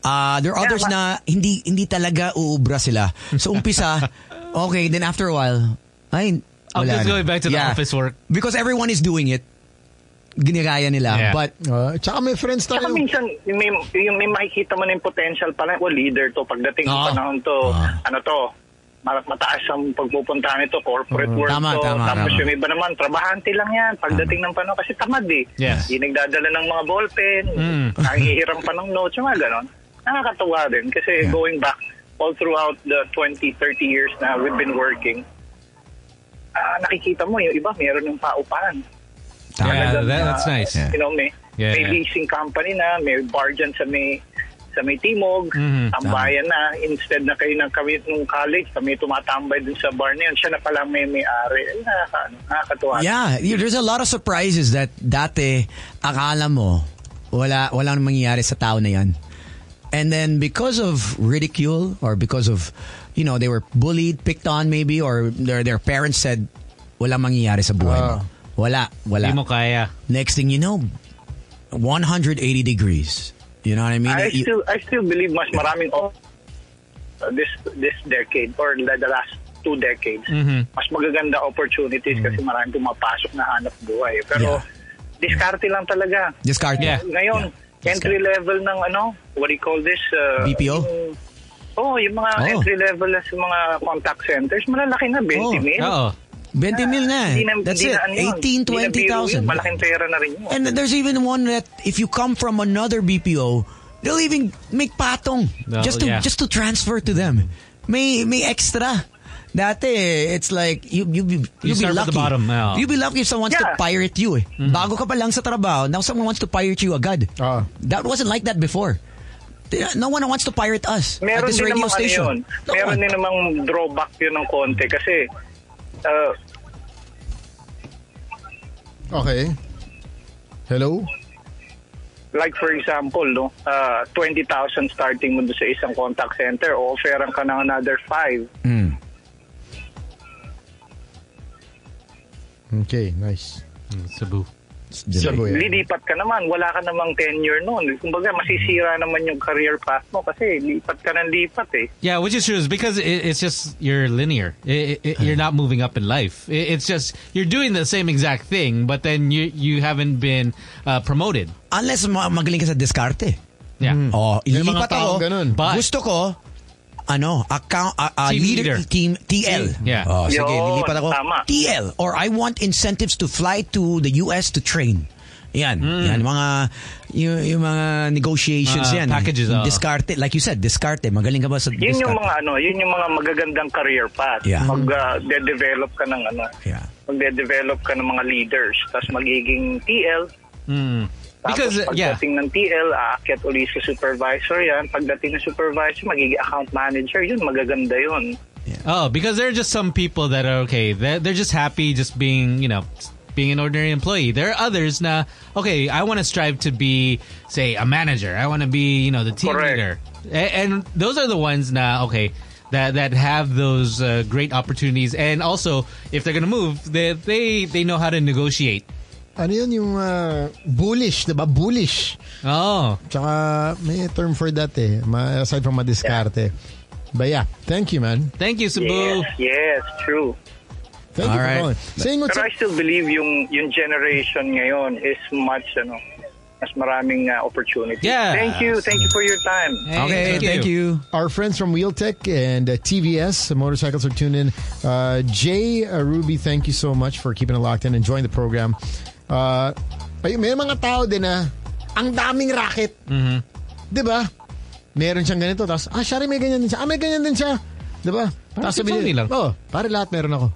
Speaker 4: Ah, there are
Speaker 11: Yeah,
Speaker 4: others
Speaker 11: ma-
Speaker 4: na hindi hindi talaga uubra sila. So umpisa, okay, then after a while, ay,
Speaker 3: I'm
Speaker 4: wala
Speaker 3: just
Speaker 4: na.
Speaker 3: going back to the office work.
Speaker 4: Because everyone is doing it. Ginagaya nila.
Speaker 3: Yeah.
Speaker 4: But
Speaker 6: Ah, tsaka may friends tayo.
Speaker 11: Saka minsan, yung may, yung may makikita mo na yung potential pala, well, leader to, pagdating ng
Speaker 4: Oo.
Speaker 11: panahon to,
Speaker 4: Ah.
Speaker 11: ano to, ma- mataas ang pagpupuntahan nito, corporate world
Speaker 4: Mm, Tama,
Speaker 11: to.
Speaker 4: tama,
Speaker 11: Tapos
Speaker 4: tama. Ah.
Speaker 11: yung iba naman, trabahante lang yan. Pagdating ng panahon, kasi tamad eh.
Speaker 3: Yes.
Speaker 11: Hindi nagdadala ng mga ballpen,
Speaker 4: Mm.
Speaker 11: nangihiram pa ng notes, yung mga ganon. Nakakatuwa din, kasi going back, all throughout the 20, 30 years na we've been working, ah, nakikita mo, yung iba, meron ng paupahan.
Speaker 3: Yeah,
Speaker 11: Talagang,
Speaker 3: that,
Speaker 11: uh,
Speaker 3: that's nice.
Speaker 11: You know, may,
Speaker 3: Yeah,
Speaker 11: may
Speaker 3: yeah.
Speaker 11: leasing company na, may bar dyan sa may sa may Timog,
Speaker 3: Mm-hmm.
Speaker 11: tambayan na. Instead na kayo ng kami nung college, kami tumatambay dun sa bar na yun. Siya na pala may may-ari. Ay, nakaka, ano, nakakatuwa.
Speaker 4: yeah, you- there's a lot of surprises that dati akala mo wala walang mangyayari sa tao na yan. And then because of ridicule or because of you know, they were bullied, picked on maybe or their their parents said wala mangyayari sa buhay mo. Wala,
Speaker 3: Oh.
Speaker 4: wala.
Speaker 3: Hindi mo kaya.
Speaker 4: Next thing you know, 180 degrees. You know what I mean?
Speaker 11: I
Speaker 4: You-
Speaker 11: still I still believe mas maraming o- uh, this this decade or the, the last two decades
Speaker 4: Mm-hmm.
Speaker 11: mas magaganda opportunities kasi maraming pumapasok na hanap buhay pero
Speaker 4: Yeah.
Speaker 11: diskarte lang talaga
Speaker 4: discard it.
Speaker 3: Yeah.
Speaker 11: ngayon
Speaker 4: Yeah.
Speaker 11: entry level ng ano what do you call this uh,
Speaker 4: BPO?
Speaker 11: yung- Oh, yung mga
Speaker 4: Oh.
Speaker 11: entry level na sa mga contact centers, malalaki na 20
Speaker 4: Oh,
Speaker 11: mil.
Speaker 3: Oo.
Speaker 4: 20 mil na. eh.
Speaker 11: Hindi na,
Speaker 4: That's
Speaker 11: hindi
Speaker 4: it.
Speaker 11: na ano yun. Hindi na biro yun.
Speaker 4: 18, 20,000.
Speaker 11: Malaking pera na rin yun.
Speaker 4: And there's even one that if you come from another BPO, they'll even make patong
Speaker 3: No,
Speaker 4: just to
Speaker 3: yeah.
Speaker 4: just to transfer to them. May may extra. Dati, it's like you you you
Speaker 3: You start
Speaker 4: you'll be
Speaker 3: from
Speaker 4: lucky.
Speaker 3: the bottom, yeah. Mm-hmm.
Speaker 4: You'll be lucky if someone wants
Speaker 11: Yeah.
Speaker 4: to pirate you. Eh. Bago ka pa lang sa trabaho, now someone wants to pirate you agad.
Speaker 6: Ah.
Speaker 4: That wasn't like that before. No one wants to pirate us at
Speaker 11: Meron
Speaker 4: this
Speaker 11: din
Speaker 4: radio
Speaker 11: namang ano
Speaker 4: station.
Speaker 11: yun.
Speaker 4: No
Speaker 11: Meron
Speaker 4: one.
Speaker 11: din namang drawback yun ng konti kasi uh,
Speaker 6: Okay. Hello?
Speaker 11: like for example, no, uh, 20,000 starting mo doon sa isang contact center, offeran ka ng another 5.
Speaker 6: Hum. Okay, nice.
Speaker 3: Mm, Cebu.
Speaker 4: Di ba?
Speaker 6: Cebu, yeah.
Speaker 11: lilipat ka naman, wala ka namang tenure noon. Kumbaga, masisira naman yung career path mo kasi lipat ka ng lipat eh.
Speaker 3: Yeah, which is true. Is because it, it's just you're linear. It, it, you're not moving up in life. It, it's just you're doing the same exact thing, but then you you haven't been uh, promoted.
Speaker 4: Unless ma- magaling ka sa diskarte.
Speaker 3: Yeah. Mm.
Speaker 4: Oh,
Speaker 6: May mga
Speaker 4: lilipat ako.
Speaker 6: taong ganun.
Speaker 3: But-
Speaker 4: gusto ko, ano, account, ah, ah,
Speaker 3: Team leader.
Speaker 4: leader, team, TL.
Speaker 3: Yeah.
Speaker 4: Oh, sige,
Speaker 11: Yun,
Speaker 4: lilipat ako.
Speaker 11: tama.
Speaker 4: TL. Or I want incentives to fly to the US to train. Yan. Yan, mga, yung, yung mga negotiations
Speaker 3: Hmm. Mga
Speaker 4: yan.
Speaker 3: packages,
Speaker 4: Yung
Speaker 3: oh.
Speaker 4: Diskarte. Like you said, diskarte. Magaling ka ba sa
Speaker 11: Yun yung
Speaker 4: diskarte?
Speaker 11: mga ano, yun yung mga magagandang career path.
Speaker 4: Yeah.
Speaker 11: Pag ah, de-develop ka ng ano,
Speaker 4: Yeah.
Speaker 11: magde-develop ka ng mga leaders, tapos magiging TL,
Speaker 3: Because uh,
Speaker 11: tapos
Speaker 3: yeah,
Speaker 11: pagdating ng TL, aakyat uli sa supervisor yan. Pagdating ng supervisor, magiging account manager, yun, magaganda yun.
Speaker 3: oh, because there are just some people that are okay. They're, they're just happy just being you know being an ordinary employee. There are others now. Okay, I want to strive to be say a manager. I want to be you know the team
Speaker 11: Correct.
Speaker 3: leader. A- And those are the ones now. Okay. That, that have those uh, great opportunities and also if they're gonna move they, they they know how to negotiate
Speaker 6: Ano yun yung ah, bullish, diba? Bullish.
Speaker 3: oh
Speaker 6: Tsaka may term for that eh. Ma- aside from madiskarte. But yeah, thank you man.
Speaker 3: Thank you,
Speaker 11: Yes,
Speaker 3: Cebu.
Speaker 11: yes, true.
Speaker 6: Thank you
Speaker 4: All
Speaker 6: for
Speaker 4: right.
Speaker 6: calling. Saying what's
Speaker 11: Pero I still believe yung yung generation ngayon is much ano mas maraming uh, opportunity.
Speaker 3: Yeah.
Speaker 11: Thank you. Thank you for your time.
Speaker 3: Hey,
Speaker 4: Okay, thank you.
Speaker 6: our friends from WheelTech and uh, TVS uh, motorcycles are tuned in. Uh, Jay uh, Ruby, thank you so much for keeping it locked in, enjoying the program. Uh, ayun, may mga tao din na ang daming racket.
Speaker 3: Mm-hmm.
Speaker 6: Di ba? Meron siyang ganito. Tapos, ah, syari may ganyan din siya. Ah, may ganyan din siya. Di ba? Tapos
Speaker 3: si
Speaker 6: sabihin
Speaker 3: Tony lang.
Speaker 6: Oo, pare lahat meron ako.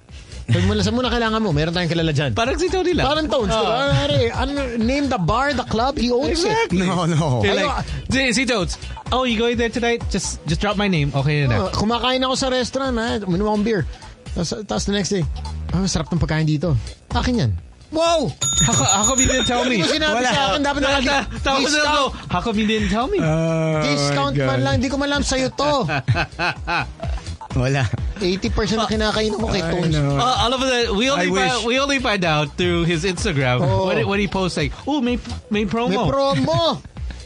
Speaker 6: Sabi mo, sa muna kailangan mo, meron tayong kilala dyan.
Speaker 3: Parang si Tony lang. Ah.
Speaker 6: Parang tones. eh. di ba? Pare, ano, name the bar, the club, he owns it.
Speaker 4: No, no.
Speaker 3: They're
Speaker 6: Ano,
Speaker 3: like, "Z- see Toads. Oh, you going there tonight? Just just drop my name. Okay na.
Speaker 6: Uh, kumakain ako sa restaurant, ha? Minum akong beer. Tapos, tapos the next day, ah, sarap ng pagkain dito. Akin yan.
Speaker 4: Wow!
Speaker 3: How, co- how come you didn't tell me?
Speaker 6: Hindi mo sinabi
Speaker 4: Wala.
Speaker 6: sa akin, dapat
Speaker 3: Ta-
Speaker 6: nakali-
Speaker 3: ta- Tapos na
Speaker 6: discount, Oh
Speaker 3: How come you didn't tell me?
Speaker 6: discount man lang. Hindi ko malam sa'yo to.
Speaker 4: Wala.
Speaker 6: 80% na kinakain ko kay Tones.
Speaker 3: Uh, all of that we only
Speaker 4: I wish.
Speaker 3: find, we only find out through his Instagram
Speaker 6: Oh.
Speaker 3: when, he- when he posts like, "Oh, may may promo."
Speaker 6: May promo.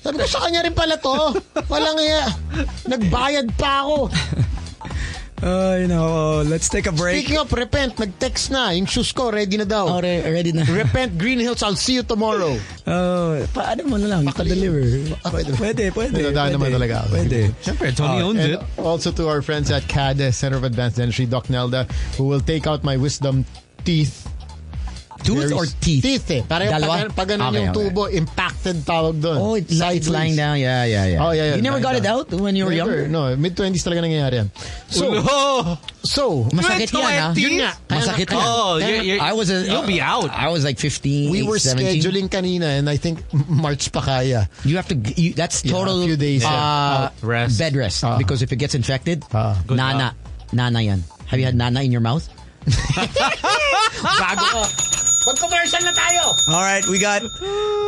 Speaker 6: Sabi ko sa kanya rin pala to. Walang iya. Nagbayad pa ako.
Speaker 4: Uh, you know, let's take a break.
Speaker 6: Speaking of repent, nag-text na. Yung shoes ko, ready na daw.
Speaker 4: Oh, ready na.
Speaker 6: Repent Green Hills, I'll see you tomorrow.
Speaker 4: Oh, paano mo na lang ipa-deliver?
Speaker 6: Ah,
Speaker 4: Pwede, pwede.
Speaker 6: Nadadaan naman talaga ako.
Speaker 4: Pwede. Oh,
Speaker 3: Siyempre, Tony owns it.
Speaker 6: And also to our friends at CAD, uh, Center of Advanced Dentistry, Doc Nelda, who will take out my wisdom teeth.
Speaker 4: Tooth
Speaker 6: There
Speaker 4: or
Speaker 6: is-
Speaker 4: teeth?
Speaker 6: Teeth eh. Pareho
Speaker 4: Dalawa? Ah,
Speaker 6: pag, pag ganun
Speaker 4: Okay,
Speaker 6: yung
Speaker 4: okay.
Speaker 6: tubo, impacted tawag doon.
Speaker 4: Oh, it, it's lying down. Yeah, yeah, yeah.
Speaker 6: Oh, yeah, yeah.
Speaker 4: You never got
Speaker 6: Lying
Speaker 4: it
Speaker 6: down.
Speaker 4: out when you were
Speaker 6: Never.
Speaker 4: younger?
Speaker 6: No, mid-20s talaga nangyayari yan. So,
Speaker 3: oh,
Speaker 6: so
Speaker 4: Masakit yan, ha?
Speaker 6: Yun nga.
Speaker 4: Masakit yan.
Speaker 3: Oh, you're- you're-
Speaker 4: I was a, uh,
Speaker 3: you'll be out.
Speaker 4: I was like 15,
Speaker 6: we were
Speaker 4: 17.
Speaker 6: scheduling kanina and I think March pa kaya.
Speaker 4: You have to, you, that's
Speaker 6: Yeah, a
Speaker 4: total
Speaker 6: few days, Oh.
Speaker 4: uh,
Speaker 3: yeah. Rest.
Speaker 4: bed rest.
Speaker 6: Ah.
Speaker 4: Because if it gets infected,
Speaker 6: Ah.
Speaker 3: Good
Speaker 4: nana. Nana yan. Have you had nana in your mouth? Bago.
Speaker 6: Mag-commercial na tayo!
Speaker 4: All right, we got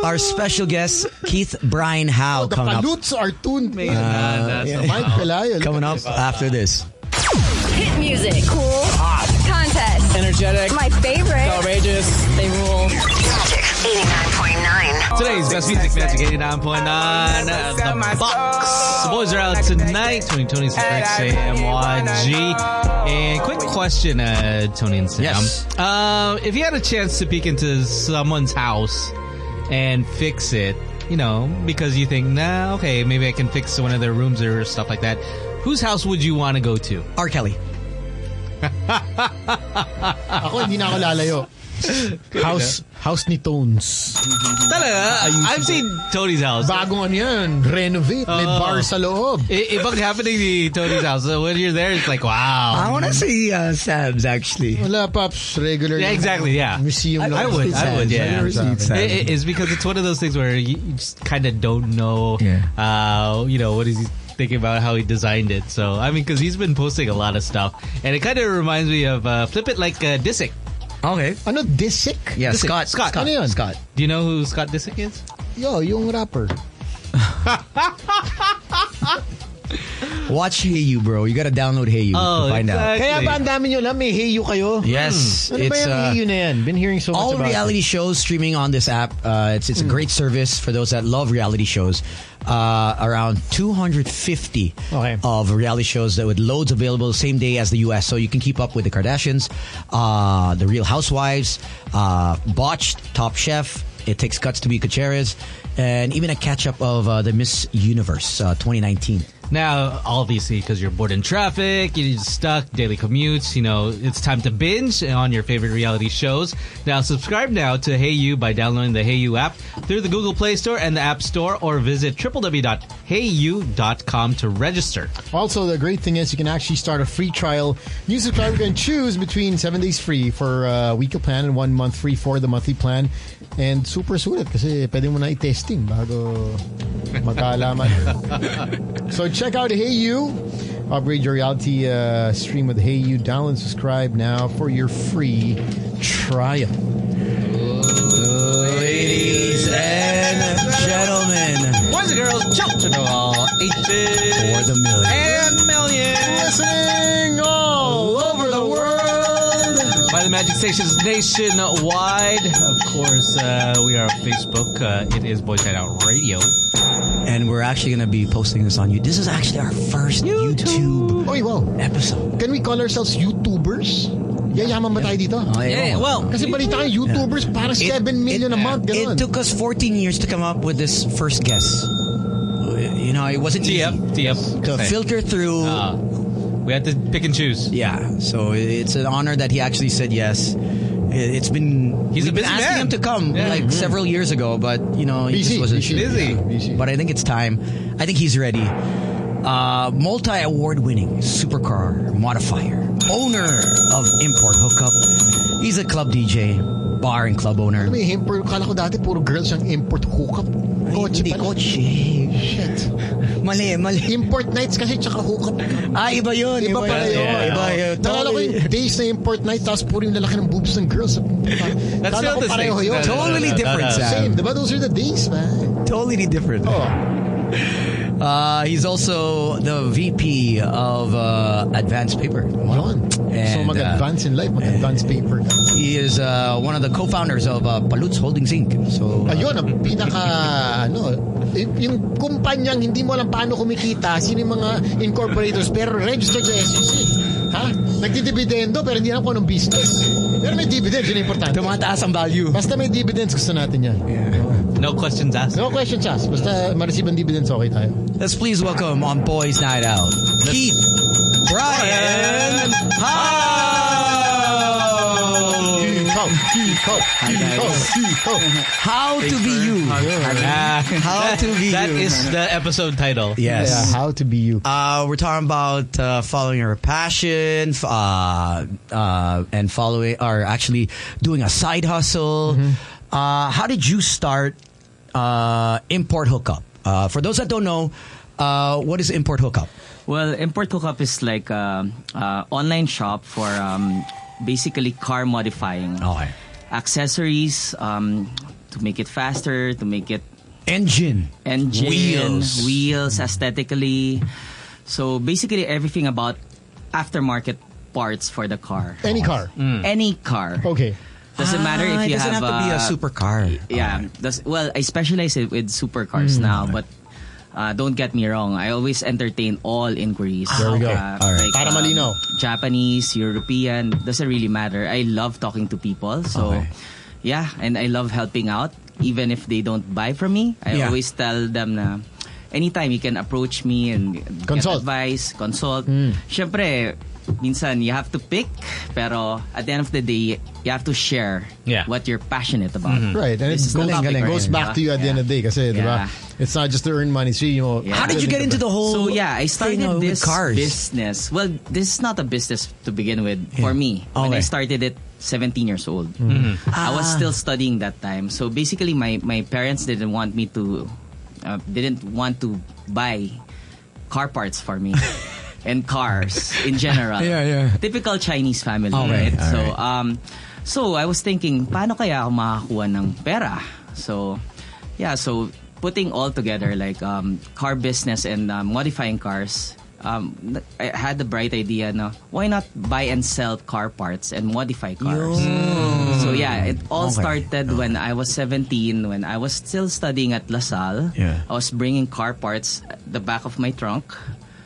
Speaker 4: our special guest, Keith Brian
Speaker 6: Oh,
Speaker 4: Howe,
Speaker 6: The
Speaker 4: coming up. Uh,
Speaker 6: palutes are tuned.
Speaker 3: May- na- na-
Speaker 6: Mike Pelayo.
Speaker 4: Coming up after this.
Speaker 13: Hit music. Cool. Hot. Contest.
Speaker 5: Energetic.
Speaker 13: My favorite.
Speaker 5: Outrageous. They rule.
Speaker 13: Magic 89.9.
Speaker 3: Today's best music magic 89.9 uh, The Box. The boys are out tonight. Tony Tony Sam, MYG. And quick question, uh, Tony and Sam.
Speaker 4: Yes.
Speaker 3: Uh, if you had a chance to peek into someone's house and fix it, you know, because you think, nah, okay, maybe I can fix one of their rooms or stuff like that, whose house would you want to go to?
Speaker 4: R. Kelly.
Speaker 6: Ako, hindi na ako lalayo. House, house ni Tones.
Speaker 3: Talaga, I've seen Tony's house.
Speaker 6: Bagong ano yan, renovate, may
Speaker 3: Oo.
Speaker 6: bar sa loob.
Speaker 3: It, ibang happening ni Tony's house. So when you're there, it's like, wow.
Speaker 4: I want to see uh, Sam's actually.
Speaker 6: Wala, Pops, regular.
Speaker 3: Yeah,
Speaker 6: yung
Speaker 3: exactly, yeah.
Speaker 6: Museum
Speaker 3: I-
Speaker 6: lang.
Speaker 3: I would, I would, yeah.
Speaker 6: Regular
Speaker 4: Sand.
Speaker 6: sa akin.
Speaker 3: It- it- it's because it's one of those things where you, you just kind of don't know,
Speaker 4: Yeah.
Speaker 3: uh, you know, what is he thinking about how he designed it. So I mean, because he's been posting a lot of stuff, and it kind of reminds me of uh, flip it like uh, Disick.
Speaker 4: Okay.
Speaker 6: Ano, Disick?
Speaker 4: Yeah,
Speaker 3: Listen,
Speaker 4: Scott.
Speaker 3: Scott.
Speaker 4: Scott.
Speaker 6: Ano yun?
Speaker 4: Scott.
Speaker 3: Do you know who Scott Disick is?
Speaker 6: Yo, yung rapper.
Speaker 4: Watch Hey You, bro. You gotta download Hey You
Speaker 3: Oh,
Speaker 4: to find out.
Speaker 3: exactly.
Speaker 6: Kaya ba ang dami nyo alam, may heyu kayo? Hmm.
Speaker 4: Yes,
Speaker 6: Ano ba
Speaker 4: it's,
Speaker 6: yung
Speaker 4: uh,
Speaker 6: heyu na yan? Been hearing so much
Speaker 4: All
Speaker 6: about
Speaker 4: reality
Speaker 6: it. Hmm.
Speaker 4: shows streaming on this app. Uh, it's it's a great service for those that love reality shows. Uh, around 250
Speaker 6: Okay.
Speaker 4: of reality shows that with loads available same day as the U.S. So you can keep up with the Kardashians, uh, the Real Housewives, uh, Botched, Top Chef. It takes cuts to be Kacharis, and even a catch up of uh, the Miss Universe uh, 2019.
Speaker 3: Now, obviously, because you're bored in traffic, you're stuck, daily commutes, you know, it's time to binge on your favorite reality shows. Now, subscribe now to Hey You by downloading the Hey You app through the Google Play Store and the App Store, or visit www.heyu.com to register.
Speaker 6: Also, the great thing is you can actually start a free trial. New subscriber can choose between seven days free for uh, weekly plan and one month free for the monthly plan. And super sulit kasi pwede mo na i-testing bago magkaalaman. so check out Heyu. Upgrade your reality uh, stream with Heyu. Download and subscribe now for your free trial.
Speaker 4: Ladies and gentlemen,
Speaker 3: Boys and girls, jump to the wall.
Speaker 4: for
Speaker 3: Eighteen
Speaker 4: the million.
Speaker 3: and million.
Speaker 6: Listening all over the world.
Speaker 3: By the Magic Stations nationwide. Of course, uh, we are on Facebook. Uh, it is Boys Night Out Radio.
Speaker 4: And we're actually going to be posting this on you. This is actually our first YouTube,
Speaker 6: Oy, wow.
Speaker 4: episode.
Speaker 6: Can we call ourselves YouTubers? Yayaman ba tayo dito?
Speaker 4: Yeah, well,
Speaker 6: Kasi balita tayo, YouTubers para 7 million a month. Ganun.
Speaker 4: It took us 14 years to come up with this first guess. You know, it wasn't easy
Speaker 3: TF, TF.
Speaker 4: to
Speaker 3: Say.
Speaker 4: filter through.
Speaker 3: Uh, we had to pick and choose.
Speaker 4: yeah, so it's an honor that he actually said yes. It- It's been
Speaker 3: He's a
Speaker 4: we've been
Speaker 3: busy
Speaker 4: asking
Speaker 3: man.
Speaker 4: him to come
Speaker 3: Yeah.
Speaker 4: like several years ago, but you know he
Speaker 6: busy.
Speaker 4: just wasn't
Speaker 6: busy.
Speaker 4: sure.
Speaker 3: Busy.
Speaker 6: Yeah, busy.
Speaker 4: but I think it's time. I think he's ready. Uh, multi award winning supercar modifier, owner of Import Hookup. He's a club DJ, bar and club owner.
Speaker 6: May eh, import. Kala ko dati puro girls ang import hookup. Kotse
Speaker 4: Hindi,
Speaker 6: pala.
Speaker 4: kotse.
Speaker 6: Shit.
Speaker 4: Mali, mali.
Speaker 6: Import nights kasi tsaka hookup.
Speaker 4: Ah, iba yun.
Speaker 6: Iba pala yun.
Speaker 3: Yeah.
Speaker 4: Iba yun.
Speaker 6: Nalala ko yung days na import night tapos puro yung lalaki ng boobs ng girls. That's
Speaker 3: still the
Speaker 6: pareho
Speaker 3: same.
Speaker 6: yun.
Speaker 3: No, no, no,
Speaker 4: Totally
Speaker 3: no, no,
Speaker 4: different,
Speaker 3: no.
Speaker 4: Sam.
Speaker 6: Same. Diba those are the days, man?
Speaker 4: Totally different. Uh, he's also the VP of uh, Advanced Paper.
Speaker 6: Yun. So
Speaker 4: And,
Speaker 6: mag-advance in life, mag-advance paper.
Speaker 4: He is uh, one of the co-founders of uh, Palutz Holdings Inc. So, uh,
Speaker 6: Ayun, ang pinaka, ano, y- yung kumpanyang hindi mo alam paano kumikita, sino yung mga incorporators, pero registered sa SEC. Ha? Nagdidividendo, pero hindi alam kung anong business. Pero may dividends, yun ang importante.
Speaker 4: tumataas ang value.
Speaker 6: Basta may dividends, gusto natin yan.
Speaker 3: No questions asked.
Speaker 6: No questions asked. Basta ma-receive ang dividends, okay tayo.
Speaker 4: Let's please welcome on Boys Night Out, Keith, Brian, How,
Speaker 6: Ikaw, ikaw, ikaw, ikaw.
Speaker 4: How to be you.
Speaker 3: Ah,
Speaker 4: How to be
Speaker 3: That
Speaker 4: you.
Speaker 3: is the episode title.
Speaker 6: Yeah,
Speaker 4: Yes.
Speaker 6: how to be you.
Speaker 4: Uh, we're talking about uh, following your passion, f- uh, uh, and following, or actually doing a side hustle. Uh, how did you start uh, import hookup? Uh, for those that don't know, uh, what is import hookup?
Speaker 5: Well, Import Hookup is like an uh, online shop for um, basically car modifying.
Speaker 4: Okay.
Speaker 5: Accessories um, to make it faster, to make it
Speaker 4: Engine,
Speaker 5: engine,
Speaker 4: wheels,
Speaker 5: wheels, aesthetically. So basically everything about aftermarket parts for the car.
Speaker 6: Any car.
Speaker 5: Any car.
Speaker 6: Okay.
Speaker 5: Doesn't matter
Speaker 4: Ah,
Speaker 5: if you
Speaker 4: it doesn't have, to be a
Speaker 5: uh,
Speaker 4: supercar.
Speaker 5: yeah. does- well, I specialize in- with
Speaker 6: Hmm.
Speaker 5: supercars now, but uh, don't get me wrong. I always entertain all inquiries. Uh, um,
Speaker 6: There we go.
Speaker 4: Alright.
Speaker 6: Para malinaw.
Speaker 5: Japanese, European, doesn't really matter. I love talking to people. So,
Speaker 4: Okay.
Speaker 5: yeah, and I love helping out. Even if they don't buy from me, I
Speaker 4: Yeah.
Speaker 5: always tell them na anytime you can approach me and
Speaker 6: Consult. Hmm.
Speaker 5: get advice, consult. Siyempre, minsan you have to pick, pero at the end of the day, you have to share
Speaker 3: Yeah.
Speaker 5: what you're passionate about.
Speaker 4: Mm-hmm.
Speaker 3: Mm-hmm.
Speaker 6: Right, and it
Speaker 5: This is
Speaker 6: goes,
Speaker 5: the topic,
Speaker 6: goes
Speaker 5: right?
Speaker 6: back to you at the end of the day kasi, di ba?
Speaker 5: Yeah.
Speaker 6: It's not just to earn money. So, you know,
Speaker 5: Yeah.
Speaker 4: How did you get into the whole?
Speaker 5: So yeah, I started
Speaker 4: thing, uh, with
Speaker 5: this
Speaker 4: cars.
Speaker 5: business. Well, this is not a business to begin with for me. When
Speaker 4: Okay.
Speaker 5: I started it 17 years old.
Speaker 6: Mm-hmm.
Speaker 5: I was
Speaker 4: Ah.
Speaker 5: still studying that time. So basically my my parents didn't want me to uh, didn't want to buy car parts for me. and cars in general.
Speaker 4: Yeah, yeah.
Speaker 5: Typical Chinese family,
Speaker 4: Alright,
Speaker 5: right? So
Speaker 4: alright.
Speaker 5: um so I was thinking paano kaya ako makakuha ng pera? So yeah, so putting all together like um car business and uh, um, modifying cars um, I had the bright idea no why not buy and sell car parts and modify cars
Speaker 12: Yun.
Speaker 5: so yeah it all
Speaker 12: Okay.
Speaker 5: started when I was 17 when I was still studying at LaSalle
Speaker 12: Yeah.
Speaker 5: I was bringing car parts at the back of my trunk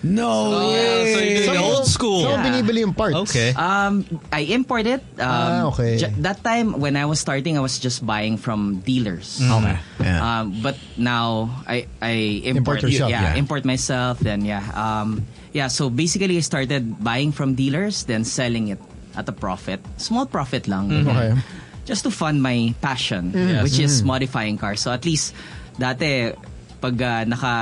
Speaker 4: No
Speaker 5: way.
Speaker 6: So, Saan mo binibili yung parts?
Speaker 5: Um, I import it. Um,
Speaker 6: Ah, okay.
Speaker 5: ju- that time when I was starting, I was just buying from dealers.
Speaker 6: Mm. Okay.
Speaker 5: Um, but now I I
Speaker 6: Import
Speaker 5: import,
Speaker 6: yourself,
Speaker 5: Yeah,
Speaker 6: yeah.
Speaker 5: import myself. Then yeah. Um, yeah. So basically, I started buying from dealers, then selling it at a profit, small profit lang.
Speaker 6: Mm.
Speaker 4: Mm-hmm.
Speaker 6: Okay.
Speaker 5: Just to fund my passion,
Speaker 6: Mm.
Speaker 5: which
Speaker 6: Yes.
Speaker 5: is
Speaker 6: Mm.
Speaker 5: modifying cars. So at least dati pag ah, naka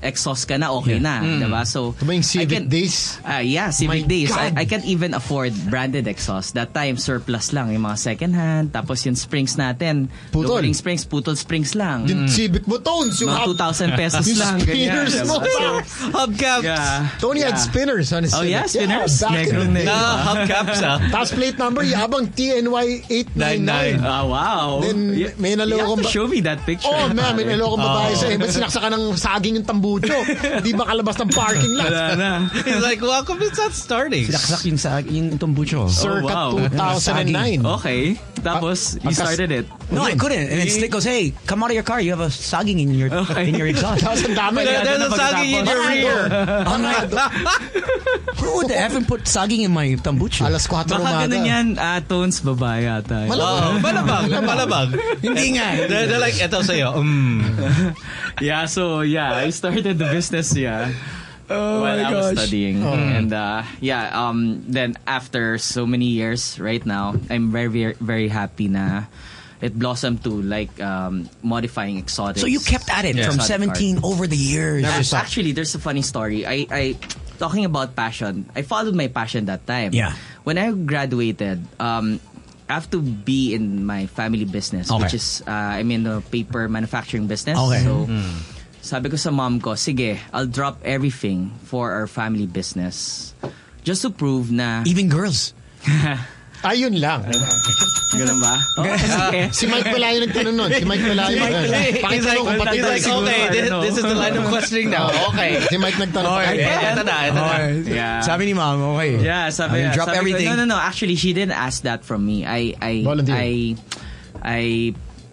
Speaker 5: exhaust ka na okay
Speaker 6: Yeah.
Speaker 5: na,
Speaker 6: Mm.
Speaker 5: 'di ba? So
Speaker 6: Tuming civic days. Oh
Speaker 5: Ah, yeah,
Speaker 6: My
Speaker 5: Civic Days. I,
Speaker 6: God.
Speaker 5: I can't even afford branded exhaust. That time, surplus lang. Yung mga second hand. Tapos yung springs natin.
Speaker 6: Putol.
Speaker 5: Lowering springs, putol springs lang. Mm.
Speaker 6: Yung Civic mo, Tones. Yung
Speaker 5: Mga
Speaker 6: hub-
Speaker 5: 2,000 pesos
Speaker 6: yung
Speaker 5: lang. ganyan,
Speaker 6: Spinners mo.
Speaker 5: diba? So,
Speaker 6: Hubcaps. Tony had
Speaker 5: Yeah.
Speaker 6: spinners on his
Speaker 5: Oh, yeah,
Speaker 6: Civic.
Speaker 5: spinners.
Speaker 6: back in the
Speaker 5: Neck.
Speaker 6: day.
Speaker 5: Ah, hubcaps, ah.
Speaker 6: Tapos plate number, yabang TNY 899.
Speaker 5: Ah, wow.
Speaker 6: Then,
Speaker 5: Y-
Speaker 6: may
Speaker 5: you have
Speaker 6: naloko
Speaker 5: to show me that picture.
Speaker 6: Oh, man, may naloko
Speaker 5: Oh.
Speaker 6: babae sa'yo. Ba't sinaksa ka ng saging yung tambucho? Di ba kalabas ng parking lot?
Speaker 3: Wala na. He's like, welcome, it's not starting.
Speaker 4: Sinaksak yung, sa, yung
Speaker 5: Oh,
Speaker 4: tumbucho.
Speaker 3: Circa 2009.
Speaker 5: Okay. Tapos, you
Speaker 4: Pagkas-
Speaker 5: Oh, started it.
Speaker 4: No, I couldn't. And then Slick goes, hey, come out of your car. You have a sagging in your in your exhaust.
Speaker 6: Tapos ang dami. There- there's a sagging in your rear.
Speaker 4: I'm like, who would the effing put sagging in my tambucho?
Speaker 6: Alas 4
Speaker 5: Baka ganun yan, ah, tones babae ata.
Speaker 3: Malabang. Oo, malabang, malabang. Hindi nga. Oh, Eh, They're- they're like, "Eto sa'yo, Um. Mm.
Speaker 5: yeah, so yeah, I started the business, yeah.
Speaker 3: Oh
Speaker 5: while
Speaker 3: my
Speaker 5: I was
Speaker 3: gosh.
Speaker 5: studying.
Speaker 3: Oh.
Speaker 5: And uh, yeah, um, then after so many years, right now, I'm very, very, very happy na it blossomed to like um, modifying exotics.
Speaker 4: So you kept at it from
Speaker 5: Exotic art.
Speaker 4: 17 over the years.
Speaker 5: Ac- Actually, there's a funny story. I, I talking about passion. I followed my passion that time.
Speaker 4: Yeah.
Speaker 5: When I graduated, um, I have to be in my family business,
Speaker 4: Okay.
Speaker 5: which is uh, I'm in the paper manufacturing business.
Speaker 4: Okay.
Speaker 5: So.
Speaker 4: Mm.
Speaker 5: Sabi ko sa mom ko, sige, I'll drop everything for our family business. Just to prove na...
Speaker 4: Even girls.
Speaker 6: Ayun lang.
Speaker 5: Ganun ba? Okay.
Speaker 6: Si Mike Pelayo nagtanong nun. Si Mike Pelayo.
Speaker 5: Si Mike Pelayo.
Speaker 6: Pakitanong
Speaker 5: He's like-
Speaker 6: kung pati
Speaker 5: he's
Speaker 6: ba
Speaker 5: like,
Speaker 6: siguro,
Speaker 5: okay,
Speaker 6: I
Speaker 5: this-
Speaker 6: don't know.
Speaker 5: this is the line of questioning now. Okay.
Speaker 6: Oh. Si Mike nagtanong.
Speaker 5: Okay,
Speaker 6: pa-
Speaker 5: yeah, ito na, ito na.
Speaker 4: Yeah.
Speaker 5: Yeah.
Speaker 4: Sabi ni mom, okay.
Speaker 5: Yeah, sabi,
Speaker 4: I mean, drop
Speaker 5: sabi ko,
Speaker 4: everything.
Speaker 5: no, no, no. Actually, she didn't ask that from me. I, I,
Speaker 4: Volunteer.
Speaker 5: I, I,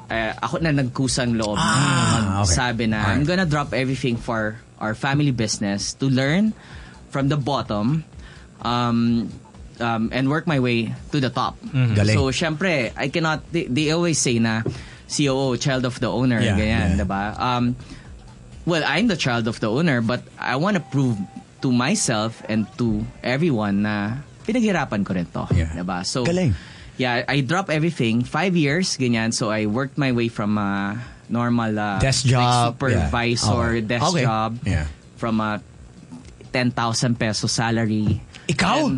Speaker 5: eh, ako na nagkusang loob.
Speaker 4: Ah, okay.
Speaker 5: Sabi na, I'm gonna drop everything for our family business to learn from the bottom um, um, and work my way to the top.
Speaker 4: Mhm. Galing.
Speaker 5: So, syempre, I cannot, they, they always say na, COO, child of the owner,
Speaker 4: Yeah,
Speaker 5: ganyan,
Speaker 4: yeah.
Speaker 5: diba? Um, well, I'm the child of the owner, but I want to prove to myself and to everyone na pinaghirapan ko rin to. Diba? So,
Speaker 4: Galing.
Speaker 5: Yeah, I drop everything. Five years, ganyan. So, I worked my way from a normal uh,
Speaker 4: Desk
Speaker 5: like
Speaker 4: job, yeah.
Speaker 5: supervisor,
Speaker 4: Okay.
Speaker 5: desk
Speaker 4: Okay.
Speaker 5: job.
Speaker 4: Yeah.
Speaker 5: From a 10,000 peso salary.
Speaker 4: Ikaw?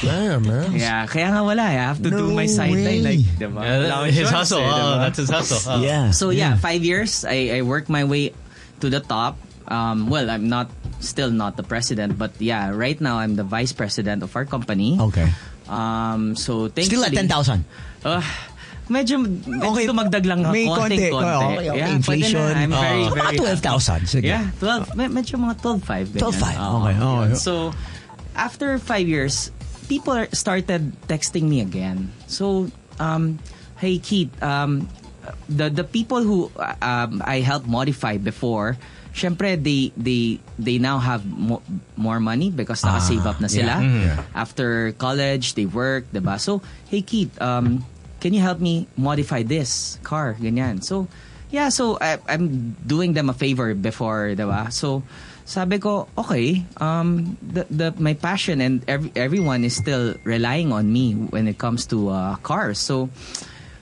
Speaker 6: Damn, man.
Speaker 5: Yeah, kaya nga wala. eh. I have to do my sideline. Like, diba?
Speaker 3: Yeah,
Speaker 5: Wala akong
Speaker 3: his
Speaker 5: insurance
Speaker 3: hustle,
Speaker 5: eh, diba?
Speaker 3: oh, that's his hustle, oh. Yeah,
Speaker 5: So yeah,
Speaker 3: yeah.
Speaker 5: five years. I, I worked my way to the top. Um, well, I'm not still not the president, but yeah, right now I'm the vice president of our company.
Speaker 4: Okay.
Speaker 5: Um, so thank
Speaker 4: Still at 10,000?
Speaker 5: Uh, medyo okay. dumagdag lang ako.
Speaker 4: May konti.
Speaker 5: konti.
Speaker 4: Oh, okay, okay.
Speaker 5: Yeah,
Speaker 4: Inflation.
Speaker 5: pwede na. I'm
Speaker 4: Oh.
Speaker 5: very,
Speaker 4: So,
Speaker 5: very
Speaker 4: mga 12,000, sige.
Speaker 5: Yeah, 12. Med- medyo mga 12,5. ganyan.
Speaker 4: 12,500,
Speaker 5: Oo,
Speaker 4: okay,
Speaker 5: yun.
Speaker 4: okay.
Speaker 5: So, after five years, people are- started texting me again. So, um, hey Keith, um, the the people who uh, um, I helped modify before, syempre they they they now have mo- more money because naka-save up na
Speaker 4: yeah.
Speaker 5: sila.
Speaker 4: Mm. Yeah.
Speaker 5: After college, they work, 'di ba? So, hey Keith, um, can you help me modify this car? Ganyan. So, yeah, so I, I'm doing them a favor before, 'di ba? So, sabi ko, okay, um, the, the, my passion and every, everyone is still relying on me when it comes to uh, cars. So,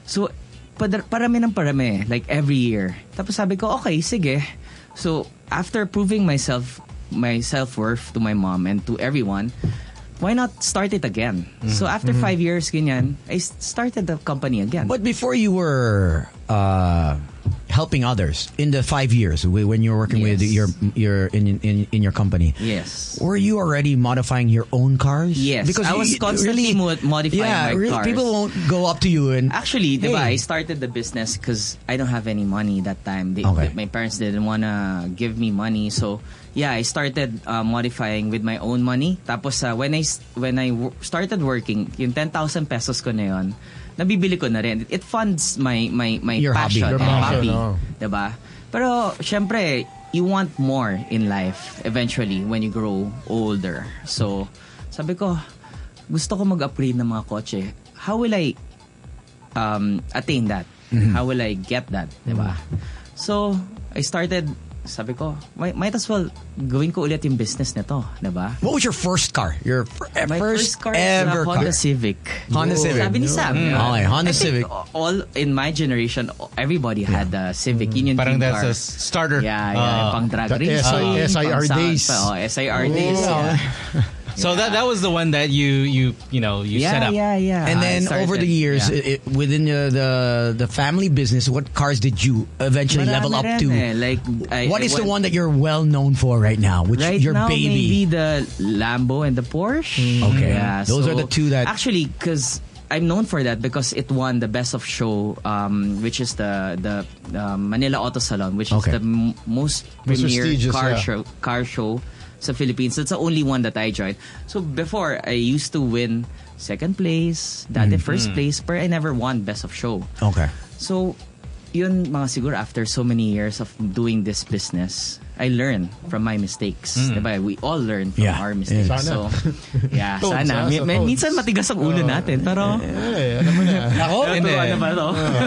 Speaker 5: so padar- parami ng parami, like every year. Tapos sabi ko, okay, sige. So, after proving myself, my self-worth to my mom and to everyone, why not start it again? So, after
Speaker 4: Mhm.
Speaker 5: five years, ganyan, I s- started the company again.
Speaker 4: But before you were uh, helping others in the five years wh- when you were working with your your in, in in your company,
Speaker 5: Yes.
Speaker 4: were you already modifying your own cars?
Speaker 5: Yes, I was
Speaker 4: you-
Speaker 5: constantly mo- modifying
Speaker 4: yeah,
Speaker 5: my
Speaker 4: really,
Speaker 5: cars.
Speaker 4: People won't go up to you and
Speaker 5: Actually, diba,
Speaker 4: Hey.
Speaker 5: I started the business because I don't have any money that time. They,
Speaker 4: Okay.
Speaker 5: my parents didn't want to give me money. So, yeah, I started uh, modifying with my own money. Tapos uh, when I s- when I w- started working, yung 10,000 pesos ko na yun, nabibili ko na rin. It funds my my my
Speaker 6: Your hobby.
Speaker 5: passion,
Speaker 6: Your
Speaker 5: my
Speaker 6: passion, oh.
Speaker 5: hobby,
Speaker 6: oo.
Speaker 5: 'di ba? Pero syempre, you want more in life eventually when you grow older. So, sabi ko, gusto ko mag-upgrade ng mga kotse. How will I um, attain that?
Speaker 4: Mm-hmm.
Speaker 5: How will I get that? Diba? So, I started, sabi ko, might, might as well gawin ko ulit yung business nito. Diba?
Speaker 4: What was your first car? Your fir- eh,
Speaker 5: My
Speaker 4: first,
Speaker 5: first car is
Speaker 4: ever
Speaker 5: a
Speaker 4: car.
Speaker 5: Honda Civic.
Speaker 4: Honda Civic.
Speaker 5: Sabi ni Sam.
Speaker 4: Mm.
Speaker 5: diba?
Speaker 4: Okay, Honda
Speaker 5: I think
Speaker 4: Civic.
Speaker 5: All in my generation, everybody had a Civic. Yun yung
Speaker 3: Parang
Speaker 5: dream
Speaker 3: that's
Speaker 5: car.
Speaker 3: a starter.
Speaker 5: Yeah, yeah.
Speaker 3: Ah.
Speaker 5: pang drag
Speaker 6: The
Speaker 5: racing.
Speaker 6: SI
Speaker 5: pang
Speaker 6: SIR
Speaker 5: sound
Speaker 6: days.
Speaker 5: pa, oh, SIR days.
Speaker 6: Oh.
Speaker 5: Yeah.
Speaker 3: So that that was the one that you you you know you
Speaker 5: yeah,
Speaker 3: set up.
Speaker 5: yeah, yeah.
Speaker 4: And
Speaker 5: I
Speaker 4: then
Speaker 5: started-
Speaker 4: over the years, i-
Speaker 5: yeah.
Speaker 4: i- within the, the the family business, what cars did you eventually level
Speaker 5: Marami
Speaker 4: up
Speaker 5: rin
Speaker 4: to?
Speaker 5: eh. Like, I-
Speaker 4: what is
Speaker 5: I
Speaker 4: the
Speaker 5: went-
Speaker 4: one that you're well known for right now? Which
Speaker 5: right
Speaker 4: your
Speaker 5: now, maybe
Speaker 4: baby? Mm.
Speaker 5: the Lambo and the Porsche.
Speaker 4: Okay. Those are the two that-
Speaker 5: actually because I'm known for that because it won the best of show, um, which is the the um, Manila Auto Salon, which
Speaker 4: Okay.
Speaker 5: is the m- most
Speaker 6: Most
Speaker 5: premier
Speaker 6: prestigious,
Speaker 5: car
Speaker 6: yeah.
Speaker 5: show car show sa Philippines. That's the only one that I joined. So before I used to win second place,
Speaker 4: Mm.
Speaker 5: dati first place, but I never won best of show.
Speaker 4: Okay.
Speaker 5: So, yun mga siguro after so many years of doing this business, I learn from my mistakes. Diba? We all learn from
Speaker 4: Yeah.
Speaker 5: our
Speaker 6: Mm.
Speaker 5: mistakes.
Speaker 6: Yeah.
Speaker 5: So,
Speaker 6: Toads, ah,
Speaker 5: yeah, sana. Mi-
Speaker 6: sa
Speaker 5: mi-
Speaker 6: toads.
Speaker 5: minsan matigas ang ulo natin, pero...
Speaker 6: Eh, alam mo na.
Speaker 4: Ako?
Speaker 5: Pero
Speaker 3: hindi.
Speaker 5: ano ba to?
Speaker 6: Sana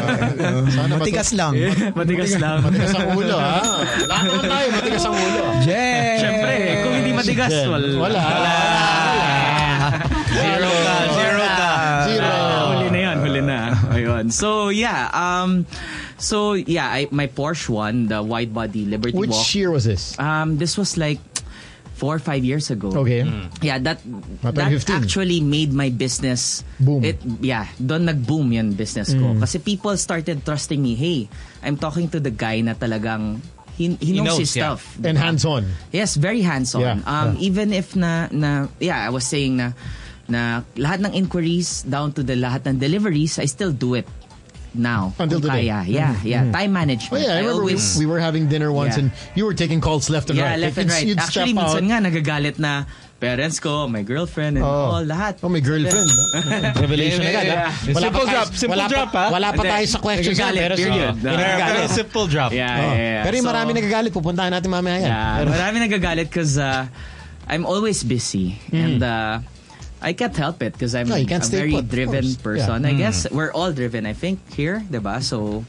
Speaker 6: matu-
Speaker 4: Matigas lang.
Speaker 5: matigas lang.
Speaker 6: Matigas ang ulo, ha? Lahat naman tayo, matigas ang ulo.
Speaker 4: Yeah.
Speaker 5: Siyempre, Eh, kung hindi matigas,
Speaker 6: Jen,
Speaker 5: wal-
Speaker 6: Wala.
Speaker 5: Zero ka, zero ka.
Speaker 6: Zero.
Speaker 5: Ah, huli na yun, huli na. Ayun. So, yeah. Um, so, yeah, I, my Porsche one, the wide body Liberty
Speaker 6: Which
Speaker 5: Walk.
Speaker 6: year was this?
Speaker 5: Um, this was like four or five years ago. Mm.
Speaker 6: Okay.
Speaker 5: Yeah, that
Speaker 6: Mga
Speaker 5: that
Speaker 6: 2015.
Speaker 5: actually made my business
Speaker 6: Boom. Mm.
Speaker 5: It yeah, doon nag-boom 'yung business ko kasi people started trusting me. Hey, I'm talking to the guy na talagang he, he,
Speaker 3: He
Speaker 5: knows,
Speaker 3: knows,
Speaker 5: his
Speaker 3: yeah.
Speaker 5: stuff.
Speaker 6: And hands-on.
Speaker 5: Yes, very hands-on.
Speaker 6: Yeah,
Speaker 5: um, Even if na, na, yeah, I was saying na, na lahat ng inquiries down to the lahat ng deliveries, I still do it now.
Speaker 6: Until
Speaker 5: Kung
Speaker 6: today.
Speaker 5: Kaya. Yeah, yeah. Time
Speaker 6: Oh
Speaker 5: management.
Speaker 6: yeah, I remember we-
Speaker 5: always-
Speaker 6: we, were having dinner once and
Speaker 5: Yeah.
Speaker 6: you were taking calls left and
Speaker 5: yeah,
Speaker 6: right.
Speaker 5: left
Speaker 6: Like,
Speaker 5: and
Speaker 6: it's-
Speaker 5: right.
Speaker 6: You'd step
Speaker 5: Actually, minsan
Speaker 6: out.
Speaker 5: nga nagagalit na parents ko, my girlfriend, and
Speaker 6: Oh.
Speaker 5: all, lahat.
Speaker 6: Oh, may girlfriend. no? Revelation
Speaker 3: Yeah,
Speaker 6: agad.
Speaker 3: yeah,
Speaker 6: ah.
Speaker 3: yeah. Simple
Speaker 6: tayo-
Speaker 3: drop, simple
Speaker 6: wala
Speaker 3: drop,
Speaker 6: pa,
Speaker 3: ah.
Speaker 6: Wala pa
Speaker 5: Hindi.
Speaker 6: tayo sa questions. ah,
Speaker 5: Nagagalit,
Speaker 6: Pero sige.
Speaker 5: period.
Speaker 6: May
Speaker 5: Yeah,
Speaker 6: nagagalit.
Speaker 3: Very simple drop.
Speaker 5: Yeah,
Speaker 6: Oh.
Speaker 5: yeah, yeah.
Speaker 6: Pero yung
Speaker 5: So,
Speaker 6: marami nagagalit. Pupuntahan natin mamaya yan.
Speaker 5: Yeah,
Speaker 6: Pero,
Speaker 5: marami nagagalit because uh, I'm always busy and uh, I can't help it because I'm
Speaker 6: Hmm. No, you can't
Speaker 5: a
Speaker 6: stay
Speaker 5: very
Speaker 6: put, of
Speaker 5: driven
Speaker 6: course. Hmm.
Speaker 5: person. I guess we're all driven. I think here, diba? So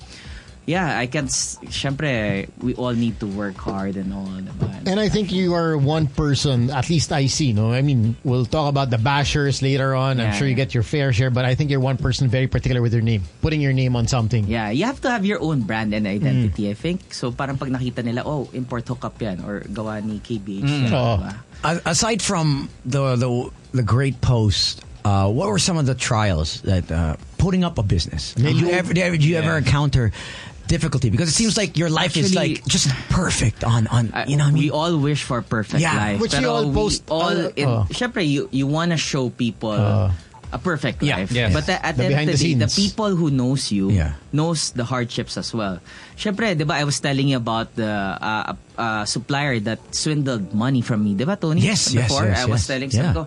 Speaker 5: yeah, I can't. s- Syempre, we all need to work hard and all, diba?
Speaker 6: and I think you are one person, at least I see, no? I mean, we'll talk about the bashers later on. I'm
Speaker 5: Yeah,
Speaker 6: sure you
Speaker 5: yeah.
Speaker 6: get your fair share, but I think you're one person very particular with your name. Putting your name on something.
Speaker 5: Yeah, you have to have your own brand and
Speaker 6: Hmm.
Speaker 5: identity, I think. So parang pag nakita nila, oh, import hookup yan or gawa ni KBH yan,
Speaker 6: Hmm. Oo.
Speaker 5: diba?
Speaker 4: A- Mm. Uh, Aside from the the the great post, uh, what were some of the trials that uh, putting up a business? Did you ever did you ever encounter difficulty? Because it seems like your life is like
Speaker 5: Actually-
Speaker 4: just perfect on on
Speaker 5: I-
Speaker 4: you know what I mean.
Speaker 5: we all wish for perfect
Speaker 4: Yeah.
Speaker 5: life.
Speaker 6: Which you
Speaker 5: pero
Speaker 6: all
Speaker 5: we
Speaker 6: post-
Speaker 5: all
Speaker 6: uh,
Speaker 5: in,
Speaker 6: uh.
Speaker 5: syempre, you you want to show people a perfect
Speaker 4: Uh. Yeah.
Speaker 5: life.
Speaker 3: Yes.
Speaker 5: But the- at
Speaker 6: The
Speaker 5: the, end
Speaker 6: behind
Speaker 5: of the,
Speaker 6: the
Speaker 5: day, the
Speaker 6: scenes.
Speaker 5: people who knows you
Speaker 4: Yeah.
Speaker 5: knows the hardships as well. Syempre, 'di ba I was telling you about the uh, uh, supplier that swindled money from me, 'di ba Tony?
Speaker 4: Yes, yes,
Speaker 5: Before
Speaker 4: yes,
Speaker 5: I
Speaker 4: yes.
Speaker 5: was telling
Speaker 4: Yeah.
Speaker 5: sabi ko,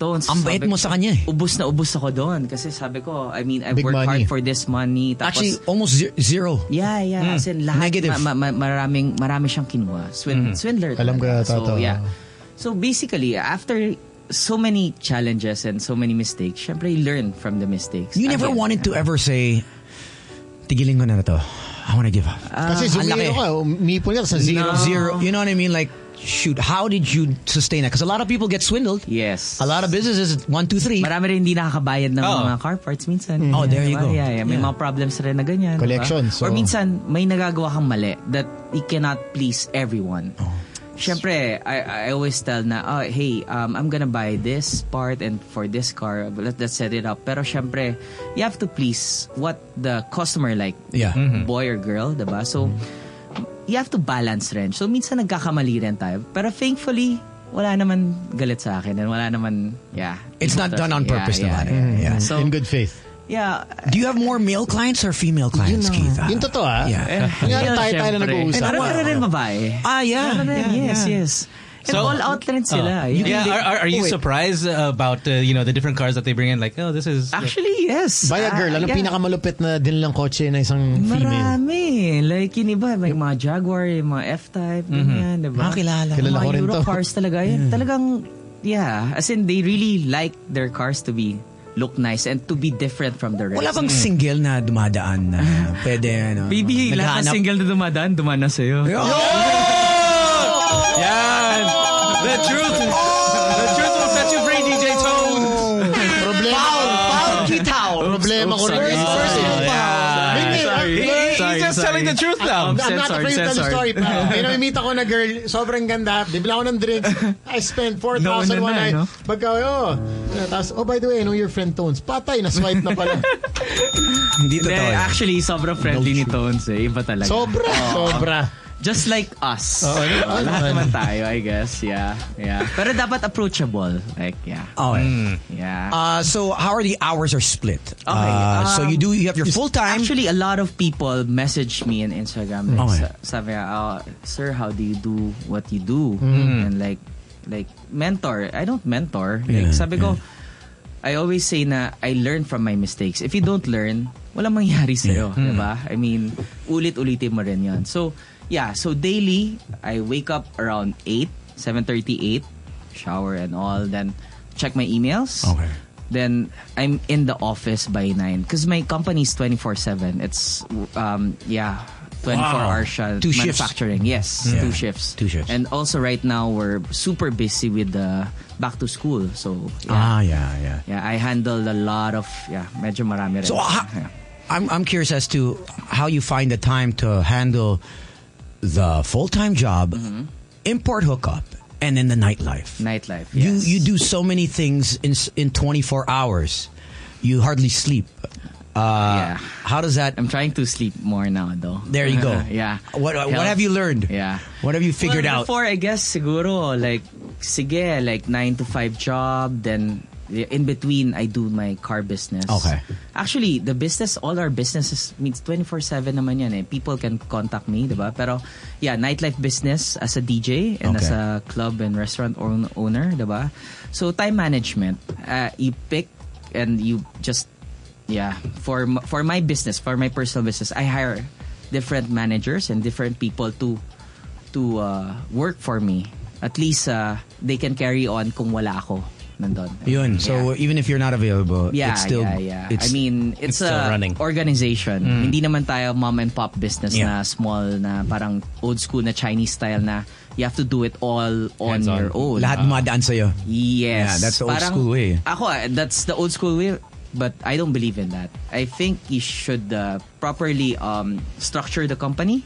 Speaker 5: Tones,
Speaker 4: Ang bait
Speaker 5: sabi
Speaker 4: mo
Speaker 5: ko,
Speaker 4: sa kanya eh."
Speaker 5: Ubus na ubus ako doon kasi sabi ko, I mean, I
Speaker 6: Big
Speaker 5: worked
Speaker 6: money.
Speaker 5: hard for this money. Tapos,
Speaker 4: Actually, almost ze- zero.
Speaker 5: Yeah,
Speaker 4: Hmm.
Speaker 5: yeah. As in, lahat,
Speaker 4: Negative. Hmm.
Speaker 5: Ma- ma- ma- maraming, marami siyang kinuha. Swin- Swindler.
Speaker 6: Alam ko
Speaker 5: talaga.
Speaker 6: yata to.
Speaker 5: So, yeah. So, basically, after so many challenges and so many mistakes, syempre, you learn from the mistakes.
Speaker 4: You never
Speaker 5: Again.
Speaker 4: wanted to ever say, "Tigiling ko na na to. I want to give up."
Speaker 5: Ah.
Speaker 6: Kasi
Speaker 4: Ang
Speaker 6: zumiro
Speaker 4: laki.
Speaker 6: ka, um, umipon ka sa zero.
Speaker 5: No.
Speaker 4: Zero. You know what I mean? Like, shoot, how did you sustain that? Because a lot of people get swindled.
Speaker 5: Yes.
Speaker 4: A lot of businesses, one, two, three.
Speaker 5: Marami rin hindi nakakabayad ng
Speaker 3: Oo.
Speaker 5: mga car parts minsan.
Speaker 4: Oh, there you
Speaker 5: Diba?
Speaker 4: go.
Speaker 5: Yeah, yeah. May
Speaker 4: Yeah. oh.
Speaker 5: mga problems rin na ganyan. diba?
Speaker 6: Collection, so-
Speaker 5: Or minsan, may nagagawa kang mali that you cannot please everyone.
Speaker 4: Oh.
Speaker 5: Siyempre, I, I always tell na, oh, hey, um, I'm gonna buy this part and for this car, let, let's set it up. Pero siyempre, you have to please what the customer like,
Speaker 4: Yeah. Mm-hmm.
Speaker 5: boy or girl, diba? So, you have to balance rin. So, minsan nagkakamali rin tayo. Pero thankfully, wala naman galit sa akin and wala naman, yeah.
Speaker 4: It's not done on purpose
Speaker 5: Yeah,
Speaker 4: naman.
Speaker 5: yeah, yeah.
Speaker 4: Yeah.
Speaker 5: So,
Speaker 6: in good faith.
Speaker 5: Yeah.
Speaker 4: Do you have more male clients or female clients, Keith?
Speaker 6: Yung totoo ah.
Speaker 4: Yeah.
Speaker 6: Kunyari tayo-tayo na nag-uusap.
Speaker 5: Ano na rin babae?
Speaker 4: Ah, yeah.
Speaker 5: Meron na rin,
Speaker 4: Yeah,
Speaker 5: yes,
Speaker 4: yeah.
Speaker 5: yes. And all out na rin
Speaker 3: Oh.
Speaker 5: sila. You
Speaker 3: yeah,
Speaker 5: can-
Speaker 3: are, are, are you
Speaker 5: Oh, wait.
Speaker 3: surprised about uh, you know the different cars that they bring in? Like, oh, this is
Speaker 5: Actually, yes.
Speaker 6: Baya
Speaker 5: Ah,
Speaker 6: girl, ano
Speaker 5: yeah.
Speaker 6: pinakamalupit na dinilang kotse na isang female?
Speaker 5: Marami. Like, yun iba, may mga Jaguar, yung mga F-Type, ganyan,
Speaker 4: Ah,
Speaker 5: diba?
Speaker 4: kilala.
Speaker 6: Kilala
Speaker 5: mga
Speaker 6: ko rin
Speaker 5: Euro
Speaker 6: to.
Speaker 5: cars talaga.
Speaker 6: Mm.
Speaker 5: Yun, Talagang, yeah. As in, they really like their cars to be look nice and to be different from the rest.
Speaker 4: Wala bang single na dumadaan na pwede
Speaker 6: Mm.
Speaker 4: ano?
Speaker 5: Baby, lahat ng
Speaker 4: naghahanap-
Speaker 5: single na dumadaan, dumana sa'yo.
Speaker 4: Yo!
Speaker 3: Yan! The truth! The truth will set you free, DJ Toad!
Speaker 6: Problema. Problema ko rin. yun.
Speaker 5: Ah,
Speaker 6: Big
Speaker 3: He,
Speaker 6: name, ah,
Speaker 3: he's
Speaker 5: Sorry,
Speaker 3: just
Speaker 5: sorry.
Speaker 3: telling the trutruth lang.
Speaker 6: I'm not
Speaker 5: Censored,
Speaker 6: afraid to tell the
Speaker 5: censored.
Speaker 6: story, pal. May namimita ko na girl, sobrang ganda. Bibila ko ng drink. I spent 4,000
Speaker 5: No, no, no,
Speaker 6: one night.
Speaker 5: no.
Speaker 6: Pagka, oh. Tapos, oh, by the way, I know your friend Tones. Patay, na-swipe na pala.
Speaker 4: Hindi
Speaker 5: Hindi,
Speaker 4: totoo. yun.
Speaker 5: actually, sobrang friendly ni Tones eh. Iba talaga.
Speaker 6: Sobra, sobra.
Speaker 5: Just like us.
Speaker 6: Oo, ano-
Speaker 5: Oo, lahat
Speaker 6: ano-
Speaker 5: naman tayo, I guess. Yeah, yeah. Pero dapat approachable. Like, yeah.
Speaker 4: Okay.
Speaker 6: Mm.
Speaker 5: Yeah.
Speaker 4: Uh, so how are the hours are split? Uh, so you do you have your full time.
Speaker 5: um, Actually, a lot of people message me on Instagram. Like,
Speaker 4: Mm. Okay.
Speaker 5: sa- Sabi, ah, sir, how do you do what you do?
Speaker 4: Mm.
Speaker 5: And like, like mentor. I don't mentor.
Speaker 4: Yeah,
Speaker 5: Like, sabi ko, I always say na I learn from my mistakes. If you don't learn, wala mangyari sa'yo.
Speaker 4: Mm.
Speaker 5: di ba? I mean, ulit-ulitin mo rin yun. So, yeah. So, daily, I wake up around 8, 7.30, 8. Shower and all. Then, check my emails.
Speaker 4: Okay.
Speaker 5: Then I'm in the office by nine because my company is twenty four seven. It's um yeah, twenty four hours. siya.
Speaker 4: Two shifts.
Speaker 5: manufacturing. Yes,
Speaker 4: Yeah.
Speaker 5: two shifts.
Speaker 4: Two shifts.
Speaker 5: And also right now we're super busy with the back to school. So yeah,
Speaker 4: ah yeah yeah.
Speaker 5: yeah I handled a lot of yeah. Medyo marami rin.
Speaker 4: So ah,
Speaker 5: Yeah.
Speaker 4: I'm I'm curious as to how you find the time to handle the full time job,
Speaker 5: Mm-hmm.
Speaker 4: import hookup, and then the nightlife.
Speaker 5: nightlife.
Speaker 4: You
Speaker 5: yes.
Speaker 4: you do so many things in s- in 24 hours. You hardly sleep. Uh,
Speaker 5: Yeah.
Speaker 4: How does that?
Speaker 5: I'm trying to sleep more now though.
Speaker 4: There you go.
Speaker 5: yeah.
Speaker 4: What what
Speaker 5: Health.
Speaker 4: have you learned?
Speaker 5: Yeah.
Speaker 4: What have you figured out?
Speaker 5: well, Before, I guess, siguro, like, sige, like, 9 to 5 job, then eh, in between, I do my car business.
Speaker 4: Okay.
Speaker 5: Actually, the business, all our businesses, means 24-7 naman yan eh. People can contact me, di ba? Pero, yeah, nightlife business as a DJ and
Speaker 4: Okay.
Speaker 5: as a club and restaurant own, owner, di ba? So, time management, uh, you pick and you just, yeah, for, m- for my business, for my personal business, I hire different managers and different people to to uh, work for me. At least uh, they can carry on kung wala ako nandun.
Speaker 4: Yun. So even if you're not available,
Speaker 5: yeah,
Speaker 4: it's still
Speaker 5: yeah, yeah.
Speaker 4: it's Mm.
Speaker 5: I mean, it's,
Speaker 3: it's still
Speaker 5: a
Speaker 3: running.
Speaker 5: organization. Hindi naman tayo mom and pop business
Speaker 4: Yeah.
Speaker 5: na small na parang old school na Chinese style na you have to do it all on
Speaker 3: Hands on.
Speaker 5: your own. Ah.
Speaker 4: lahat dumadaan sa'yo. Yeah,
Speaker 5: Yes.
Speaker 4: that's the old
Speaker 5: Parang-
Speaker 4: school eh. way.
Speaker 5: Ako, ah, that's the old school way. But I don't believe in that. I think you should uh, properly um, structure the company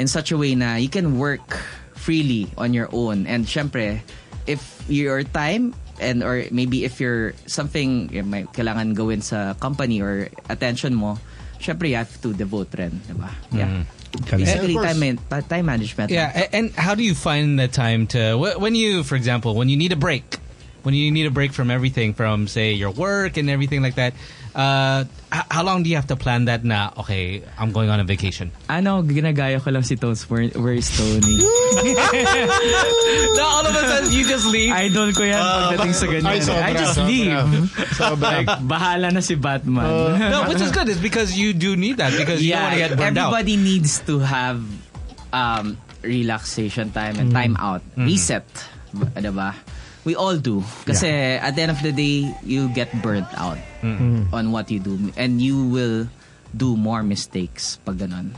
Speaker 5: in such a way na you can work freely on your own. And syempre, if your time and or maybe if you're something eh, may kailangan gawin sa company or attention mo, syempre you have to devote rin, diba?
Speaker 6: Hmm.
Speaker 5: Yeah. Basically,
Speaker 6: Of course.
Speaker 5: time, man- pa- time management.
Speaker 3: Yeah, a- and how do you find the time to wh- when you, for example, when you need a break, when you need a break from everything, from say your work and everything like that? Uh, h- how long do you have to plan that? Now, okay, I'm going on a vacation.
Speaker 5: Ano, ginagaya ko lang si Tones. Where, where is Tony?
Speaker 3: No, all of a sudden you just leave. Ah,
Speaker 5: Idol ko yan pagdating sa ganyan. eh.
Speaker 6: Ay, sobra,
Speaker 5: I just
Speaker 6: sobra.
Speaker 5: leave.
Speaker 6: Sobra.
Speaker 5: Like, bahala na si Batman.
Speaker 3: Uh, no, which is good. It's because you do need that because you don't want to get burned out.
Speaker 5: everybody needs to have um, relaxation time and time out. Reset. Ba- Diba? We all do. Kasi at the end of the day, you get burnt out on what you do. And you will do more mistakes pag ganun.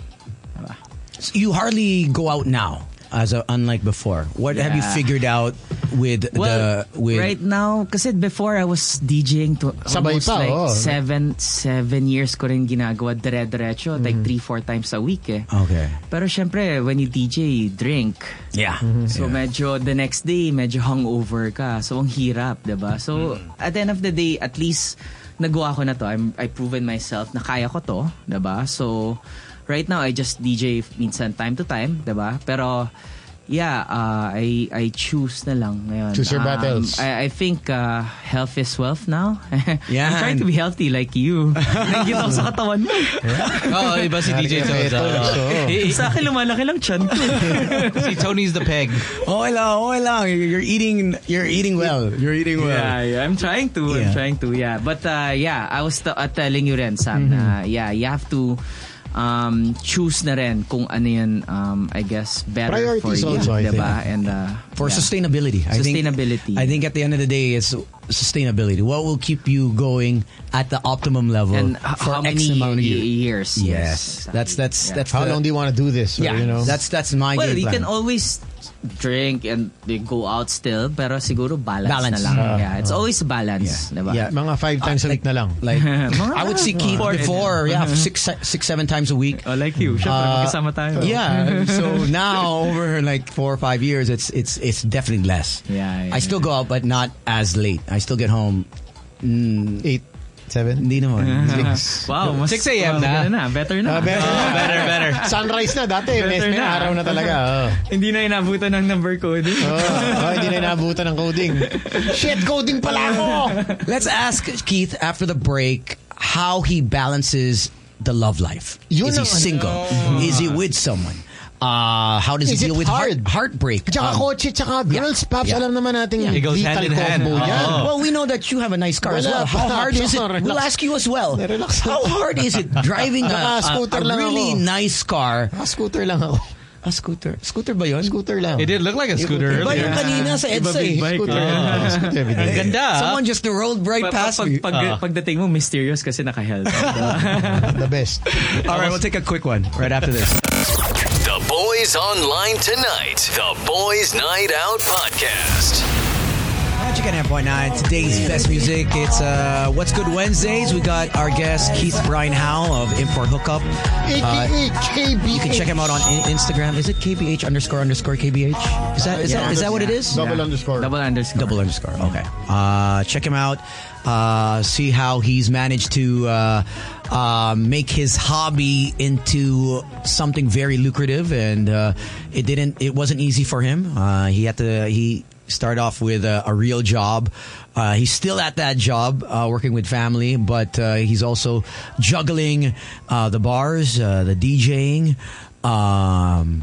Speaker 5: Diba?
Speaker 4: So you hardly go out now, as a, unlike before. What have you
Speaker 5: Yeah.
Speaker 4: figured out with
Speaker 5: Well,
Speaker 4: the with?
Speaker 5: right now, kasi before I was DJing to
Speaker 6: Sabay
Speaker 5: almost
Speaker 6: pa, oh.
Speaker 5: like
Speaker 6: oo.
Speaker 5: seven, seven years ko rin ginagawa dire-diretso, like
Speaker 6: Mm.
Speaker 5: three, four times a week eh.
Speaker 4: Okay.
Speaker 5: Pero syempre, when you DJ, you drink.
Speaker 4: Mm-hmm. Yeah.
Speaker 5: So medyo the next day, medyo hungover ka. So ang hirap, 'di ba? So
Speaker 6: Mm.
Speaker 5: at the end of the day, at least nagawa ko na to. I'm I proven myself na kaya ko to, 'di ba? So right now I just DJ minsan time to time, 'di ba? Pero yeah, uh, I I choose na lang ngayon.
Speaker 6: Choose your
Speaker 5: Um,
Speaker 6: battles.
Speaker 5: I, I think uh, health is wealth now.
Speaker 4: Yeah.
Speaker 5: I'm trying to be healthy like you. Nanggit ako sa katawan mo.
Speaker 3: Oo, iba si DJ Jones. ah. He- he-
Speaker 5: sa akin lumalaki lang chan ko.
Speaker 3: si Tony's the peg.
Speaker 4: Okay lang, okay lang. You're eating, you're eating well. You're eating well.
Speaker 5: Yeah, yeah, I'm trying to.
Speaker 4: Yeah.
Speaker 5: I'm trying to. Yeah, but uh, yeah, I was t- uh, telling you rin,
Speaker 4: Mm-hmm.
Speaker 5: Sam, na yeah, you have to um, choose na rin kung ano yun, um, I guess, better
Speaker 6: Priorities
Speaker 5: for you.
Speaker 6: also, I think.
Speaker 5: diba? And, uh,
Speaker 4: For
Speaker 5: yeah.
Speaker 4: sustainability. I think-
Speaker 5: Sustainability.
Speaker 4: I think at the end of the day, it's sustainability. What will keep you going at the optimum level
Speaker 5: And h-
Speaker 4: for
Speaker 5: how
Speaker 4: X
Speaker 5: many
Speaker 4: amount of
Speaker 5: y-
Speaker 4: years?
Speaker 5: years?
Speaker 4: Yes, that's that's
Speaker 5: Yeah.
Speaker 4: that's.
Speaker 6: How
Speaker 4: the-
Speaker 6: long do you want to do this? Or,
Speaker 4: yeah,
Speaker 6: you know,
Speaker 4: that's that's my
Speaker 5: Well,
Speaker 4: game
Speaker 5: you
Speaker 4: plan.
Speaker 5: can always drink and they go out still, pero siguro balance,
Speaker 4: Balance.
Speaker 5: na lang.
Speaker 4: Ah,
Speaker 5: yeah, it's always balance,
Speaker 4: Yeah.
Speaker 5: diba?
Speaker 4: Yeah.
Speaker 6: mga five times a week na lang.
Speaker 4: like
Speaker 5: Mga-
Speaker 4: I would see Keith
Speaker 5: Four. eh,
Speaker 4: before, yeah, six se- six seven times a week.
Speaker 5: Oh, like you. Siyempre,
Speaker 4: Uh,
Speaker 5: magkasama tayo.
Speaker 4: Yeah. So now over like four or five years, it's it's it's definitely less.
Speaker 5: Yeah, yeah.
Speaker 4: I still go out, but not as late. I still get home. mm,
Speaker 6: Eight, seven.
Speaker 4: Hindi naman.
Speaker 5: Wow, mas,
Speaker 3: 6 a.m. na.
Speaker 5: maganda better
Speaker 6: Ah,
Speaker 5: na.
Speaker 6: better.
Speaker 3: Better, better.
Speaker 6: Sunrise na dati. May,
Speaker 5: Better
Speaker 6: may
Speaker 5: na.
Speaker 6: araw na talaga. Oh.
Speaker 5: Hindi na inabutan ng number code.
Speaker 6: Oh, oh, hindi na inaabutan ng coding. Shit, coding pala ako!
Speaker 4: Let's ask Keith after the break how he balances the love life.
Speaker 6: Yun
Speaker 4: Is he
Speaker 6: ang-
Speaker 4: single? Is he with someone? Uh, how does
Speaker 6: Is it
Speaker 4: he deal with
Speaker 6: hard?
Speaker 4: heart, heartbreak?
Speaker 6: Tsaka
Speaker 4: Um,
Speaker 6: kotse, tsaka girls, Paps,
Speaker 4: Yeah.
Speaker 6: alam naman natin
Speaker 3: It goes hand in
Speaker 6: lethal
Speaker 3: hand. Oh. Oo.
Speaker 6: combo yan.
Speaker 4: Well, we know that you have a nice car as
Speaker 6: Wala
Speaker 4: well. How
Speaker 6: pa.
Speaker 4: hard is it?
Speaker 6: Relax.
Speaker 4: We'll ask you as well.
Speaker 6: Relax.
Speaker 4: How hard is it driving a, a,
Speaker 6: Naka-scooter
Speaker 4: a
Speaker 6: lang
Speaker 4: really
Speaker 6: ako.
Speaker 4: nice car?
Speaker 6: Ah, scooter lang ako.
Speaker 4: A scooter. Scooter ba yun?
Speaker 6: Scooter lang.
Speaker 3: It did look like a scooter
Speaker 4: Iba
Speaker 3: earlier.
Speaker 4: yung kanina sa EDSA eh.
Speaker 6: Scooter
Speaker 5: oh.
Speaker 6: lang ako. Scooter every day.
Speaker 3: Ganda. ah.
Speaker 4: Someone just rolled right past me.
Speaker 5: pagdating mo, mysterious kasi naka-health.
Speaker 6: The best.
Speaker 4: All right, we'll take a quick one right after this.
Speaker 1: The Boys Online Tonight, the Boys Night Out Podcast.
Speaker 4: Magic and F.Y.9, today's best music. It's uh, What's Good Wednesdays. We got our guest, Keith Brian Howell of Import Hookup. Uh,
Speaker 6: AKA KBH.
Speaker 4: you can check him out on in- Instagram. Is it KBH underscore underscore KBH? Is that is, that, is that what it is?
Speaker 6: Double underscore.
Speaker 5: Double underscore.
Speaker 4: Double underscore. Okay. Uh, check him out. Uh, see how he's managed to uh, uh, make his hobby into something very lucrative, and uh, it didn't. It wasn't easy for him. Uh, he had to. He started off with a, a real job. Uh, he's still at that job, uh, working with family, but uh, he's also juggling uh, the bars, uh, the DJing. Um,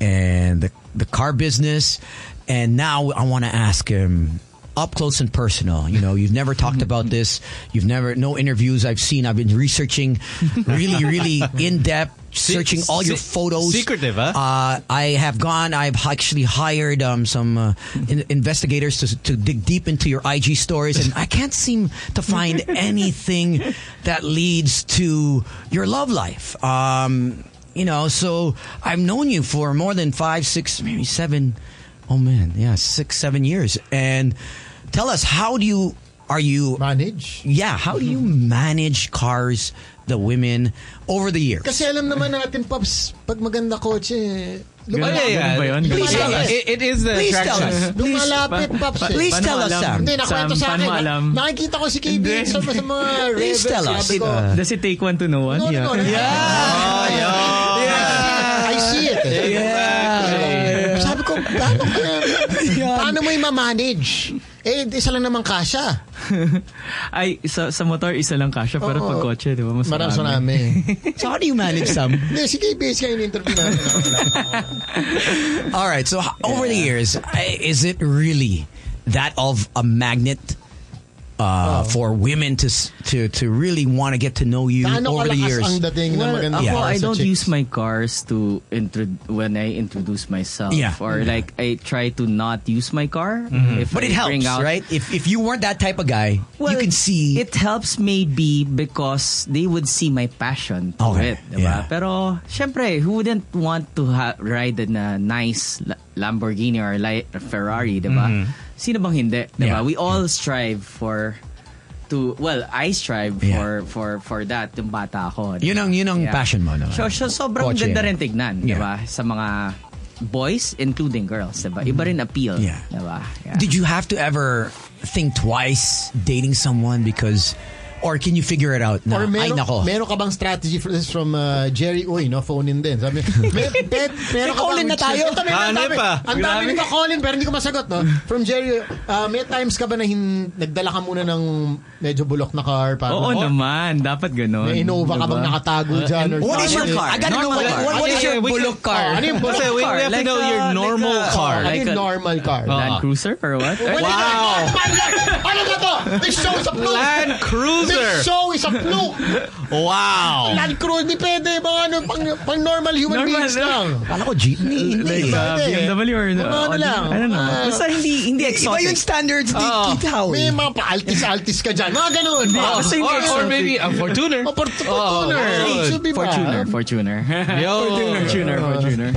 Speaker 4: and the, the car business. And now I want to ask him up close and personal. You know, you've never talked about this. You've never, no interviews I've seen. I've been researching really, really in depth. Searching all your
Speaker 3: se-
Speaker 4: photos,
Speaker 3: secretive, huh?
Speaker 4: Uh, I have gone. I've actually hired um, some uh, in- investigators to, to dig deep into your IG stories, and I can't seem to find anything that leads to your love life. Um, you know, so I've known you for more than five, six, maybe seven. Oh man, yeah, six, seven years. And tell us, how do you? Are you?
Speaker 6: Manage.
Speaker 4: Yeah, how do you manage cars, the women over the years?
Speaker 6: Kasi alam naman natin, Paps, pag maganda kotse,
Speaker 3: Oh, yeah, yeah.
Speaker 5: Ganun ba yun?
Speaker 3: Please
Speaker 6: Ganun
Speaker 3: tell
Speaker 6: ba
Speaker 3: us.
Speaker 6: yun?
Speaker 3: It, it is the
Speaker 4: Please tell
Speaker 3: attraction.
Speaker 4: us. Please,
Speaker 6: Lumalapit,
Speaker 5: pa-
Speaker 6: Paps.
Speaker 5: pa-
Speaker 6: eh.
Speaker 4: please
Speaker 5: Paano
Speaker 4: tell us,
Speaker 5: alam?
Speaker 4: Sam.
Speaker 6: Hindi, nakwento
Speaker 5: Sam,
Speaker 6: sa akin.
Speaker 5: paano alam?
Speaker 6: Nakikita ko si KB
Speaker 5: Hindi.
Speaker 6: sa, sa mga
Speaker 4: Please
Speaker 6: rebels.
Speaker 4: tell us.
Speaker 6: Sabi ko,
Speaker 4: Uh,
Speaker 5: Does it take one to know one?
Speaker 6: no, no, no.
Speaker 3: Oh, yo.
Speaker 6: I see it. eh.
Speaker 4: Yeah.
Speaker 6: Sabi ko, paano, ka na- paano mo i-manage? Eh, isa lang naman kasha.
Speaker 5: Ay, sa, sa motor, isa lang kasha. Pero
Speaker 6: Oo.
Speaker 5: pag kotse, di ba? Mas
Speaker 6: Marami
Speaker 5: marami.
Speaker 6: marami.
Speaker 4: So how do you manage some?
Speaker 6: Hindi, si KB siya yung interview namin.
Speaker 4: All right. So h- over the years, I- is it really that of a magnet
Speaker 6: Oh.
Speaker 4: uh, for women to s- to to really want to get to know you
Speaker 6: Paano
Speaker 4: over the
Speaker 6: kalakas
Speaker 4: years?
Speaker 6: ang dating na
Speaker 5: Well,
Speaker 6: maganda
Speaker 5: ako,
Speaker 6: para
Speaker 5: I
Speaker 6: sa
Speaker 5: don't
Speaker 6: chicks?
Speaker 5: use my cars to intro- when I introduce myself.
Speaker 4: Yeah. Mm-hmm.
Speaker 5: Or like, I try to not use my car. If
Speaker 4: Hmm. but
Speaker 5: I
Speaker 4: it helps,
Speaker 5: bring out,
Speaker 4: right? If if you weren't that type of guy, you
Speaker 5: Well,
Speaker 4: can see
Speaker 5: It helps maybe because they would see my passion to
Speaker 4: Okay,
Speaker 5: it.
Speaker 4: yeah.
Speaker 5: Diba? Pero, syempre, who wouldn't want to ha- ride in a nice La- Lamborghini or li- Ferrari, diba? Sino bang hindi? Diba?
Speaker 4: Mm-hmm. Yeah.
Speaker 5: We all strive for to well I strive
Speaker 4: Yeah.
Speaker 5: for for for that yung bata ako.
Speaker 4: Yun ang- yun ang passion mo, no?
Speaker 5: So, so sobrang
Speaker 4: Kotse.
Speaker 5: ganda rin tignan,
Speaker 4: Yeah.
Speaker 5: diba? Sa mga boys including girls, diba? Iba rin appeal,
Speaker 4: Mm-hmm. Yeah.
Speaker 5: diba? Yeah.
Speaker 4: Did you have to ever think twice dating someone because Or can you figure it out na,
Speaker 6: Or
Speaker 4: ay
Speaker 6: meron,
Speaker 4: nako.
Speaker 6: meron ka bang strategy for this is from uh, Jerry Uy, no? Phone in din. Sabi, may, may, meron ka
Speaker 4: Call in
Speaker 6: bang-
Speaker 4: na tayo.
Speaker 6: Ito, meron, ang
Speaker 4: Hanap
Speaker 6: dami.
Speaker 4: pa.
Speaker 5: ah.
Speaker 6: Ang dami
Speaker 4: Grabe.
Speaker 6: nito call in, pero hindi ko masagot, no? From Jerry, uh, may times ka ba na hin, nagdala ka muna ng medyo bulok na car? Para, Oh,
Speaker 5: Oo naman, dapat ganun.
Speaker 6: May Innova ka bang nakatago dyan? Or
Speaker 5: Uh, What is your
Speaker 6: something?
Speaker 5: car? I gotta know Normal what- car. what- what is your
Speaker 6: we can-
Speaker 5: bulok car?
Speaker 6: Oh, ano yung bulok
Speaker 5: Kasi we-
Speaker 6: car?
Speaker 5: we have to know your normal car. Ah.
Speaker 6: Ano
Speaker 5: Like
Speaker 6: yung
Speaker 5: a-
Speaker 6: normal car?
Speaker 5: Land Cruiser or what?
Speaker 6: Wow! Ano na to? This show is a fluke!
Speaker 5: Land Cruiser.
Speaker 6: This show is a fluke!
Speaker 3: Wow!
Speaker 6: Land Cruiser, hindi pwede. Mga ano, pang, pang normal human
Speaker 5: Normal
Speaker 6: beings
Speaker 5: lang.
Speaker 6: lang.
Speaker 4: Kala ko jeepney.
Speaker 6: Like,
Speaker 4: Hindi.
Speaker 6: uh,
Speaker 5: Uh, BMW or
Speaker 6: Mga ano
Speaker 5: Audi?
Speaker 6: lang.
Speaker 5: I don't know.
Speaker 6: Ah.
Speaker 5: Basta hindi, hindi
Speaker 4: Iba
Speaker 5: exotic.
Speaker 4: yung standards ni
Speaker 5: Oo.
Speaker 4: Keith Howie.
Speaker 6: May mga pa-altis-altis ka dyan. Mga ganun.
Speaker 5: Ah, basta hindi
Speaker 3: Or, or
Speaker 5: exotic.
Speaker 3: maybe a Fortuner.
Speaker 6: Oh, Fort- Fortuner.
Speaker 5: Good.
Speaker 6: Should be ba?
Speaker 5: Fortuner, Fortuner. Fortuner, Fortuner, Fortuner.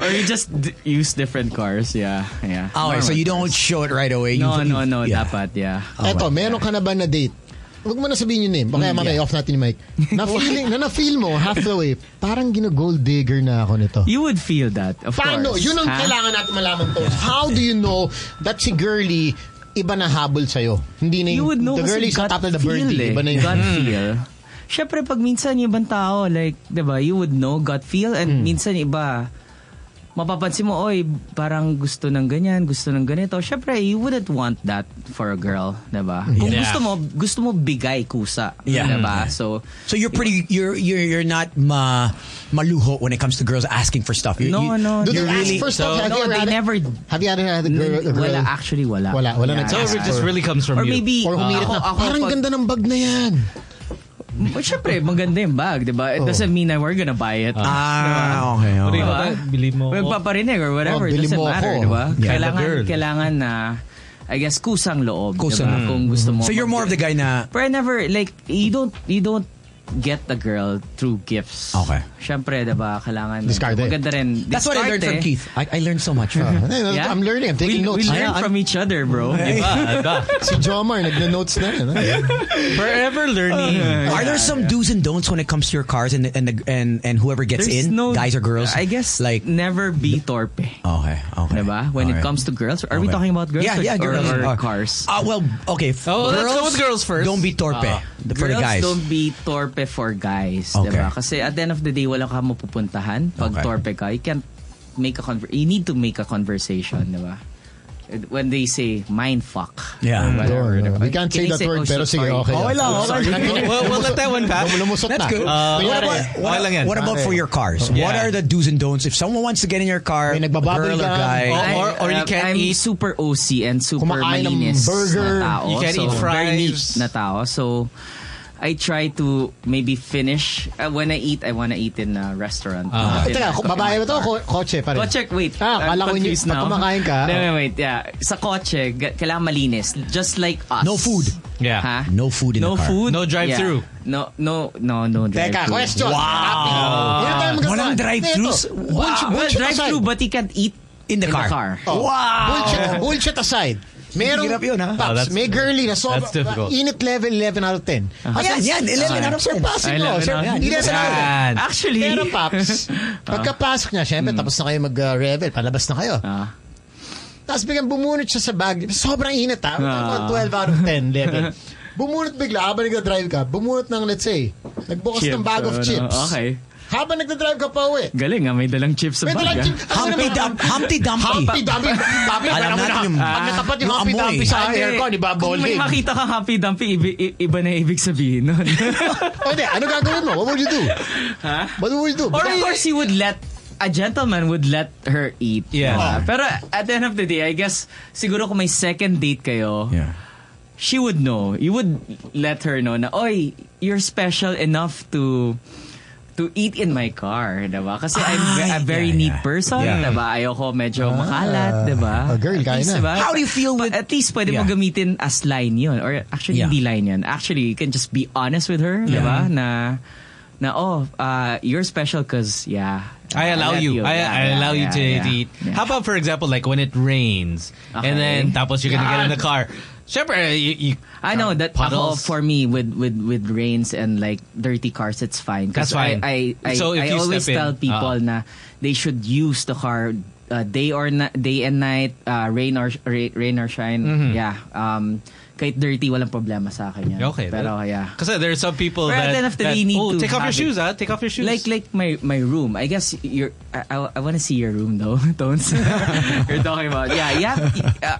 Speaker 5: Or you just d- use different cars, yeah. Yeah.
Speaker 4: Okay, so
Speaker 5: Normal.
Speaker 4: you don't show it right away.
Speaker 5: No,
Speaker 4: You-
Speaker 5: no, no,
Speaker 4: yeah.
Speaker 5: dapat, yeah.
Speaker 6: Eto, meron ka na ba na date? Huwag mo na sabihin yung name. Baka
Speaker 5: Hmm,
Speaker 6: mamaya off natin yung mic. Na feeling, na na-feel mo half the way, parang gina-gold digger na ako nito.
Speaker 5: You would feel that, of
Speaker 6: Paano?
Speaker 5: course.
Speaker 6: Yun ang
Speaker 5: ha?
Speaker 6: kailangan natin malaman to. How do you know that si girly iba na habol sa'yo? Hindi na yung,
Speaker 5: You would know
Speaker 6: the girly is
Speaker 5: kasi
Speaker 6: on
Speaker 5: gut
Speaker 6: top of the
Speaker 5: feel
Speaker 6: birdie.
Speaker 5: eh.
Speaker 6: Iba na Hmm. yung
Speaker 5: Gut feel. Siyempre, pag minsan yung ibang tao, like, di ba, you would know gut
Speaker 6: Hmm.
Speaker 5: feel and minsan iba, mapapansin mo, oy, parang gusto ng ganyan, gusto ng ganito. Siyempre, you wouldn't want that for a girl, di ba?
Speaker 6: Hmm.
Speaker 5: Kung
Speaker 4: Yeah.
Speaker 5: gusto mo, gusto mo bigay kusa,
Speaker 4: Yeah.
Speaker 5: di ba? So,
Speaker 4: So you're pretty. You're you're you're not ma maluho when it comes to girls asking for stuff. You,
Speaker 5: no,
Speaker 4: you-
Speaker 5: no.
Speaker 6: Do they
Speaker 5: no.
Speaker 6: ask for stuff? Have you ever
Speaker 5: No, they
Speaker 6: had a-
Speaker 5: never...
Speaker 6: Have you ever had a girl? a girl?
Speaker 5: Wala, actually wala.
Speaker 6: Wala, wala
Speaker 5: Yeah,
Speaker 3: So
Speaker 6: nag-ask
Speaker 5: yeah.
Speaker 3: it just really comes from
Speaker 5: Or
Speaker 3: you.
Speaker 5: maybe, Ah.
Speaker 6: Or humirit
Speaker 5: ako-
Speaker 6: na,
Speaker 5: ako-
Speaker 6: parang
Speaker 5: pag-
Speaker 6: ganda ng bag na yan. Oh.
Speaker 5: Well, syempre, maganda yung bag, di ba? It doesn't mean that we're gonna buy it.
Speaker 4: Ah, okay.
Speaker 3: Ano
Speaker 4: okay.
Speaker 3: yun,
Speaker 5: Diba?
Speaker 3: ba? Believe mo.
Speaker 5: Well, paparinig or
Speaker 6: Oh,
Speaker 5: whatever.
Speaker 6: bili
Speaker 5: doesn't
Speaker 6: mo
Speaker 5: matter,
Speaker 6: ako.
Speaker 5: di ba?
Speaker 4: Yeah,
Speaker 5: kailangan,
Speaker 3: the girl.
Speaker 5: kailangan na, I guess, kusang loob.
Speaker 4: Kusang loob.
Speaker 5: diba? Kung gusto mo.
Speaker 4: So you're more of the guy na.
Speaker 5: Pero I never, like, you don't, you don't get the girl through gifts.
Speaker 4: Okay.
Speaker 5: Siyempre, di ba, kailangan.
Speaker 6: Discarte.
Speaker 5: Maganda rin.
Speaker 4: That's what I learned from Keith.
Speaker 5: Discarte.
Speaker 4: I, I learned so much. from him.
Speaker 6: Eh,
Speaker 5: Yeah?
Speaker 6: I'm learning. I'm taking
Speaker 5: we,
Speaker 6: notes.
Speaker 5: We learn
Speaker 6: Ayan,
Speaker 5: from each other, bro.
Speaker 3: Diba? Diba?
Speaker 6: Si Jomar, nagna-notes na rin. ah.
Speaker 3: Forever learning.
Speaker 4: Are there some do's and don'ts when it comes to your cars and and the- and, and whoever gets
Speaker 5: There's
Speaker 4: in,
Speaker 5: no-
Speaker 4: guys or girls?
Speaker 5: I guess,
Speaker 4: like
Speaker 5: like, never be torpe.
Speaker 4: okay, okay.
Speaker 5: Diba? When it
Speaker 4: Alright.
Speaker 5: comes to girls, are we
Speaker 4: Okay.
Speaker 5: talking about girls
Speaker 4: Oh, yeah, yeah,
Speaker 5: or, or-
Speaker 4: girls.
Speaker 5: or
Speaker 4: Uh,
Speaker 5: cars?
Speaker 4: Uh, well, okay. f-
Speaker 3: Oh, let's go with girls first.
Speaker 4: Don't be torpe for the
Speaker 5: Uh, Ah. girls
Speaker 4: guys.
Speaker 5: don't be torpe for guys.
Speaker 4: Okay.
Speaker 5: Diba? Kasi at the end of the day, wala ka mapupuntahan. Pag
Speaker 4: Okay.
Speaker 5: torpe ka, you can't make a conver- you need to make a conversation, diba? When they say, mind fuck.
Speaker 4: Yeah.
Speaker 5: or whatever,
Speaker 6: Sure, no.
Speaker 5: diba?
Speaker 6: Um, uh, We can't say that
Speaker 5: Can I
Speaker 6: word,
Speaker 5: oh,
Speaker 6: pero
Speaker 5: shit,
Speaker 6: sige,
Speaker 5: sorry.
Speaker 6: okay.
Speaker 4: Okay lang, okay.
Speaker 3: we'll, we'll let that one pass.
Speaker 6: Lumusot na.
Speaker 4: That's good.
Speaker 3: Uh,
Speaker 6: Kunyari,
Speaker 3: what-
Speaker 4: What,
Speaker 3: Okay lang yan.
Speaker 4: what about for your cars? What
Speaker 3: Yeah.
Speaker 4: are the do's and don'ts if someone wants to get in your car?
Speaker 6: May nagbababol
Speaker 4: girl or
Speaker 6: ka.
Speaker 4: guy?
Speaker 3: Oh, or- or you
Speaker 5: uh,
Speaker 3: can't
Speaker 5: I'm
Speaker 3: eat-
Speaker 5: super OC and super
Speaker 6: Kumakain ng
Speaker 5: malinis
Speaker 6: burger.
Speaker 5: na tao.
Speaker 3: You can't
Speaker 5: so,
Speaker 3: eat
Speaker 5: Very
Speaker 3: fries.
Speaker 5: neat na tao. So, I try to maybe finish. Uh, when I eat, I want to eat in a restaurant.
Speaker 6: Ah,
Speaker 5: not in
Speaker 6: Teka,
Speaker 5: a-
Speaker 6: babae ba to?
Speaker 5: car.
Speaker 6: Ko- Kotse pa rin.
Speaker 5: Kotse, wait.
Speaker 6: Ah,
Speaker 5: I'm
Speaker 6: kala ko yun,
Speaker 5: confused
Speaker 6: pag
Speaker 5: now.
Speaker 6: kumakain ka.
Speaker 5: Wait, wait, wait. Yeah. Sa kotse, ga- kailangan malinis. Just like us.
Speaker 4: No food.
Speaker 3: Yeah.
Speaker 5: Ha?
Speaker 4: No food in the
Speaker 5: no
Speaker 4: car.
Speaker 5: food.
Speaker 3: No drive-thru.
Speaker 5: Yeah. No, no, no, no drive-thru.
Speaker 6: Teka, question.
Speaker 4: Wow.
Speaker 6: Hindi na tayo magagawa.
Speaker 4: Walang drive-thrus?
Speaker 6: Ito,
Speaker 4: Wow.
Speaker 6: bullshit-
Speaker 5: Well,
Speaker 6: bullshit
Speaker 5: drive-thru,
Speaker 6: aside.
Speaker 5: but you can't eat
Speaker 4: In the car.
Speaker 6: Oh.
Speaker 4: Wow.
Speaker 6: Bullshit, bullshit aside. Merong,
Speaker 4: Hirap yun, ha?
Speaker 6: Paps,
Speaker 3: Oh, that's-
Speaker 6: may girly na sobra.
Speaker 3: that's difficult.
Speaker 6: Init level 11 out of 10. Uh-huh.
Speaker 4: Ayan, yan. 11 out of 10.
Speaker 6: Surpassing mo.
Speaker 5: Ay, 11
Speaker 6: Sir,
Speaker 5: out of
Speaker 6: 11 out of 10.
Speaker 3: Yan.
Speaker 5: Actually,
Speaker 6: Pero Paps, pagkapasok niya, syempre tapos na kayo mag-revel, palabas na kayo.
Speaker 5: Ah.
Speaker 6: Tapos biglang bumunot siya sa bag. Sobrang init ha.
Speaker 5: Ah.
Speaker 6: 12 out of 10 level. bumunot bigla habang nagdadrive ka. Bumunot ng let's say, nagbukas ng bag of
Speaker 5: ano,
Speaker 6: chips.
Speaker 5: Okay.
Speaker 6: Habang nagdadrive ka pa uwi.
Speaker 5: Galing ah, may dalang chips sa
Speaker 6: May dalang
Speaker 5: bag.
Speaker 6: chips. Ano
Speaker 5: ah.
Speaker 4: Humpty Dump. Humpty Dumpty.
Speaker 6: Humpty Dumpty. Dumpty.
Speaker 4: Alam
Speaker 6: Alam mo
Speaker 4: natin
Speaker 6: na.
Speaker 4: yung-
Speaker 6: Pag natapat yung
Speaker 4: yung
Speaker 6: Humpty
Speaker 4: amoy.
Speaker 6: Dumpty sa
Speaker 5: Hindi.
Speaker 6: aircon,
Speaker 5: Kung may
Speaker 6: ibabolin.
Speaker 5: makita ka happy dumpy, iba- i- iba na ibig sabihin nun.
Speaker 6: O hindi, ano gagawin mo? What would you do?
Speaker 5: Ha?
Speaker 6: What would you do?
Speaker 5: Or of course, he would let a gentleman would let her eat.
Speaker 3: Yeah.
Speaker 5: Ah, Pero at the end of the day, I guess, siguro kung may second date kayo,
Speaker 4: Yeah.
Speaker 5: she would know. You would let her know na, oy, you're special enough to to eat in my car, diba? Kasi I'm ve- a
Speaker 4: Ay,
Speaker 5: very
Speaker 4: yeah,
Speaker 5: neat
Speaker 4: yeah.
Speaker 5: person,
Speaker 4: Yeah.
Speaker 5: diba? Ayoko medyo makalat, diba?
Speaker 6: oh, girl,
Speaker 5: At
Speaker 6: Ah. kaya
Speaker 5: least,
Speaker 6: na.
Speaker 5: diba?
Speaker 4: How do you feel
Speaker 5: Pa-
Speaker 4: with-
Speaker 5: At least pwede
Speaker 4: Yeah.
Speaker 5: mo gamitin as line yun. Or actually,
Speaker 4: Yeah.
Speaker 5: hindi line yun. Actually, you can just be honest with her, diba? Na, na, oh, uh, you're special because, yeah.
Speaker 3: I allow
Speaker 5: let
Speaker 3: you. I,
Speaker 5: Yeah,
Speaker 3: I
Speaker 5: yeah,
Speaker 3: allow you
Speaker 5: yeah,
Speaker 3: to
Speaker 5: yeah,
Speaker 3: eat.
Speaker 5: yeah.
Speaker 3: How about, for example, like when it rains,
Speaker 5: Okay.
Speaker 3: and then tapos you're gonna get in
Speaker 5: Yan.
Speaker 3: the car. Siyempre, you, you
Speaker 5: I know that
Speaker 3: puddles.
Speaker 5: ako, for me with with with rains and like dirty cars it's fine 'Cause
Speaker 3: That's fine.
Speaker 5: I I, I,
Speaker 3: So if
Speaker 5: I
Speaker 3: you
Speaker 5: always
Speaker 3: step in,
Speaker 5: tell people
Speaker 3: ah.
Speaker 5: na they should use the car
Speaker 3: Mm-hmm.
Speaker 5: uh, day or na- day and night uh, rain or sh- ra- rain or shine yeah um kahit dirty, walang problema sa akin yun.
Speaker 12: Okay.
Speaker 5: Pero
Speaker 12: that-
Speaker 5: yeah.
Speaker 12: Kasi there are some people
Speaker 5: Pero
Speaker 12: that,
Speaker 5: at the end of the
Speaker 12: that,
Speaker 5: day, you need
Speaker 12: oh,
Speaker 5: to
Speaker 12: take off your
Speaker 5: have it."
Speaker 12: shoes, ah. Take off your shoes.
Speaker 5: Like like my my room. I guess your I, I, I want to see your room though, Tones. You're talking about. Yeah, yeah.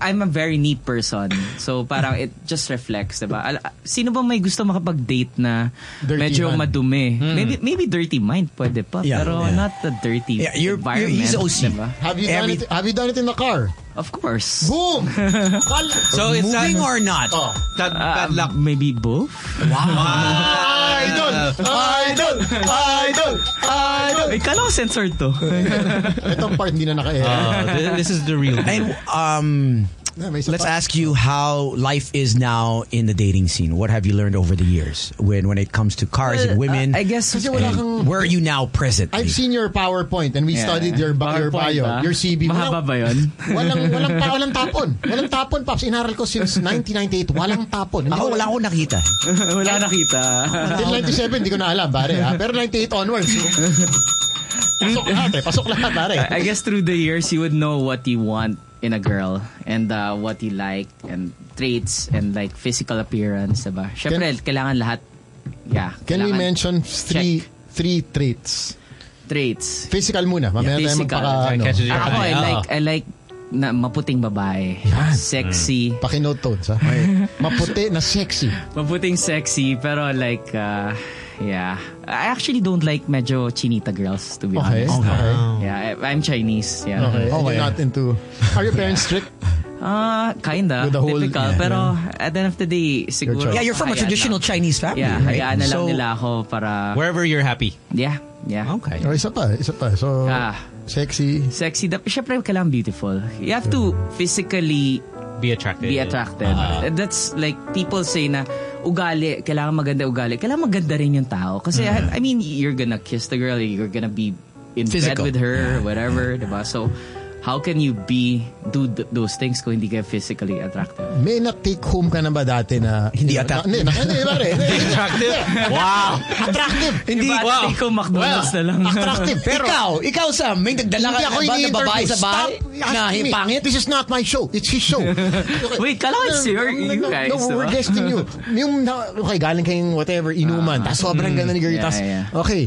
Speaker 5: I'm a very neat person. So parang it just reflects, 'di ba? Al- uh, Sino ba may gusto makapag-date na
Speaker 4: Dirty
Speaker 5: medyo
Speaker 4: man.
Speaker 5: madumi?
Speaker 12: Hmm.
Speaker 4: Mm.
Speaker 5: Maybe maybe dirty mind pwede pa,
Speaker 4: Yeah,
Speaker 5: pero
Speaker 4: yeah.
Speaker 5: not the dirty
Speaker 4: Yeah, you're-
Speaker 5: environment.
Speaker 4: you're- he's OC.
Speaker 5: diba?
Speaker 6: Have you done it? Have you done it in the car?
Speaker 5: Of course.
Speaker 6: Boom.
Speaker 12: So it's not- Moving or
Speaker 4: not? Um,
Speaker 12: That Oh. bad luck.
Speaker 5: Maybe both.
Speaker 6: Idol! Idol! Idol! Idol!
Speaker 5: Ay, kala ko censored to.
Speaker 6: Itong part hindi na naka-air.
Speaker 4: Ah,
Speaker 12: the real.
Speaker 4: And um,
Speaker 6: Yeah, may isa
Speaker 4: let's
Speaker 6: pa.
Speaker 4: ask you how life is now in the dating scene. What have you learned over the years when when it comes to cars and
Speaker 6: Well,
Speaker 4: women?
Speaker 6: uh, I guess- Kasi wala
Speaker 4: and
Speaker 6: kang-
Speaker 4: where are you now present?
Speaker 6: I've seen your PowerPoint and we
Speaker 4: Yeah.
Speaker 6: studied your, ba- your
Speaker 4: PowerPoint
Speaker 6: bio,
Speaker 4: ba?
Speaker 6: your CV.
Speaker 4: Mahaba ba yun?
Speaker 6: Walang, walang, pa, walang tapon. Walang tapon, Paps. Inaral ko since 1998. Walang tapon.
Speaker 4: Ako wala akong nakita.
Speaker 5: wala nakita.
Speaker 6: Until 97, hindi ko na alam, pare. Ha? Pero 98 onwards. Pasok lahat eh. Pasok lahat, pare.
Speaker 5: I I guess through the years you would know what you want in a girl and uh, what you like and traits and like physical appearance, diba? Syempre, kailangan lahat. Yeah.
Speaker 6: Can we
Speaker 5: kailangan
Speaker 6: mention three three traits?
Speaker 5: Traits.
Speaker 6: Physical muna. Mamaya tayo
Speaker 5: physical.
Speaker 6: magpaka... ano.
Speaker 5: Ako, I like, I like na maputing babae. Sexy.
Speaker 6: Pakinote tones, ha? Maputi na sexy.
Speaker 5: Maputing sexy, pero like, uh, yeah. I actually don't like medyo chinita girls, to be
Speaker 6: Okay.
Speaker 5: honest.
Speaker 6: Okay.
Speaker 5: Yeah, I- I'm Chinese. Yeah.
Speaker 6: Oh. Okay. And you're not into... Are your parents strict?
Speaker 5: Ah, kinda.
Speaker 6: With the whole-
Speaker 5: typical.
Speaker 6: yeah.
Speaker 5: pero at the end of the day, siguro...
Speaker 4: Yeah, you're from a
Speaker 5: hayaan
Speaker 4: traditional
Speaker 5: lang.
Speaker 4: Chinese family.
Speaker 5: Yeah,
Speaker 4: right?
Speaker 5: hayaan na lang
Speaker 4: So-
Speaker 5: nila ako para...
Speaker 12: Wherever you're happy.
Speaker 5: Yeah, yeah. Okay.
Speaker 6: Oh,
Speaker 5: Ah.
Speaker 6: isa pa, isa pa. So, sexy.
Speaker 5: Sexy. Dap- Siyempre, kailangan beautiful. You have to physically
Speaker 12: be attracted.
Speaker 5: Be attracted.
Speaker 12: Ah.
Speaker 5: That's like, people say na, ugali, kailangan maganda ugali. Kailangan maganda rin yung tao. Kasi,
Speaker 12: Mm.
Speaker 5: I mean, you're gonna kiss the girl, you're gonna be in
Speaker 12: Physical.
Speaker 5: bed with her, whatever, diba? So, how can you be, do th- those things kung hindi ka physically attractive?
Speaker 6: May na-take home ka na ba dati na... Hindi attractive. Hindi, na- hindi, pare.
Speaker 12: Attractive?
Speaker 4: Wow.
Speaker 6: Attractive.
Speaker 4: Hindi
Speaker 5: Iba,
Speaker 4: wow.
Speaker 5: take home McDonald's na lang.
Speaker 6: Attractive.
Speaker 4: Pero, ikaw, ikaw Sam, may nagdala ka
Speaker 6: Hindi ako
Speaker 4: na ba na
Speaker 6: ini-interview.
Speaker 4: babae sa bahay
Speaker 6: Stop
Speaker 4: na
Speaker 6: asking me.
Speaker 4: pangit?
Speaker 6: This is not my show. It's his show.
Speaker 5: Wait, kala ko it's your- you
Speaker 6: no,
Speaker 5: guys,
Speaker 6: No, we're
Speaker 5: diba?
Speaker 6: guesting you. Yung, na- okay, galing kayong whatever, inuman.
Speaker 5: Ah.
Speaker 6: Tapos sobrang
Speaker 5: Mm.
Speaker 6: ganda ni Gary.
Speaker 5: Yeah,
Speaker 6: Tapos,
Speaker 5: yeah.
Speaker 6: okay,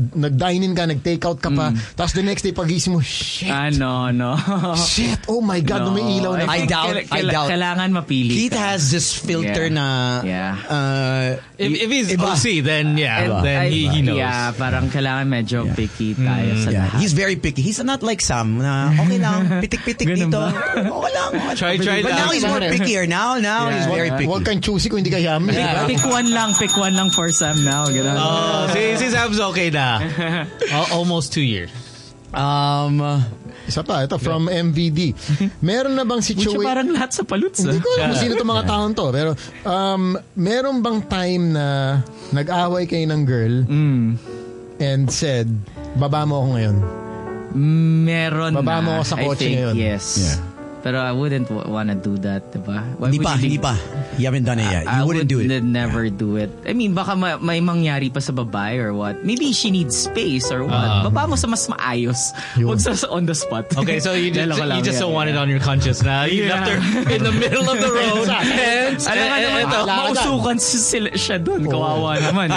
Speaker 6: nag-dine-in ka, nag-take out ka pa. Tapos the next day, pagising mo, shit.
Speaker 5: Ah, no, no.
Speaker 6: Shit, oh my God,
Speaker 5: No.
Speaker 6: may ilaw na.
Speaker 5: I doubt, I doubt. Kailangan mapili
Speaker 4: Keith has this filter na uh,
Speaker 12: If, if he's
Speaker 4: iba.
Speaker 12: OC, then yeah,
Speaker 5: And
Speaker 12: then
Speaker 5: I-
Speaker 12: he, he knows. Mm,
Speaker 5: Yeah, parang kailangan medyo picky tayo sa
Speaker 4: Yeah,
Speaker 5: lahat.
Speaker 4: he's very picky. He's not like Sam na "Oh, okay lang, pitik-pitik dito. Okay lang.
Speaker 12: Try- try
Speaker 4: But
Speaker 12: lang.
Speaker 4: now he's more pickier. Now, now he's very picky.
Speaker 6: Huwag kang choosy kung hindi ka yummy.
Speaker 5: Pick,
Speaker 6: diba?
Speaker 5: pick one lang, pick one lang for Sam now. Ganun.
Speaker 12: Oh, si, si Sam's okay na. Al- almost two years.
Speaker 6: Um, isa pa, ito from MVD. Meron na bang situation...
Speaker 5: parang lahat sa ah. palutsa.
Speaker 6: Hindi ko alam kung
Speaker 5: Yeah.
Speaker 6: sino itong mga taon to. Pero, um, meron bang time na nag-away kayo ng girl
Speaker 5: Mm.
Speaker 6: and said, baba mo ako ngayon?
Speaker 5: Meron
Speaker 6: Baba
Speaker 5: na,
Speaker 6: mo ako sa
Speaker 5: I
Speaker 6: kotse
Speaker 5: think,
Speaker 6: ngayon.
Speaker 5: Yes.
Speaker 6: Yeah.
Speaker 5: Pero I wouldn't w- wanna do that, diba? Why
Speaker 4: Hindi
Speaker 5: would
Speaker 4: pa,
Speaker 5: you
Speaker 4: hindi
Speaker 5: do-
Speaker 4: pa. You haven't done it yet. You
Speaker 5: I
Speaker 4: wouldn't do it.
Speaker 5: would never do it. I mean, baka ma- may mangyari pa sa babae or what. Maybe she needs space or what.
Speaker 12: Ah.
Speaker 5: Baba mo sa mas maayos. Huwag sa sa on the spot.
Speaker 12: Okay, so you just,
Speaker 5: Dalawa lang,
Speaker 12: you just
Speaker 5: yeah,
Speaker 12: don't want
Speaker 5: yeah.
Speaker 12: it on your conscience na. You
Speaker 5: Yeah.
Speaker 12: left her in the middle of the road. and,
Speaker 5: Alam ka
Speaker 12: and-
Speaker 5: naman,
Speaker 12: and-
Speaker 5: ma- mausukan si- sila siya doon. Kawawa naman,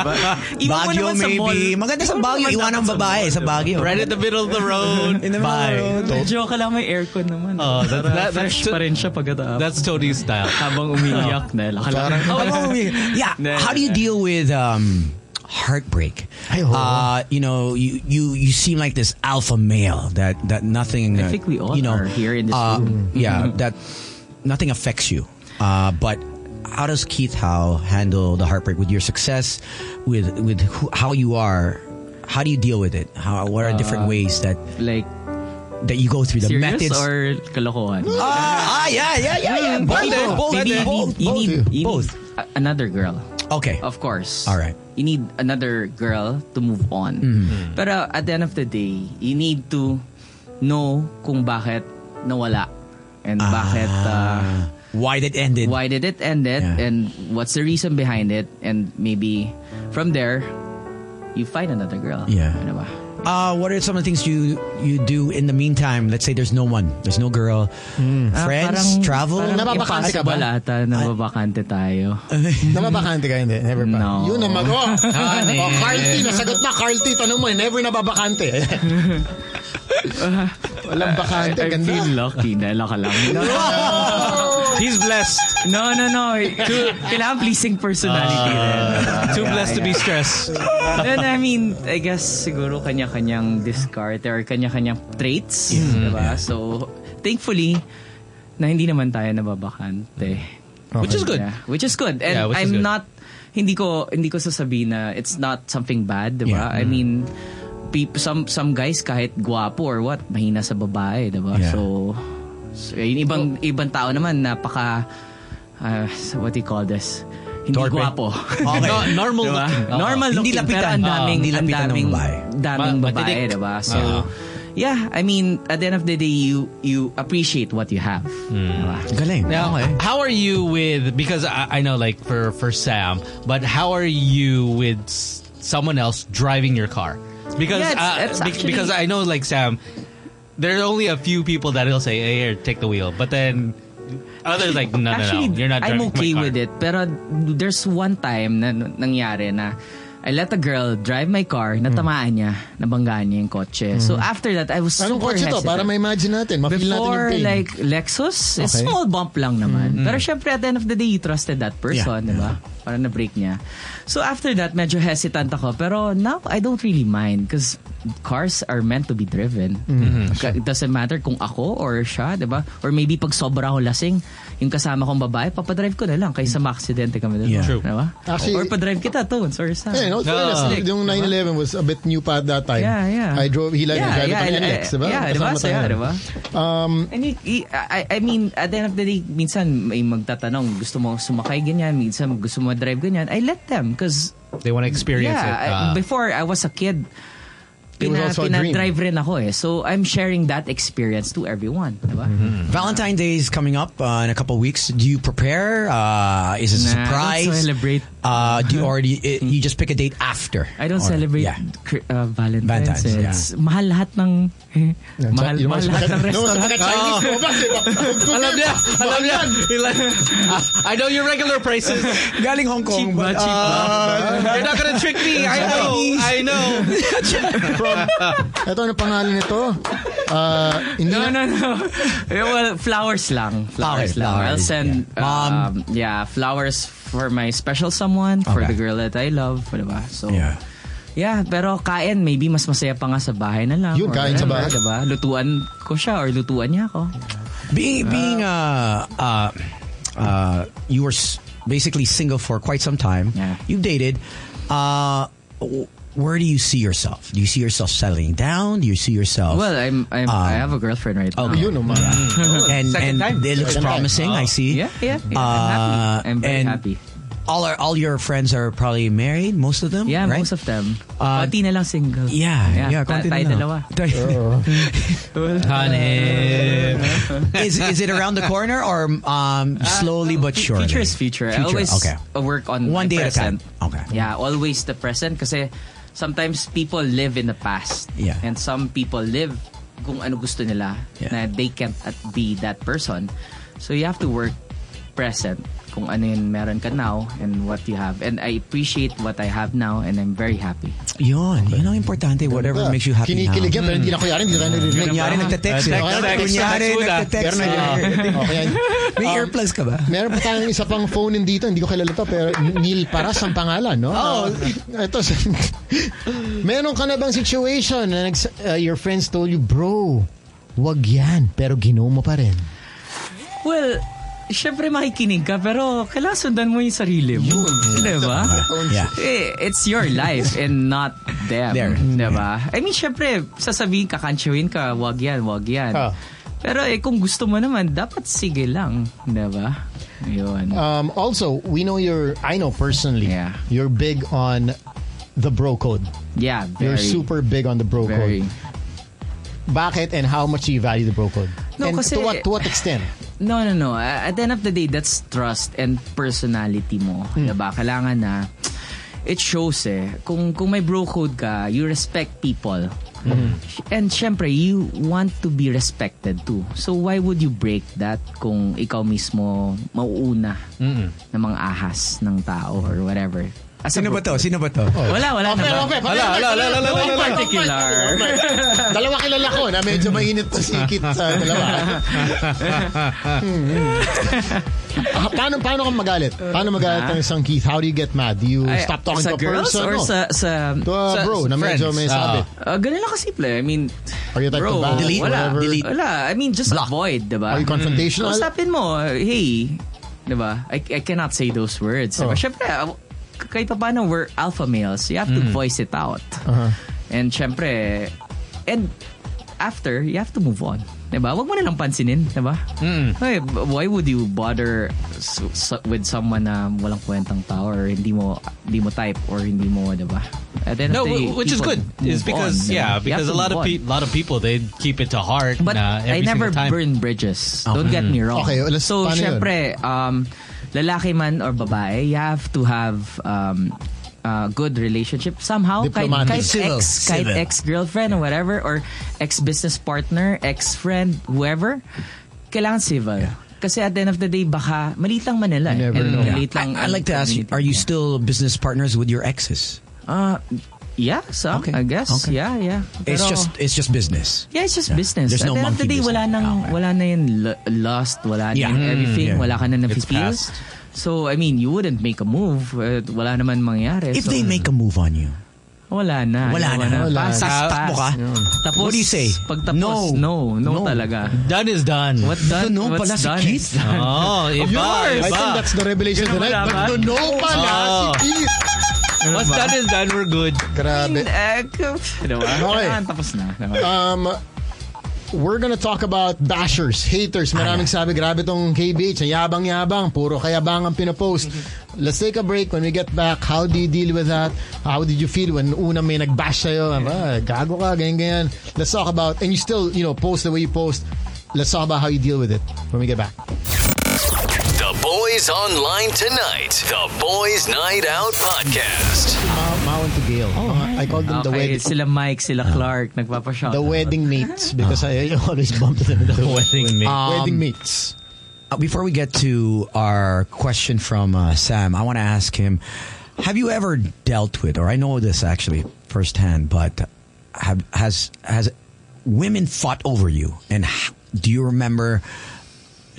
Speaker 5: di ba? Iwan mo
Speaker 4: Baguio
Speaker 5: naman sa mall.
Speaker 4: maybe. Maganda sa
Speaker 5: Iwan mo
Speaker 4: Baguio.
Speaker 5: naman
Speaker 4: Iwan ang
Speaker 5: dapat sa
Speaker 4: babae sa Baguio.
Speaker 12: Right at the middle of the road.
Speaker 4: In the middle of the road.
Speaker 5: mall. Joke lang, Oh, may aircon naman.
Speaker 12: Oh, that, that,
Speaker 5: Para
Speaker 12: that's
Speaker 5: fresh pa rin siya pagkatapos.
Speaker 12: That's Tony's style.
Speaker 5: Habang umiiyak
Speaker 4: Oh.
Speaker 5: na
Speaker 4: yeah. How do you deal with um, heartbreak? Uh, you know, you, you you seem like this alpha male that that nothing.
Speaker 5: I
Speaker 4: uh,
Speaker 5: think we all
Speaker 4: you know,
Speaker 5: are here in this
Speaker 4: uh,
Speaker 5: room.
Speaker 4: Yeah, that nothing affects you. Uh, but how does Keith Howe handle the heartbreak with your success, with with who, how you are? How do you deal with it? How what are different
Speaker 5: Uh,
Speaker 4: ways that
Speaker 5: like
Speaker 4: that you go through the
Speaker 5: Serious
Speaker 4: methods?
Speaker 5: or kalokohan?
Speaker 4: Ah, ah, yeah, yeah, yeah, yeah.
Speaker 5: Mm,
Speaker 4: Both,
Speaker 5: Maybe,
Speaker 4: both,
Speaker 5: maybe you
Speaker 4: both,
Speaker 5: need, you
Speaker 4: both.
Speaker 5: need, you need a- another girl.
Speaker 4: Okay.
Speaker 5: Of course.
Speaker 4: All right.
Speaker 5: You need another girl to move on.
Speaker 4: Mm.
Speaker 5: But Pero at the end of the day, you need to know kung bakit nawala and bakit uh,
Speaker 4: Ah. why did it ended.
Speaker 5: Why did it ended and what's the reason behind it and maybe from there you find another girl.
Speaker 4: Yeah.
Speaker 5: Ano ba?
Speaker 4: uh, what are some of the things you you do in the meantime? Let's say there's no one, there's no girl,
Speaker 5: Ah,
Speaker 4: friends,
Speaker 5: parang-
Speaker 4: travel.
Speaker 5: Parang impossible ata, nababakante tayo.
Speaker 6: nababakante ka hindi, never pa.
Speaker 5: No.
Speaker 6: Yun ang mag... Oh,
Speaker 5: Ano
Speaker 6: ah,
Speaker 5: Honey.
Speaker 6: oh, Carl T, nasagot na Carl T. Tanong mo, eh, never nababakante. Walang bakante,
Speaker 5: I, I
Speaker 6: ganda.
Speaker 5: feel lucky, dahil ako lang.
Speaker 12: He's blessed.
Speaker 5: No, no, no. Too, kailangan pleasing
Speaker 12: Ah.
Speaker 5: personality rin.
Speaker 12: Too blessed to be stressed.
Speaker 5: Then, I mean, I guess siguro kanya-kanyang discard or kanya-kanyang traits. Diba? So, thankfully, na hindi naman tayo nababakante. Oh
Speaker 12: Which is good.
Speaker 5: Yeah, which is good. And
Speaker 12: Yeah, which is
Speaker 5: I'm
Speaker 12: good.
Speaker 5: not, hindi ko, hindi ko sasabihin na it's not something bad, diba?
Speaker 12: Yeah.
Speaker 5: I mean, peop- some some guys kahit guwapo or what, mahina sa babae, diba?
Speaker 12: Yeah.
Speaker 5: So, so, yung ibang, ibang tao naman, napaka, ah, what do you call this? Hindi guwapo.
Speaker 12: Okay. No- normal
Speaker 5: Diba?
Speaker 12: looking. Oo.
Speaker 5: Normal
Speaker 12: Hindi
Speaker 5: looking.
Speaker 12: lapitan.
Speaker 5: Pero ang daming,
Speaker 12: Oo. Ah, Hindi
Speaker 5: ang
Speaker 12: lapitan ng
Speaker 5: daming,
Speaker 12: babae.
Speaker 5: daming
Speaker 12: Ma-
Speaker 5: babae,
Speaker 12: matinik.
Speaker 5: diba? So,
Speaker 12: Oo.
Speaker 5: yeah, I mean, at the end of the day, you you appreciate what you have.
Speaker 12: Hmm.
Speaker 5: Diba?
Speaker 4: Galing.
Speaker 12: Now, Oh. how are you with because I, I know like for for Sam, but how are you with s- someone else driving your car? Because
Speaker 5: Yeah, it's-
Speaker 12: uh,
Speaker 5: it's
Speaker 12: be-
Speaker 5: actually-
Speaker 12: because I know like Sam, there are only a few people that will say, "Hey, here, take the wheel," but then others like, "No, no,
Speaker 5: Actually,
Speaker 12: no, you're not." driving
Speaker 5: I'm
Speaker 12: my
Speaker 5: okay
Speaker 12: car."
Speaker 5: with it. Pero there's one time na n- nangyari na I let a girl drive my car, natamaan niya, nabanggaan niya yung kotse. So
Speaker 12: Mm.
Speaker 5: after that, I was
Speaker 6: Anong
Speaker 5: super
Speaker 6: kotse to?
Speaker 5: hesitant.
Speaker 6: Para ma-imagine natin. Ma-feel natin yung
Speaker 5: Before,
Speaker 6: pain.
Speaker 5: like, Lexus, it's
Speaker 6: Okay.
Speaker 5: small bump lang naman.
Speaker 12: Mm-hmm.
Speaker 6: Mm.
Speaker 5: Pero syempre, at the end of the day, you trusted that person, di ba? Para na-break niya. So after that, medyo hesitant ako. Pero now, I don't really mind because cars are meant to be driven.
Speaker 6: Mm-hmm.
Speaker 12: Mhm.
Speaker 5: Ka- It doesn't matter kung ako or siya, di ba? Or maybe pag sobra ako lasing, yung kasama kong babae, papadrive ko na lang kaysa ma-aksidente kami doon.
Speaker 6: Yeah. True.
Speaker 5: Di ba?
Speaker 6: Actually-
Speaker 5: or padrive kita to, sorry sa.
Speaker 6: Yeah, in all fairness, yung 9-11 was a bit new pa at that time.
Speaker 5: Yeah, yeah.
Speaker 6: I drove, he like, yeah,
Speaker 5: Yeah, yeah,
Speaker 6: yeah,
Speaker 5: I-
Speaker 6: NX, diba?
Speaker 5: yeah, diba?
Speaker 6: Kasama
Speaker 5: Saya,
Speaker 6: tayo.
Speaker 5: diba?
Speaker 6: Um,
Speaker 5: And you, you- I, I mean, at the end of the day, minsan may magtatanong, gusto mo sumakay ganyan, minsan gusto mo drive ganyan. I let them because,
Speaker 12: They want to experience
Speaker 5: yeah, I-
Speaker 12: it. Uh,
Speaker 5: before I was a kid,
Speaker 12: It was
Speaker 5: pina,
Speaker 12: also a dream.
Speaker 5: pinadrive rin ako eh. So, I'm sharing that experience to everyone. Diba?
Speaker 4: Valentine's Mm-hmm. Day is coming up uh, in a couple of weeks. Do you prepare? Uh, is it a
Speaker 5: Nah, I
Speaker 4: surprise?
Speaker 5: don't celebrate.
Speaker 4: Uh, do you already? i- you just pick a date after.
Speaker 5: I don't
Speaker 4: Or-
Speaker 5: celebrate
Speaker 4: Yeah.
Speaker 5: cr- uh, Valentine's.
Speaker 4: Valentine's,
Speaker 5: eh.
Speaker 4: yeah.
Speaker 5: It's mahal lahat ng... eh,
Speaker 4: you
Speaker 5: mahal,
Speaker 4: don't
Speaker 5: mahal
Speaker 4: want
Speaker 5: lahat
Speaker 4: to-
Speaker 5: ng
Speaker 4: No,
Speaker 5: restaurant.
Speaker 6: Chinese
Speaker 5: Oo.
Speaker 6: mo ba? Diba?
Speaker 12: alam niya, alam niya. He like, Ah, I know your regular prices.
Speaker 4: Galing Hong Kong.
Speaker 12: Cheap ba?
Speaker 4: but,
Speaker 12: Cheap ba?
Speaker 4: uh,
Speaker 12: Ah. You're not gonna trick me. I know. I know.
Speaker 6: From, eto, ano pangalan nito? Uh, hindi
Speaker 5: No,
Speaker 6: na-
Speaker 5: no, no. Eh, well, flowers lang. Flowers
Speaker 6: Okay,
Speaker 5: lang.
Speaker 6: flowers,
Speaker 5: I'll send,
Speaker 6: yeah. Mom.
Speaker 5: um, yeah, flowers for my special someone, for the girl that I love, diba? So, yeah. pero kain, maybe mas masaya pa nga sa bahay na lang.
Speaker 6: Yun,
Speaker 5: or
Speaker 6: kain sa bahay.
Speaker 5: whatever, Diba? Lutuan ko siya or lutuan niya ako.
Speaker 4: being being uh, uh, uh, you were s- basically single for quite some time. You've dated. Uh, w- where do you see yourself? Do you see yourself settling down? Do you see yourself?
Speaker 5: Well, I'm, I'm,
Speaker 4: Ah,
Speaker 5: I have a girlfriend right now.
Speaker 4: Um,
Speaker 5: Mm.
Speaker 4: Okay. Yun naman.
Speaker 5: Yeah.
Speaker 4: And, and it looks promising. I see. Uh,
Speaker 5: Yeah, yeah. yeah. I'm happy. I'm very
Speaker 4: and
Speaker 5: happy.
Speaker 4: All our, all your friends are probably married. Most of them.
Speaker 5: Yeah,
Speaker 4: right? Uh,
Speaker 5: most of them. Konti na lang single.
Speaker 4: Yeah, yeah.
Speaker 5: ta-
Speaker 4: konti na
Speaker 5: tayo
Speaker 4: lang.
Speaker 5: dalawa.
Speaker 12: Honey.
Speaker 4: is is it around the corner or um, slowly but surely?
Speaker 5: Uh, Future is future. I always
Speaker 4: okay.
Speaker 5: work on
Speaker 4: One
Speaker 5: the
Speaker 4: day at a time.
Speaker 5: present. Okay. Yeah, always the present kasi sometimes people live in the past.
Speaker 4: Yeah.
Speaker 5: And some people live kung ano gusto nila na they can't at- be that person. So you have to work present kung ano yun meron ka now and what you have. And I appreciate what I have now and I'm very happy.
Speaker 4: Yun. Yun ang importante. Whatever
Speaker 5: Ganda.
Speaker 4: makes you happy
Speaker 6: Kinikilig yan,
Speaker 4: now. Hmm.
Speaker 6: pero hindi na kunyari, hindi tayo naririnig.
Speaker 4: Kunyari, nagte-text. eh.
Speaker 6: Okay, nagte-text.
Speaker 4: Kunyari,
Speaker 6: Text muna.
Speaker 4: nagte-text. eh.
Speaker 6: Pero nag- Okay, yan.
Speaker 4: May
Speaker 6: Um,
Speaker 4: earplugs ka ba?
Speaker 6: Meron pa tayong isa pang phone in dito, hindi ko kilala to, pero Neil Paras ang pangalan, no? Ah,
Speaker 4: Oo.
Speaker 6: Ito, meron ka na bang situation na nags- uh, your friends told you, bro, wag yan, pero ginawa mo pa rin.
Speaker 5: Well, syempre makikinig ka pero kailangan sundan mo yung sarili mo. Diba?
Speaker 4: Yeah.
Speaker 5: Eh, it's your life and not them.
Speaker 4: There.
Speaker 5: Diba? I mean, syempre, sasabihin ka, kanchawin ka, wag yan, wag yan.
Speaker 6: Ah.
Speaker 4: Oh.
Speaker 5: Pero eh, kung gusto mo naman, dapat sige lang. Diba? Yun.
Speaker 6: Um, also, we know you're, I know personally, you're big on the bro code.
Speaker 5: Yeah,
Speaker 6: You're
Speaker 5: very.
Speaker 6: super big on the bro
Speaker 5: Very.
Speaker 6: code. Bakit and how much do you value the bro code?
Speaker 5: No,
Speaker 6: and
Speaker 5: kasi-
Speaker 6: to what, to what extent?
Speaker 5: No, no, no. Uh, At the end of the day, that's trust and personality mo.
Speaker 6: Hmm.
Speaker 5: Diba? Kailangan na, it shows eh. Kung, kung may bro code ka, you respect people.
Speaker 6: Hmm.
Speaker 5: And syempre, you want to be respected too. So why would you break that kung ikaw mismo mauuna
Speaker 6: Hmm.
Speaker 12: Mm-mm.
Speaker 5: ng mga ahas ng tao or whatever? As a
Speaker 4: Sino ba
Speaker 5: group.
Speaker 4: to? Sino ba to?
Speaker 5: Wala, wala
Speaker 6: Okay,
Speaker 5: naman.
Speaker 6: okay.
Speaker 5: Wala, wala, wala, wala, wala, wala. Particular.
Speaker 6: Dalawa kilala ko na medyo mainit na sikit sa dalawa. Ah, paano, paano ka magalit? Paano magalit ng isang Keith? How do you get mad? Do you
Speaker 5: Ay,
Speaker 6: stop talking
Speaker 5: sa
Speaker 6: to a
Speaker 5: girls
Speaker 6: person?
Speaker 5: or
Speaker 6: No.
Speaker 5: sa, sa,
Speaker 6: To a
Speaker 5: sa-
Speaker 6: Diba, bro na medyo may
Speaker 5: friends?
Speaker 6: sabi.
Speaker 5: Ah, ganun lang kasimple. I mean,
Speaker 6: Are you type
Speaker 5: bro,
Speaker 6: to ban,
Speaker 5: delete, wala,
Speaker 6: whatever?
Speaker 5: delete. wala. I mean, just avoid, diba?
Speaker 6: Are you confrontational?
Speaker 5: Kausapin mo, hey, diba? I, I cannot say those words. Diba?
Speaker 6: Oh.
Speaker 5: Siyempre, ah, kahit pa paano, we're alpha males. You have to
Speaker 6: Mm.
Speaker 5: voice it out.
Speaker 6: Uh-huh.
Speaker 5: And syempre, and after, you have to move on. Diba? Huwag mo nalang pansinin, diba? Ay, b- why would you bother s- s- with someone na walang kwentang tao or hindi mo hindi mo type or hindi mo, diba? At the end
Speaker 12: No,
Speaker 5: of the day,
Speaker 12: wh- which is
Speaker 5: people
Speaker 12: good. Is
Speaker 5: move
Speaker 12: because
Speaker 5: on, diba?
Speaker 12: yeah,
Speaker 5: You have
Speaker 12: because a
Speaker 5: to
Speaker 12: lot of
Speaker 5: move on.
Speaker 12: pe- lot of people they keep it to heart.
Speaker 5: But
Speaker 12: na
Speaker 5: I
Speaker 12: every
Speaker 5: never
Speaker 12: single time. Mm-hmm.
Speaker 5: burn bridges. Don't get me wrong.
Speaker 12: Okay, let's-
Speaker 5: so,
Speaker 12: paano yun?
Speaker 5: syempre, um, lalaki man or babae, you have to have um, a good relationship somehow. Kahit,
Speaker 10: Diplomatic.
Speaker 5: kahit
Speaker 10: Civil,
Speaker 5: ex, kahit
Speaker 10: civil.
Speaker 5: ex-girlfriend or whatever, or ex-business partner, ex-friend, whoever, kailangan civil. Kasi at the end of the day, baka maliit lang Manila. eh. And maliit lang
Speaker 4: I, I'd like to
Speaker 5: ang
Speaker 4: ask you,
Speaker 5: community.
Speaker 4: are you still business partners with your exes?
Speaker 5: Uh, yeah, so I guess.
Speaker 4: Okay.
Speaker 5: Yeah, yeah.
Speaker 4: it's
Speaker 5: Pero-
Speaker 4: just it's just business.
Speaker 5: Yeah, it's just business.
Speaker 4: There's
Speaker 5: At
Speaker 4: no
Speaker 5: the end of the
Speaker 4: monkey Ah.
Speaker 5: day, wala, nang, wala na yung l- lust, wala na
Speaker 4: Yeah.
Speaker 5: yung
Speaker 4: Mm,
Speaker 5: everything,
Speaker 4: yeah.
Speaker 5: wala ka na
Speaker 4: It's
Speaker 5: na-feel.
Speaker 4: past.
Speaker 5: So, I mean, you wouldn't make a move. Uh, wala naman mangyari.
Speaker 4: If
Speaker 5: so,
Speaker 4: they make a move on you,
Speaker 5: Wala na.
Speaker 4: Wala na. Wala
Speaker 5: Pass
Speaker 4: na.
Speaker 5: is
Speaker 4: Sasaktan
Speaker 5: pass.
Speaker 4: mo ka?
Speaker 5: Yun. Ah, Tapos,
Speaker 4: What do you say?
Speaker 5: Pag tapos, no. No, no, talaga.
Speaker 12: Done is done.
Speaker 5: What done?
Speaker 6: Ito, no
Speaker 5: what's
Speaker 6: pala si
Speaker 5: done
Speaker 6: Keith.
Speaker 5: is done.
Speaker 12: Oh, iba,
Speaker 6: I
Speaker 12: iba.
Speaker 6: think that's the revelation
Speaker 12: Yun ang
Speaker 6: tonight.
Speaker 12: malaman.
Speaker 6: But no pala
Speaker 12: Oh.
Speaker 6: si Keith.
Speaker 12: What's
Speaker 6: ba?
Speaker 12: done is done. We're good.
Speaker 6: Grabe.
Speaker 5: Diba?
Speaker 6: Okay.
Speaker 5: Kailangan tapos na. Diba?
Speaker 6: Um, we're gonna talk about bashers, haters. Maraming sabi, grabe tong KBH, ang yabang-yabang, puro kayabang ang pinapost.
Speaker 5: Mm-hmm.
Speaker 6: Let's take a break. When we get back, how do you deal with that? How did you feel when una may nag-bash sa'yo? Ah, gago ka, ganyan-ganyan. Let's talk about, and you still, you know, post the way you post. Let's talk about how you deal with it when we get back.
Speaker 1: The Boys Online Tonight, the Boys Night Out Podcast.
Speaker 6: Ma- Mao and to Gail. I called them the
Speaker 5: Oh, Okay,
Speaker 6: wedding.
Speaker 5: sila Mike, sila
Speaker 4: Ah.
Speaker 5: Clark, nagpapashout. Ah.
Speaker 6: The wedding mates because I, I always bump them in the
Speaker 12: wedding
Speaker 6: wedding mates.
Speaker 4: Um, Uh, before we get to our question from uh, Sam, I want to ask him: Have you ever dealt with, or I know this actually firsthand, but have, has has women fought over you, and h- do you remember?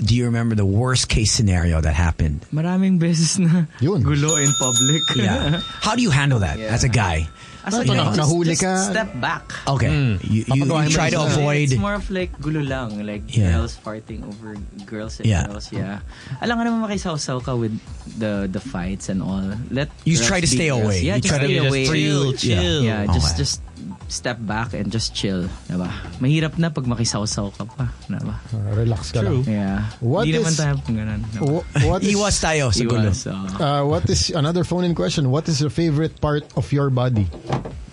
Speaker 4: Do you remember the worst case scenario that happened?
Speaker 5: Maraming beses na gulo in public.
Speaker 4: Yeah. How do you handle that as a guy?
Speaker 5: As a
Speaker 4: You know?
Speaker 5: guy, Ah, just, just step back.
Speaker 4: Okay. You, you, you try to avoid.
Speaker 5: It's more of like gulo lang. Like
Speaker 4: Yeah.
Speaker 5: girls fighting over girls and
Speaker 4: Yeah.
Speaker 5: girls. Yeah. Alam ka naman makisaw-saw ka with the the fights and all. Let
Speaker 4: You
Speaker 5: girls
Speaker 4: try to
Speaker 5: be
Speaker 4: stay
Speaker 5: girls.
Speaker 4: away. You
Speaker 5: Yeah, just
Speaker 4: try to
Speaker 5: stay
Speaker 4: just
Speaker 5: away.
Speaker 4: chill, chill.
Speaker 5: Yeah, just
Speaker 4: Okay.
Speaker 5: just step back and just chill. Diba? Mahirap na pag makisaw-saw ka pa. Diba?
Speaker 6: relax ka
Speaker 5: True.
Speaker 6: lang.
Speaker 5: Yeah.
Speaker 6: What
Speaker 5: Hindi naman
Speaker 6: is-
Speaker 5: tayo kung ganun. Diba?
Speaker 6: Wh- What is,
Speaker 5: Iwas tayo sa gulo. Iwas, ah.
Speaker 6: Uh, what is another phone-in question? What is your favorite part of your body?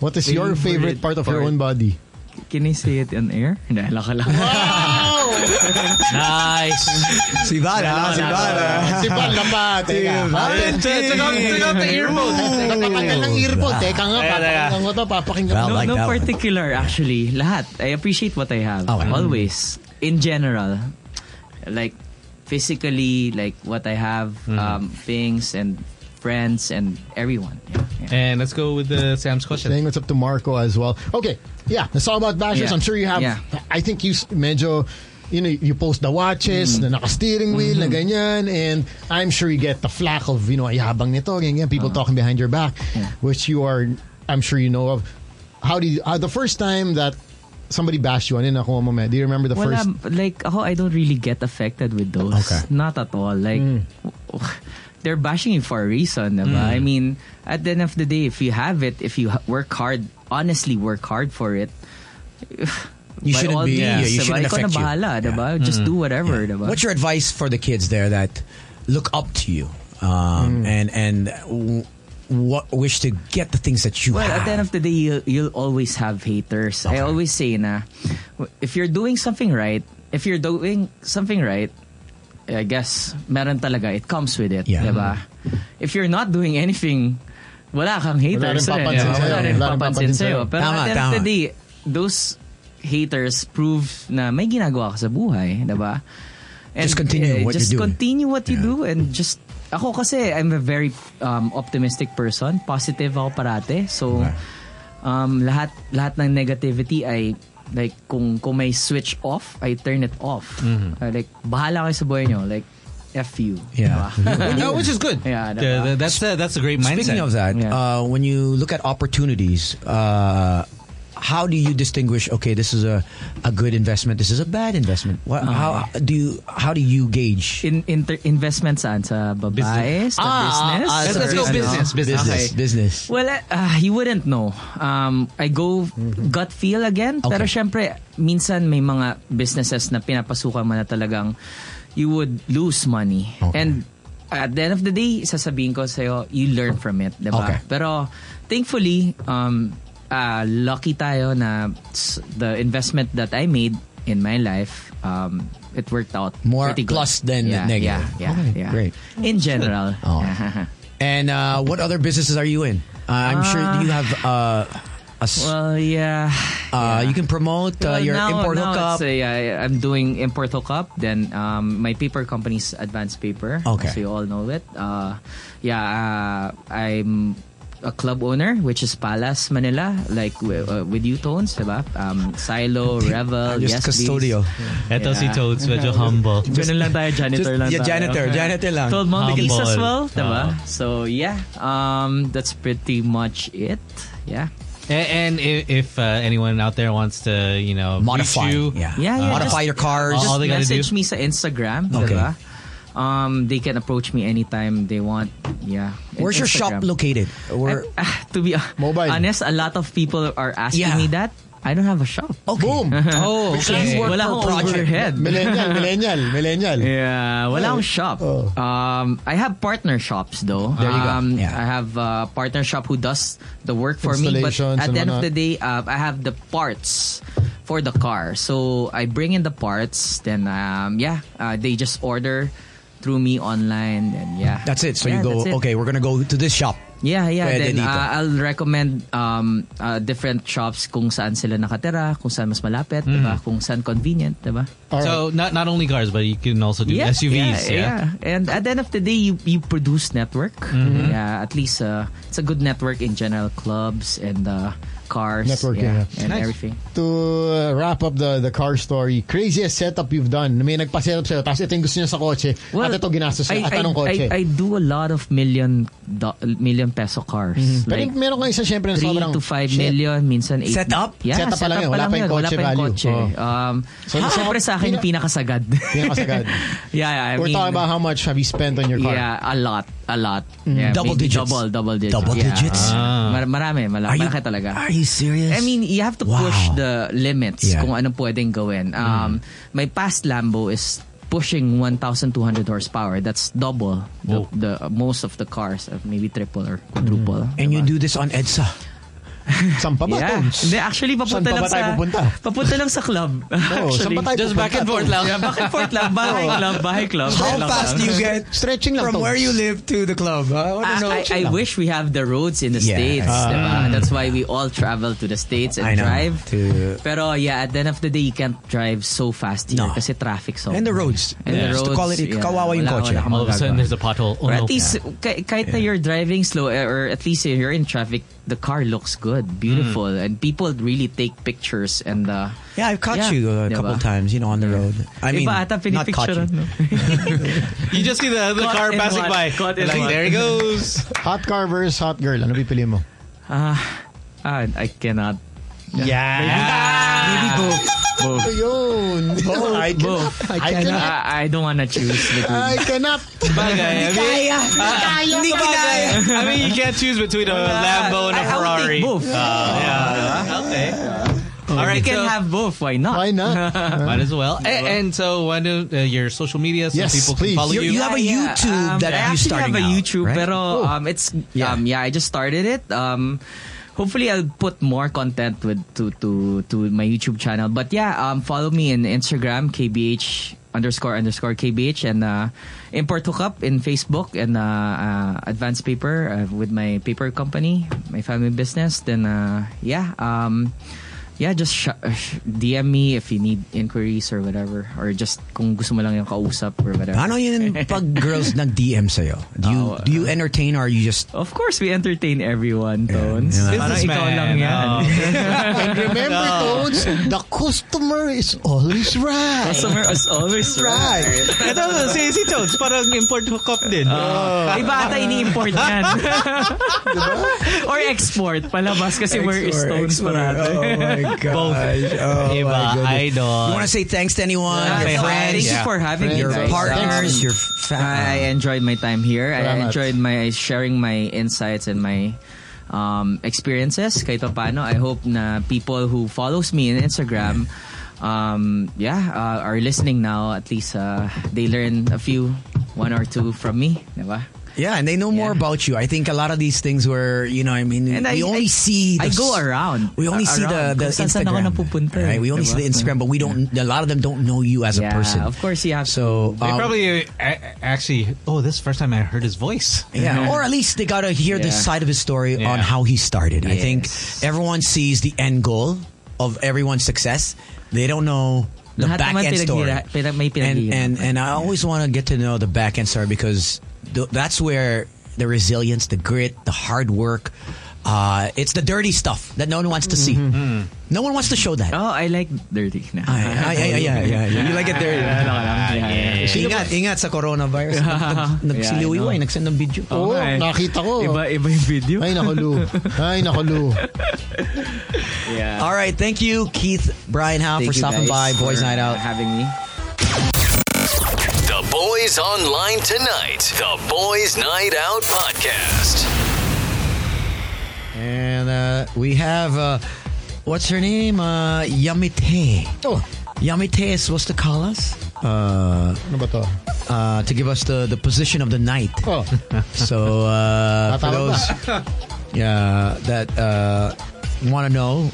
Speaker 6: What is your favorite part of your own body?
Speaker 5: Can I say it on air? Hindi, laka lang. Oh!
Speaker 12: nice.
Speaker 4: Si Bala, si ah. Bala.
Speaker 6: Si Bala pa. Teka.
Speaker 12: Check- check out- check out the earphone.
Speaker 6: Napakal ng earphone. Teka nga,
Speaker 12: Teka, teka.
Speaker 6: papakinggan ko to. Papakinggan ko.
Speaker 5: no, no particular actually. Lahat. I appreciate what I have. Always. In general. Like physically, like what I have,
Speaker 4: Hmm.
Speaker 5: um, things and friends and everyone.
Speaker 12: And let's go with
Speaker 5: uh,
Speaker 12: the Sam's question.
Speaker 6: Saying what's up to Marco as well. Okay, yeah, it's all about
Speaker 12: Yeah.
Speaker 6: bashers. I'm sure you have.
Speaker 12: Yeah.
Speaker 6: I think you s- medyo, you know, you post the watches,
Speaker 5: Mm-hmm.
Speaker 6: na naka-steering wheel, na ganyan, and I'm sure you get the flack of, you know, ay habang nito, ganyan, people
Speaker 5: Uh-huh.
Speaker 6: talking behind your back, which you are, I'm sure you know of. How do you, uh, the first time that somebody bashed you, ano yun, ako moment, do you remember the
Speaker 5: Wala,
Speaker 6: first?
Speaker 5: like ako, I don't really get affected with those.
Speaker 6: Okay.
Speaker 5: Not at all. Like,
Speaker 4: Hmm.
Speaker 5: they're bashing you for a reason, diba?
Speaker 12: Mm.
Speaker 5: I mean, at the end of the day, if you have it, if you ha- work hard, honestly work hard for it,
Speaker 4: You
Speaker 5: by
Speaker 4: shouldn't
Speaker 5: all
Speaker 4: be- yeah,
Speaker 5: means,
Speaker 4: you shouldn't
Speaker 5: diba? Ikaw na
Speaker 4: affect you.
Speaker 5: bahala, diba?
Speaker 4: Yeah.
Speaker 5: Just
Speaker 4: Mm.
Speaker 5: do whatever,
Speaker 4: Yeah.
Speaker 5: diba?
Speaker 4: What's your advice for the kids there that look up to you
Speaker 5: Mm.
Speaker 4: um, and and w- what wish to get the things that you
Speaker 5: Well,
Speaker 4: have?
Speaker 5: at the end of the day, you'll, you'll always have haters. I always say na, w- if you're doing something right, if you're doing something right, I guess, meron talaga, it comes with it,
Speaker 4: Yeah.
Speaker 5: diba? If you're not doing anything, wala kang haters.
Speaker 6: Wala rin papansin sa'yo. Wala rin
Speaker 5: eh. Wala rin papansin
Speaker 6: papansin
Speaker 5: sa'yo.
Speaker 6: sa'yo.
Speaker 5: Pero
Speaker 6: Tama,
Speaker 5: at the end of the
Speaker 6: tama.
Speaker 5: day, those haters prove na may ginagawa ka sa buhay, 'di ba? And,
Speaker 4: Just continue
Speaker 5: eh,
Speaker 4: what
Speaker 5: just
Speaker 4: you're doing.
Speaker 5: continue what you do and just ako kasi I'm a very um, optimistic person, positive ako parate. So
Speaker 4: Diba?
Speaker 5: um, lahat lahat ng negativity ay like kung kung may switch off, I turn it off.
Speaker 12: Mhm.
Speaker 4: Hmm.
Speaker 5: Uh, like bahala kayo sa buhay nyo, like F you.
Speaker 4: Yeah.
Speaker 5: diba?
Speaker 4: No, which is good.
Speaker 5: Yeah, diba?
Speaker 12: Yeah, that's the, that's a great mindset.
Speaker 4: Speaking of that, uh, when you look at opportunities, uh, how do you distinguish? Okay, this is a, a good investment. This is a bad investment. What,
Speaker 5: Okay.
Speaker 4: How uh, do you how do you gauge
Speaker 5: in, inter, investment saan sa babae,
Speaker 4: Business.
Speaker 5: sa
Speaker 4: Ah,
Speaker 5: business?
Speaker 4: ah, ah, Let's- let's go
Speaker 5: Ano?
Speaker 4: business, business, business.
Speaker 5: Well, uh, you wouldn't know. Um, I go
Speaker 4: Mm-hmm.
Speaker 5: gut feel again, pero syempre minsan may mga businesses na pinapasukan mo na talagang you would lose money. And at the end of the day, sasabihin ko sa'yo, you learn from it, di ba?
Speaker 4: Okay.
Speaker 5: Pero thankfully, um, ah, lucky tayo na s- the investment that I made in my life, um, it worked out
Speaker 4: more
Speaker 5: pretty good.
Speaker 4: plus than
Speaker 5: yeah,
Speaker 4: negative?
Speaker 5: Yeah, yeah,
Speaker 4: Okay,
Speaker 5: yeah.
Speaker 4: Great.
Speaker 5: In general.
Speaker 4: Oh. and uh, what other businesses are you in? Uh, I'm
Speaker 5: Ah.
Speaker 4: sure you have. Uh, a s-
Speaker 5: well, yeah.
Speaker 4: Uh, You can promote uh,
Speaker 5: Well,
Speaker 4: your
Speaker 5: now-
Speaker 4: import
Speaker 5: now
Speaker 4: hookup.
Speaker 5: it's a- I- I'm doing import hookup. Then um, my paper company's Advanced Paper.
Speaker 4: Okay.
Speaker 5: So you all know it. Uh, yeah, uh, I'm a club owner, which is Palace Manila, like wi- uh, with you Tones, diba? Um, Silo,
Speaker 4: I'm
Speaker 5: Revel,
Speaker 4: just
Speaker 5: Yes
Speaker 4: custodio.
Speaker 5: Please.
Speaker 12: Eto si Tones, medyo humble.
Speaker 5: Ganun lang tayo, janitor
Speaker 12: Just-
Speaker 5: lang
Speaker 12: yeah,
Speaker 5: tayo.
Speaker 12: janitor, janitor lang.
Speaker 5: 12
Speaker 12: Humble.
Speaker 5: month lease as well, diba?
Speaker 12: Oo.
Speaker 5: So yeah, um, that's pretty much it. Yeah.
Speaker 12: A- And, i- if uh, anyone out there wants to, you know, reach
Speaker 5: Modify,
Speaker 12: you,
Speaker 5: yeah. Yeah, yeah, just-
Speaker 12: All, all
Speaker 5: Just
Speaker 12: they gotta do.
Speaker 5: message me sa Instagram,
Speaker 12: Okay.
Speaker 5: diba? Um, they can approach me anytime they want. Yeah. ah,
Speaker 4: Where's your shop located? Where,
Speaker 5: to be Mobile. honest, a lot of people are asking
Speaker 4: Yeah.
Speaker 5: me that. I don't have a shop.
Speaker 4: Okay.
Speaker 5: Boom.
Speaker 6: Oh, okay.
Speaker 5: Wala akong overhead.
Speaker 6: Millennial, millennial, millennial. Oh.
Speaker 5: Yeah, wala akong shop. Um, I have partner shops though.
Speaker 6: There you go.
Speaker 5: Um,
Speaker 6: Yeah.
Speaker 5: I have a partner shop who does the work for me. But
Speaker 6: Installations
Speaker 5: at
Speaker 6: and
Speaker 5: the end of
Speaker 6: whatnot.
Speaker 5: the day, uh, I have the parts for the car. So I bring in the parts. Then um, yeah, uh, they just order through me online. And yeah,
Speaker 4: That's it. So
Speaker 5: Yeah,
Speaker 4: you
Speaker 5: that's it.
Speaker 4: go. Okay, we're gonna go to this shop.
Speaker 5: Yeah, yeah.
Speaker 4: Pwede
Speaker 5: then
Speaker 4: dito.
Speaker 5: uh, I'll recommend um, uh, different shops kung saan sila nakatira, kung saan mas malapit,
Speaker 12: Mm.
Speaker 5: diba? kung saan convenient, diba?
Speaker 12: So not not only cars, but you can also do SUVs. Yeah,
Speaker 5: And at the end of the day, you you produce network.
Speaker 12: Mhm.
Speaker 5: Yeah, at least uh, it's a good network in general, clubs and uh, cars,
Speaker 6: Networking,
Speaker 5: yeah,
Speaker 6: yeah.
Speaker 5: and
Speaker 6: Nice.
Speaker 5: everything.
Speaker 6: To uh, wrap up the the car story, craziest setup you've done. May nagpa-setup sa'yo, tapos ito yung gusto niya sa kotse, at ito ginastos
Speaker 5: I,
Speaker 6: niya, at
Speaker 5: I,
Speaker 6: anong kotse.
Speaker 5: I, I do a lot of million do- million peso cars.
Speaker 6: Mhm. Pero
Speaker 5: Like,
Speaker 6: meron kang isa syempre na
Speaker 5: 3
Speaker 6: sobrang
Speaker 5: to 5
Speaker 6: shit.
Speaker 5: million, minsan 8.
Speaker 6: Setup?
Speaker 5: Yeah,
Speaker 6: Setup pa lang yun, wala pa yung
Speaker 5: yun,
Speaker 6: kotse
Speaker 5: wala pa yung
Speaker 6: value.
Speaker 5: kotse.
Speaker 6: Oo.
Speaker 5: Um,
Speaker 6: So, nasa-
Speaker 5: Siyempre sa akin,
Speaker 6: pina-
Speaker 5: pinakasagad.
Speaker 6: Pinakasagad.
Speaker 5: yeah, yeah, I
Speaker 6: We're
Speaker 5: mean,
Speaker 6: talking about Ah, how much have you spent on your car?
Speaker 5: Yeah, a lot, a lot.
Speaker 6: Mm.
Speaker 5: Yeah,
Speaker 6: Double
Speaker 5: maybe
Speaker 6: digits.
Speaker 5: Double, double digits.
Speaker 6: Double
Speaker 5: yeah.
Speaker 6: digits? Ah.
Speaker 5: Mar- marami, mala-
Speaker 6: Are you-
Speaker 5: malaki talaga.
Speaker 4: Are you serious?
Speaker 5: I mean, you have to
Speaker 4: Wow.
Speaker 5: push the limits
Speaker 4: Yeah.
Speaker 5: kung ano pwedeng gawin. Um, My past Lambo is pushing 1,200 horsepower. That's double the, the uh, most of the cars, uh, maybe triple or quadruple.
Speaker 4: And Mm. you do Eh, this on EDSA.
Speaker 6: Saan pa
Speaker 5: Yeah. Hindi, actually, papunta lang sa... Papunta lang sa club.
Speaker 4: Oh,
Speaker 6: saan
Speaker 5: Actually,
Speaker 6: ba tayo
Speaker 5: just back and forth lang. Yeah, back and forth lang. Bahay
Speaker 4: Oo.
Speaker 5: club, bahay club.
Speaker 4: How
Speaker 5: bahay lang
Speaker 4: fast do
Speaker 5: club.
Speaker 4: you get
Speaker 6: stretching
Speaker 4: from where you live to the club? Ah, I wanna know.
Speaker 5: I, I, I wish we have the roads in the
Speaker 4: Yes.
Speaker 5: states. diba?
Speaker 4: Ah.
Speaker 5: That's why we all travel to the states and
Speaker 4: I know.
Speaker 5: drive.
Speaker 4: To-
Speaker 5: Pero yeah, at the end of the day, you can't drive so fast here kasi traffic so.
Speaker 4: And the roads.
Speaker 5: And the
Speaker 4: Yeah. Just
Speaker 5: roads.
Speaker 4: the quality.
Speaker 5: yeah,
Speaker 4: Kawawa yung
Speaker 5: wala-
Speaker 4: kotse.
Speaker 5: wala kang
Speaker 12: All of a sudden,
Speaker 5: magagawa.
Speaker 12: there's a pothole. Oh,
Speaker 5: Or at
Speaker 12: no.
Speaker 5: least kah- kahit na you're driving slow eh, or at least if you're in traffic, the car looks good, beautiful,
Speaker 12: Hmm.
Speaker 5: and people really take pictures and uh,
Speaker 4: Yeah, I've caught
Speaker 5: Yeah.
Speaker 4: you a
Speaker 5: Diba?
Speaker 4: couple times, you know, on the road. I mean,
Speaker 5: Iba ata
Speaker 4: not caught you.
Speaker 5: pinipicturean, no?
Speaker 12: you just see the, the
Speaker 5: Caught
Speaker 12: car
Speaker 5: in
Speaker 12: passing
Speaker 5: one.
Speaker 12: by.
Speaker 5: Caught in
Speaker 12: Like,
Speaker 5: one.
Speaker 12: there he goes.
Speaker 6: Hot car versus hot girl. Ano pipili mo?
Speaker 5: Ah, ah, I cannot.
Speaker 6: Yeah.
Speaker 5: Maybe both. Both.
Speaker 6: Ayun. Both. I cannot.
Speaker 5: Both.
Speaker 6: I cannot.
Speaker 5: I, I don't wanna choose between.
Speaker 6: I cannot.
Speaker 12: Bagay. I mean, ah,
Speaker 6: Hindi
Speaker 12: bagay. I mean, you can't choose between a
Speaker 5: Oh
Speaker 12: Lambo and a Ferrari.
Speaker 5: both.
Speaker 12: Ah, yeah. Okay. All right,
Speaker 5: Oh, you can
Speaker 12: so-
Speaker 5: have both. Why not?
Speaker 6: Why not?
Speaker 12: Might as well. A- And, so, why do uh, your social media so people can follow you?
Speaker 5: Yeah, yeah. Um, I actually have a YouTube,
Speaker 12: right?
Speaker 5: pero um, it's yeah. um, yeah, I just started it. Um, hopefully, I'll put more content with to to to my YouTube channel. But yeah, um, follow me in Instagram kbh underscore underscore kbh and uh, import hookup in Facebook and uh, uh, advanced paper uh, with my paper company, my family business. Then uh, yeah. Um, yeah, just sh- sh- DM me if you need inquiries or whatever. Or just kung gusto mo lang yung kausap or whatever.
Speaker 4: Ano yun pag girls nag-DM sa'yo? Do you, do you entertain or you just...
Speaker 5: Oh. Of course, we entertain everyone, Tones.
Speaker 4: yeah.
Speaker 5: Parang ikaw
Speaker 4: Businessman,
Speaker 5: lang yan.
Speaker 4: oh.
Speaker 6: And remember,
Speaker 5: Oh.
Speaker 6: Toads, the customer is always right.
Speaker 5: Customer is always right.
Speaker 3: Ito, si, si Toads, parang import hookup din.
Speaker 5: Oh. Iba ata ini-import yan. Or export, palabas kasi we're stones parati.
Speaker 4: Both. Oh
Speaker 5: Diba?
Speaker 3: Iba, idol.
Speaker 4: You want to say thanks to anyone?
Speaker 5: Uh, Yeah,
Speaker 4: your
Speaker 5: thank-
Speaker 4: friends?
Speaker 5: Thank you for having me.
Speaker 4: Your
Speaker 5: guys.
Speaker 4: partners?
Speaker 5: Um,
Speaker 4: Your
Speaker 5: I enjoyed my time here. I
Speaker 4: Salamat.
Speaker 5: enjoyed my sharing my insights and my um, experiences. Kahit pa paano, I hope na people who follows me in Instagram, um, yeah, uh, are listening now. At least uh, they learn a few, one or two from me. Diba?
Speaker 4: Yeah, and they know more about you. I think a lot of these things were, you know, I mean,
Speaker 5: And
Speaker 4: we
Speaker 5: I-
Speaker 4: only
Speaker 5: I-
Speaker 4: see.
Speaker 5: I
Speaker 4: the-
Speaker 5: go around.
Speaker 4: We only
Speaker 5: A-
Speaker 4: see the
Speaker 5: around.
Speaker 4: the
Speaker 5: Kung saan saan ako
Speaker 4: Instagram.
Speaker 5: napupunta eh,
Speaker 4: right? We only see
Speaker 5: diba?
Speaker 4: the Instagram, but we don't. A lot of them don't know you as a
Speaker 5: Yeah,
Speaker 4: person.
Speaker 5: of course, you have
Speaker 4: So
Speaker 3: They
Speaker 4: um,
Speaker 3: probably uh, a- actually. Oh, this is the first time I heard his voice.
Speaker 5: Mm-hmm.
Speaker 4: Yeah, or at least they got to hear the
Speaker 3: Yeah.
Speaker 4: side of his story on how he started. I think everyone sees the end goal of everyone's success. They don't know the
Speaker 5: Lahat
Speaker 4: back
Speaker 5: naman
Speaker 4: end story.
Speaker 5: pinaghira- pina- may
Speaker 4: And
Speaker 5: pinaghihirapan.
Speaker 4: and and I always want to get to know the back end story because th- that's where the resilience, the grit, the hard work. Uh, it's the dirty stuff that no one wants to see. No one wants to show that.
Speaker 5: Mm-hmm. Oh, I like dirty.
Speaker 4: I, I-
Speaker 5: Nah.
Speaker 4: I- yeah, yeah, yeah. You like it dirty.
Speaker 5: Yeah, ano ka lang. Yeah, yeah, yeah.
Speaker 4: Ingat, ingat sa coronavirus. Nag- nag-
Speaker 5: Yeah,
Speaker 4: Nagsiliw
Speaker 5: I know.
Speaker 4: yeah, nagsend ng video.
Speaker 6: Oo, eh. nakita ko.
Speaker 5: Iba-iba yung video.
Speaker 6: Ay, naku, Lou. Ay, naku, Lou.
Speaker 5: Yeah.
Speaker 4: All right, thank you, Keith Brian Howe, for
Speaker 5: Thank you
Speaker 4: stopping by
Speaker 5: guys
Speaker 4: Boys
Speaker 5: for
Speaker 4: Night Out.
Speaker 5: Having me.
Speaker 1: The Boys Online Tonight. The Boys Night Out Podcast.
Speaker 4: And uh, we have, uh, what's her name? Uh, Yamite.
Speaker 6: Oh.
Speaker 4: Yamite is supposed to call us uh,
Speaker 6: Ano ba to?
Speaker 4: uh, to give us the, the position of the night.
Speaker 6: Oh.
Speaker 4: So, uh, for
Speaker 6: Tatawag
Speaker 4: those yeah, that uh, want to know,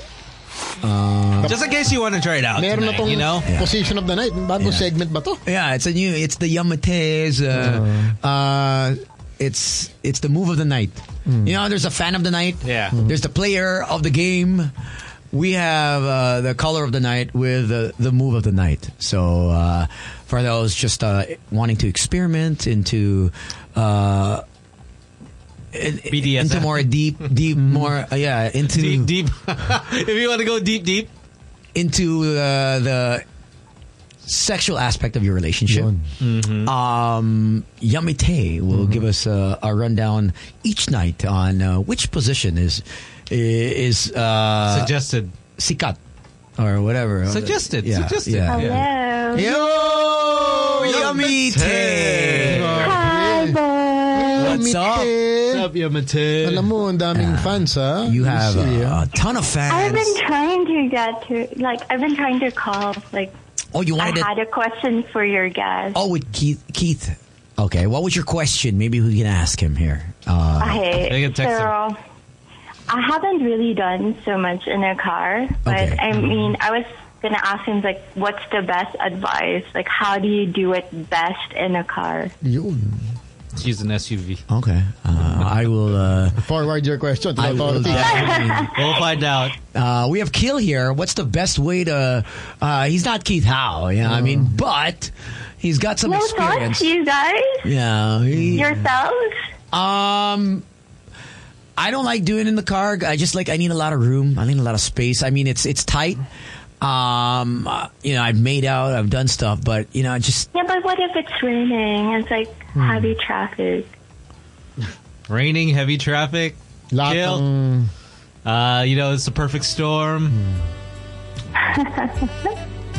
Speaker 4: uh,
Speaker 3: Just in case you want to try it out,
Speaker 6: Meron na
Speaker 3: tonight,
Speaker 6: tong
Speaker 3: you know.
Speaker 6: position of the night. Bagong
Speaker 4: Yeah.
Speaker 6: segment ba to?
Speaker 4: Yeah, it's a new. It's the Yamate's. Uh, uh, it's it's the move of the night.
Speaker 6: Hmm.
Speaker 4: You know, there's a fan of the night.
Speaker 3: Yeah.
Speaker 4: There's the player of the game. We have uh, the color of the night with uh, the move of the night. So uh, for those just uh, wanting to experiment into. Uh, in-
Speaker 3: BDSM.
Speaker 4: into more deep, deep, more uh, yeah, into
Speaker 3: Mm-hmm. Deep, deep. if you want to go deep, deep.
Speaker 4: into uh, the sexual aspect of your relationship.
Speaker 3: Mm-hmm.
Speaker 4: Um, Yamite will give us a, a rundown each night on uh, which position is is uh,
Speaker 3: Suggested.
Speaker 4: sikat or whatever.
Speaker 3: Suggested,
Speaker 4: Yeah,
Speaker 3: suggested.
Speaker 4: yeah.
Speaker 13: Hello.
Speaker 4: Yo, Yamite.
Speaker 13: Hi, boys.
Speaker 4: What's up?
Speaker 6: Mite. Alam mo, ang daming fans, ha?
Speaker 4: You have
Speaker 6: see,
Speaker 4: a,
Speaker 6: ah.
Speaker 4: a ton of
Speaker 13: I've
Speaker 4: fans.
Speaker 13: been trying to get to, like, I've been trying to call. Like,
Speaker 4: Oh, you
Speaker 13: I
Speaker 4: wanted
Speaker 13: had
Speaker 4: to?
Speaker 13: a question for your guys.
Speaker 4: Oh, with Keith. Keith. Okay, what was your question? Maybe we can ask him here. Uh,
Speaker 3: They
Speaker 13: Okay,
Speaker 3: can text
Speaker 13: so I haven't really done so much in a car, but
Speaker 4: Okay.
Speaker 13: I mean, I was gonna ask him like, what's the best advice? Like, how do you do it best in a car?
Speaker 6: Yun.
Speaker 3: He's an SUV.
Speaker 4: Okay, uh, I will. Uh,
Speaker 6: Forward your question to
Speaker 4: I will
Speaker 6: authority.
Speaker 4: definitely-
Speaker 3: We'll find out.
Speaker 4: Uh, we have Kill here. What's the best way to? Uh, he's not Keith Howe, yeah.
Speaker 3: Uh-huh.
Speaker 4: I mean, but he's got some
Speaker 13: No thoughts,
Speaker 4: experience.
Speaker 13: you guys,
Speaker 4: Yeah. he-
Speaker 13: yourselves.
Speaker 4: um, I don't like doing it in the car. I just like I need a lot of room. I need a lot of space. I mean, it's it's tight. Um, uh, you know, I've made out. I've done stuff, but you know, I just
Speaker 13: Yeah, but what if it's raining? It's like heavy traffic.
Speaker 3: Raining, heavy traffic.
Speaker 6: Lahat
Speaker 3: Kill.
Speaker 6: ng-
Speaker 3: Uh, you know, it's the perfect storm.
Speaker 4: Hmm.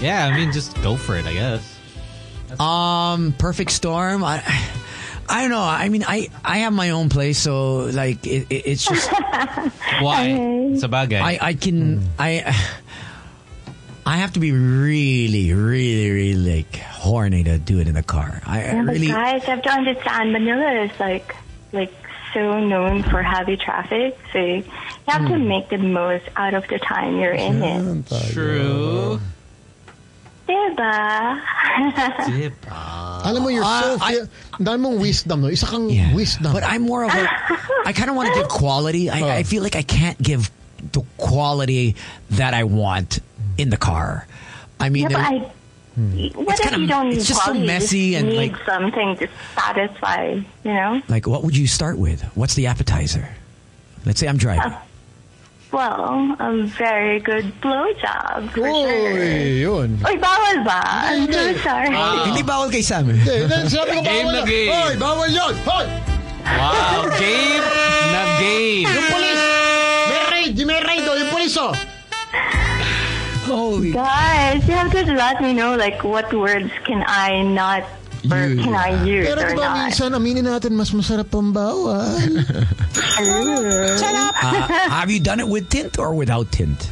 Speaker 3: yeah, I mean, just go for it, I guess.
Speaker 4: Um, perfect storm. I, I don't know. I mean, I I have my own place, so like it, it, it's just
Speaker 3: Why? It's a eh? bagay.
Speaker 4: I I can I. I have to be really, really, really like horny to do it in the car. I I
Speaker 13: Yeah, but
Speaker 4: really,
Speaker 13: guys, you have to understand Manila is like like so known for heavy traffic, so you have to make the most out of the time you're in it.
Speaker 3: True.
Speaker 13: Diba?
Speaker 6: Alam mo, you're so...
Speaker 4: Ah, I-
Speaker 6: fi- Ang dami mong wisdom, no? Isa kang
Speaker 4: Yeah.
Speaker 6: wisdom.
Speaker 4: But I'm more of a. I kind of want to give quality. I, I feel like I can't give the quality that I want in the car. I mean,
Speaker 13: yeah, but
Speaker 4: there-
Speaker 13: I, what if
Speaker 4: kinda-
Speaker 13: you don't need
Speaker 4: it's just so
Speaker 13: quality? You
Speaker 4: messy
Speaker 13: just
Speaker 4: and,
Speaker 13: need
Speaker 4: like-
Speaker 13: something to satisfy, you know?
Speaker 4: like, what would you start with? What's the appetizer? Let's say I'm
Speaker 13: Oh.
Speaker 4: driving.
Speaker 13: Well, a very good blowjob for sure.
Speaker 6: Uy, yun.
Speaker 13: Oy, bawal ba? I'm so sorry.
Speaker 4: Hindi bawal kay Sam.
Speaker 6: Hindi, hindi, sinabi ko
Speaker 13: Game
Speaker 6: bawal
Speaker 13: na
Speaker 6: yun.
Speaker 13: game.
Speaker 6: Hoy, bawal yun! Hoy!
Speaker 12: Wow, game na game.
Speaker 6: Yung polis! May raid! Yung may raid, oh, yung polis, oh!
Speaker 4: Holy
Speaker 13: Guys, you have to let me know like what words can I not or can I use
Speaker 6: Pero
Speaker 13: or
Speaker 6: diba
Speaker 13: not.
Speaker 6: minsan, aminin natin, mas masarap ang bawal.
Speaker 13: Shut
Speaker 4: Uh, have you done it with tint or without tint?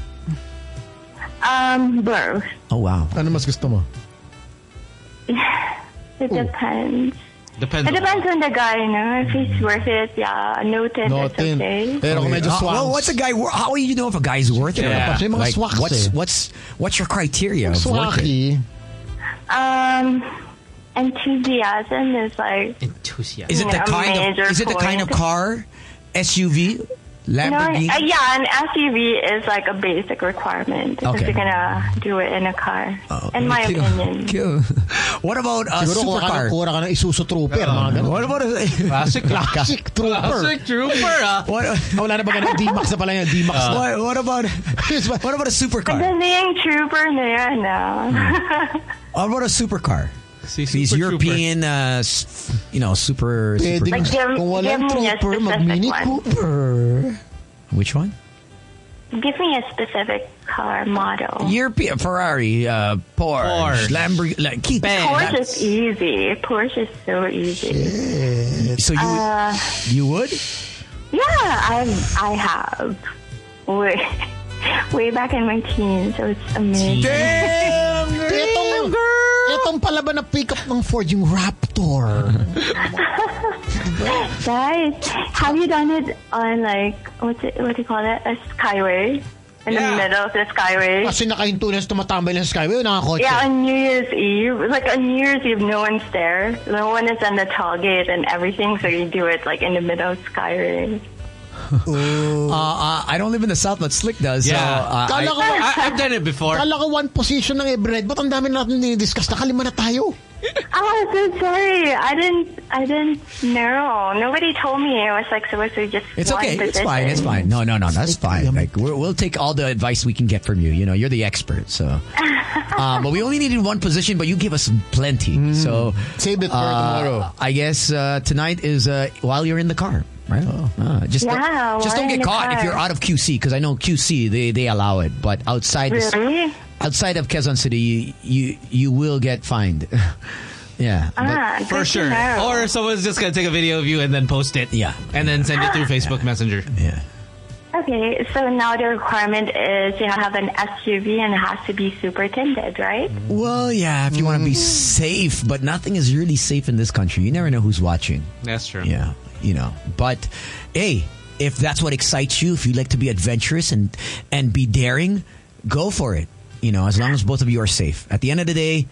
Speaker 13: um, bro,
Speaker 4: Oh wow.
Speaker 6: Ano mas gusto mo?
Speaker 4: Oh.
Speaker 13: it depends.
Speaker 12: Depends.
Speaker 13: It depends on the guy, you know. If he's worth it, yeah, no tint,
Speaker 4: No
Speaker 13: it's
Speaker 4: tint.
Speaker 13: okay.
Speaker 4: Pero kung medyo swamps. Uh, Well, what's a guy wor- how do you know if a guy's worth it? or
Speaker 6: Yeah.
Speaker 4: not?
Speaker 6: Kasi mga
Speaker 4: Like,
Speaker 6: swaks
Speaker 4: what's
Speaker 6: eh.
Speaker 4: what's what's your criteria of worth it?
Speaker 6: Swaki.
Speaker 13: Um, enthusiasm is like
Speaker 12: Enthusiasm.
Speaker 4: Is it the
Speaker 13: A
Speaker 4: kind
Speaker 13: major
Speaker 4: of is it the kind of
Speaker 13: point.
Speaker 4: car? SUV?
Speaker 13: you know,
Speaker 4: Lamborghini?
Speaker 13: uh, yeah, an SUV is like a basic requirement if
Speaker 4: Okay.
Speaker 13: you're gonna do it in a car.
Speaker 4: Oh,
Speaker 13: in my
Speaker 4: cute.
Speaker 13: opinion.
Speaker 4: Cute. What about uh, a
Speaker 6: Siguro kuha ka,
Speaker 4: supercar?
Speaker 6: ng- kuha ka ng Isuzu Trooper. mga ganun.
Speaker 4: What about a
Speaker 12: classic
Speaker 6: Classic Trooper.
Speaker 12: Classic trooper, ah.
Speaker 4: What,
Speaker 6: Ah, wala na ba ganun? D-Max na pala yan. D-Max na.
Speaker 4: what, what about what about a supercar?
Speaker 13: The name Trooper na yan, ah.
Speaker 4: Hmm. Oh, What about a supercar? These
Speaker 12: super
Speaker 4: European, uh, s- you know, super.
Speaker 6: Pwede
Speaker 4: supercar.
Speaker 13: Like, give,
Speaker 6: Kung walang
Speaker 13: give me a
Speaker 6: Trooper, mag
Speaker 13: specific
Speaker 6: Mini
Speaker 13: one.
Speaker 6: Cooper.
Speaker 4: Which one?
Speaker 13: Give me a specific car model.
Speaker 4: European Ferrari, uh, Porsche,
Speaker 12: Porsche.
Speaker 4: Lamborghini, like, keep
Speaker 13: Porsche is easy. Porsche is so easy.
Speaker 4: So you
Speaker 13: Uh,
Speaker 4: you would?
Speaker 13: yeah, I've I have. Way, way back in my teens, so it's amazing.
Speaker 4: Damn,
Speaker 6: Itong, itong palaban na pickup ng Ford, yung Raptor.
Speaker 13: Guys, have you done it on like what's it? What do you call it? A skyway in the middle of the skyway.
Speaker 6: Kasi nakahinto na tumatambay na sa skyway, yung
Speaker 4: Ah,
Speaker 6: nakakotse.
Speaker 13: Yeah, on New Year's Eve. Like on New Year's Eve, no one's there. No one is on the toll gate and everything, so you do it like in the middle of skyway.
Speaker 4: Uh, uh, I don't live in the south, but Slick does.
Speaker 12: Yeah.
Speaker 4: So, uh,
Speaker 6: Kala
Speaker 4: I,
Speaker 6: ko,
Speaker 12: I, I've done it before.
Speaker 6: kala ko one position ng Everett. Ba't ang dami natin dinidiscuss? Nakalima na tayo.
Speaker 13: Oh, I'm so sorry. I didn't. I didn't know. Nobody told me. It was like supposed to be just.
Speaker 4: it's
Speaker 13: one
Speaker 4: okay. It's
Speaker 13: position.
Speaker 4: fine. It's fine. No, no, no. That's fine. Like we're, we'll take all the advice we can get from you. You know, you're the expert. So, uh, but we only needed one position, but you give us plenty. So
Speaker 6: Hmm. Save it for
Speaker 4: uh,
Speaker 6: tomorrow.
Speaker 4: I guess uh, tonight is uh, while you're in the car, right?
Speaker 6: Oh.
Speaker 4: Uh, just
Speaker 13: Yeah,
Speaker 4: don't, just don't
Speaker 13: while in
Speaker 4: get
Speaker 13: the
Speaker 4: caught if
Speaker 13: car.
Speaker 4: you're out of QC because I know QC they, they allow it, but outside the c-
Speaker 13: Really?
Speaker 4: outside of Quezon City, you you, you will get fined. yeah,
Speaker 13: Ah, good
Speaker 12: For
Speaker 13: to
Speaker 12: sure.
Speaker 13: know.
Speaker 12: Or someone's just going to take a video of you and then post it.
Speaker 4: Yeah.
Speaker 12: And then send it through
Speaker 13: Ah.
Speaker 12: Facebook Messenger.
Speaker 4: yeah.
Speaker 13: Okay, so now the requirement is you have an SUV and it has to be super tinted, right?
Speaker 4: Well, yeah, if you want to be
Speaker 6: Mm-hmm.
Speaker 4: safe, but nothing is really safe in this country. You never know who's watching.
Speaker 12: That's true.
Speaker 4: Yeah, you know. But hey, if that's what excites you, if you like to be adventurous and and be daring, go for it. You know, as long as both of you are safe. At the end of the day,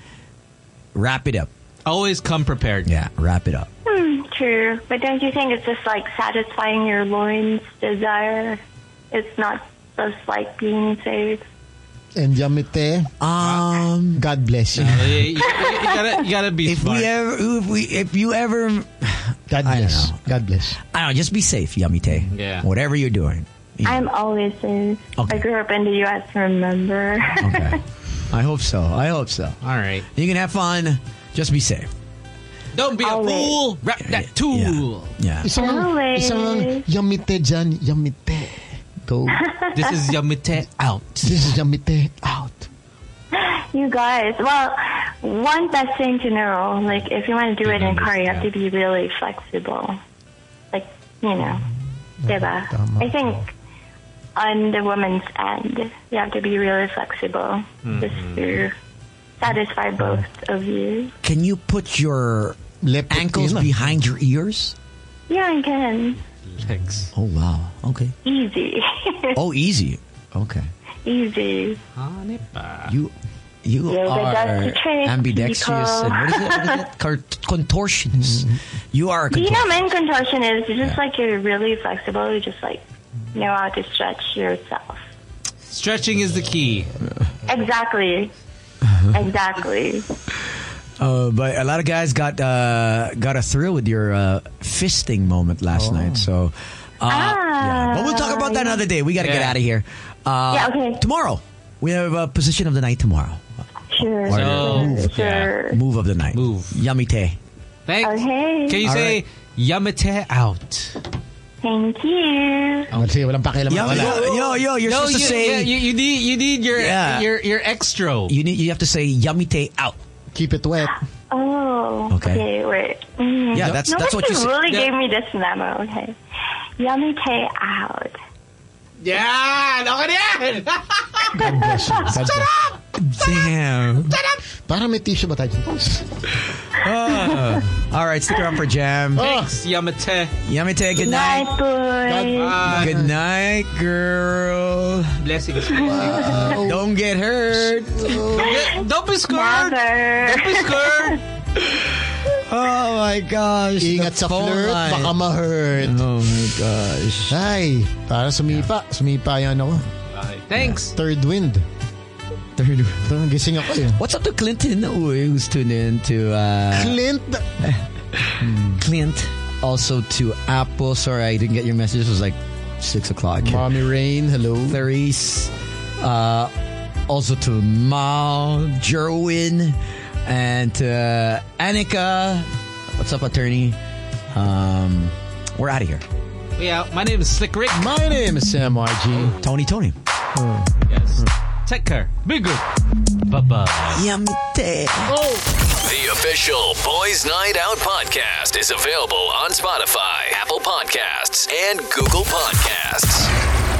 Speaker 4: wrap it up.
Speaker 12: Always come prepared.
Speaker 4: Yeah, wrap it up.
Speaker 13: Hmm, true. But don't you think it's just like satisfying your loins desire? It's not just like being safe.
Speaker 6: And Yamite,
Speaker 4: Um,
Speaker 6: God bless you.
Speaker 12: You, you- you gotta, you gotta be
Speaker 4: if
Speaker 12: smart.
Speaker 4: we ever, if we, if you ever,
Speaker 6: God
Speaker 4: I
Speaker 6: bless.
Speaker 4: know.
Speaker 6: God bless.
Speaker 4: I don't know, just be safe, Yamite.
Speaker 12: Yeah.
Speaker 4: Whatever you're doing. You know.
Speaker 13: I'm always safe.
Speaker 4: Okay.
Speaker 13: I grew up in the U.S., remember?
Speaker 4: okay. I hope so. I hope so.
Speaker 12: All right.
Speaker 4: You can have fun. Just be safe.
Speaker 12: Don't be a
Speaker 13: Always.
Speaker 12: fool. Wrap that tool.
Speaker 4: Yeah.
Speaker 6: Isang,
Speaker 13: Always.
Speaker 6: isang Yamite dyan. Yamite. Go.
Speaker 12: This is Yamite out.
Speaker 6: This is Yamite out.
Speaker 13: you guys, well, one best thing to know, like if you want to do it in car, you have to be really flexible. Like, you know, diba? I think on the woman's end, you have to be really flexible
Speaker 4: Mm-hmm.
Speaker 13: just to satisfy both of you.
Speaker 4: Can you put your
Speaker 6: Left foot
Speaker 4: ankles
Speaker 6: yun lang.
Speaker 4: behind your ears?
Speaker 13: Yeah, I can.
Speaker 12: Legs.
Speaker 4: Oh wow. Okay.
Speaker 13: Easy.
Speaker 4: Oh, easy. Okay.
Speaker 13: Easy.
Speaker 4: You you
Speaker 13: Yoga
Speaker 4: are
Speaker 13: does the trick,
Speaker 4: ambidextrous
Speaker 13: people.
Speaker 4: and what is it? What is it? Cor- contortionist. You are a
Speaker 13: Do you know
Speaker 4: contortionist.
Speaker 13: main contortion is? You're just
Speaker 4: Yeah.
Speaker 13: like you're really flexible. You just like know how to stretch yourself.
Speaker 12: Stretching is the key.
Speaker 6: Oh.
Speaker 13: Exactly. Exactly.
Speaker 4: Uh, but a lot of guys got uh, got a thrill with your uh, fisting moment last night. So, uh, yeah. but we'll talk about that another day. We got to get
Speaker 9: Yeah.
Speaker 4: out of here. Uh,
Speaker 13: Ah. Yeah, okay.
Speaker 4: Tomorrow we have a position of the night tomorrow.
Speaker 13: Sure.
Speaker 4: Or move,
Speaker 13: sure.
Speaker 4: move of the night. Move. Yummy tay.
Speaker 13: Oh,
Speaker 12: Thanks.
Speaker 13: Okay.
Speaker 12: Can you
Speaker 4: All
Speaker 12: say
Speaker 4: right.
Speaker 12: Yamete out?
Speaker 13: Thank you.
Speaker 6: Oh, sige, walang pakialam.
Speaker 4: Yummy-
Speaker 6: Wala.
Speaker 4: Yo, yo, you're
Speaker 12: no,
Speaker 4: supposed to
Speaker 12: you,
Speaker 4: say-
Speaker 12: yeah, you, you need you need your
Speaker 4: Yeah.
Speaker 12: your your extra.
Speaker 4: You need. You have to say yummy tay out.
Speaker 6: Keep it wet.
Speaker 13: Oh.
Speaker 4: Okay.
Speaker 13: Okay. wait. Mm.
Speaker 4: Yeah, that's-
Speaker 13: Nobody
Speaker 4: that's what you said.
Speaker 13: really
Speaker 4: Yeah.
Speaker 13: gave me this memo. Okay. Yummy K out.
Speaker 12: Yan! Okay na yan!
Speaker 6: God bless you. God bless.
Speaker 4: Damn.
Speaker 6: Parang may tissue ba tayo?
Speaker 4: Ah. all right, stick around for jam.
Speaker 12: Thanks, Yamete.
Speaker 4: Yummy tay. Good night.
Speaker 13: boy.
Speaker 12: Bye.
Speaker 4: Good night, girl.
Speaker 12: Blessings. blessings.
Speaker 4: Don't get hurt.
Speaker 12: Don't- Don't be scared.
Speaker 13: Never.
Speaker 12: Don't be scared.
Speaker 4: Oh my gosh.
Speaker 6: Ingat sa
Speaker 4: the phone
Speaker 6: flirt,
Speaker 4: line.
Speaker 6: baka ma-hurt.
Speaker 4: Oh my gosh.
Speaker 6: Ay, para sumipa. Sumipa yan ako.
Speaker 12: Thanks.
Speaker 6: Third wind. Third wind. gising ako eh.
Speaker 4: What's up to Clinton Uy, who's tuned in to uh,
Speaker 6: Clint!
Speaker 4: Clint? Also to Apple. Sorry, I didn't get your message. It was like 6 o'clock.
Speaker 6: Mommy Rain, hello.
Speaker 4: Clarice. Uh, also to Mal, Jerwin, and to Annika. What's up, attorney? Um, we're out of here.
Speaker 12: Yeah, my name is Slick Rick.
Speaker 6: My name is Sam RG.
Speaker 4: Tony, Tony.
Speaker 12: Yes. Take care. Be good. Bye bye.
Speaker 4: Yamite.
Speaker 1: The official Boys Night Out podcast is available on Spotify, Apple Podcasts, and Google Podcasts.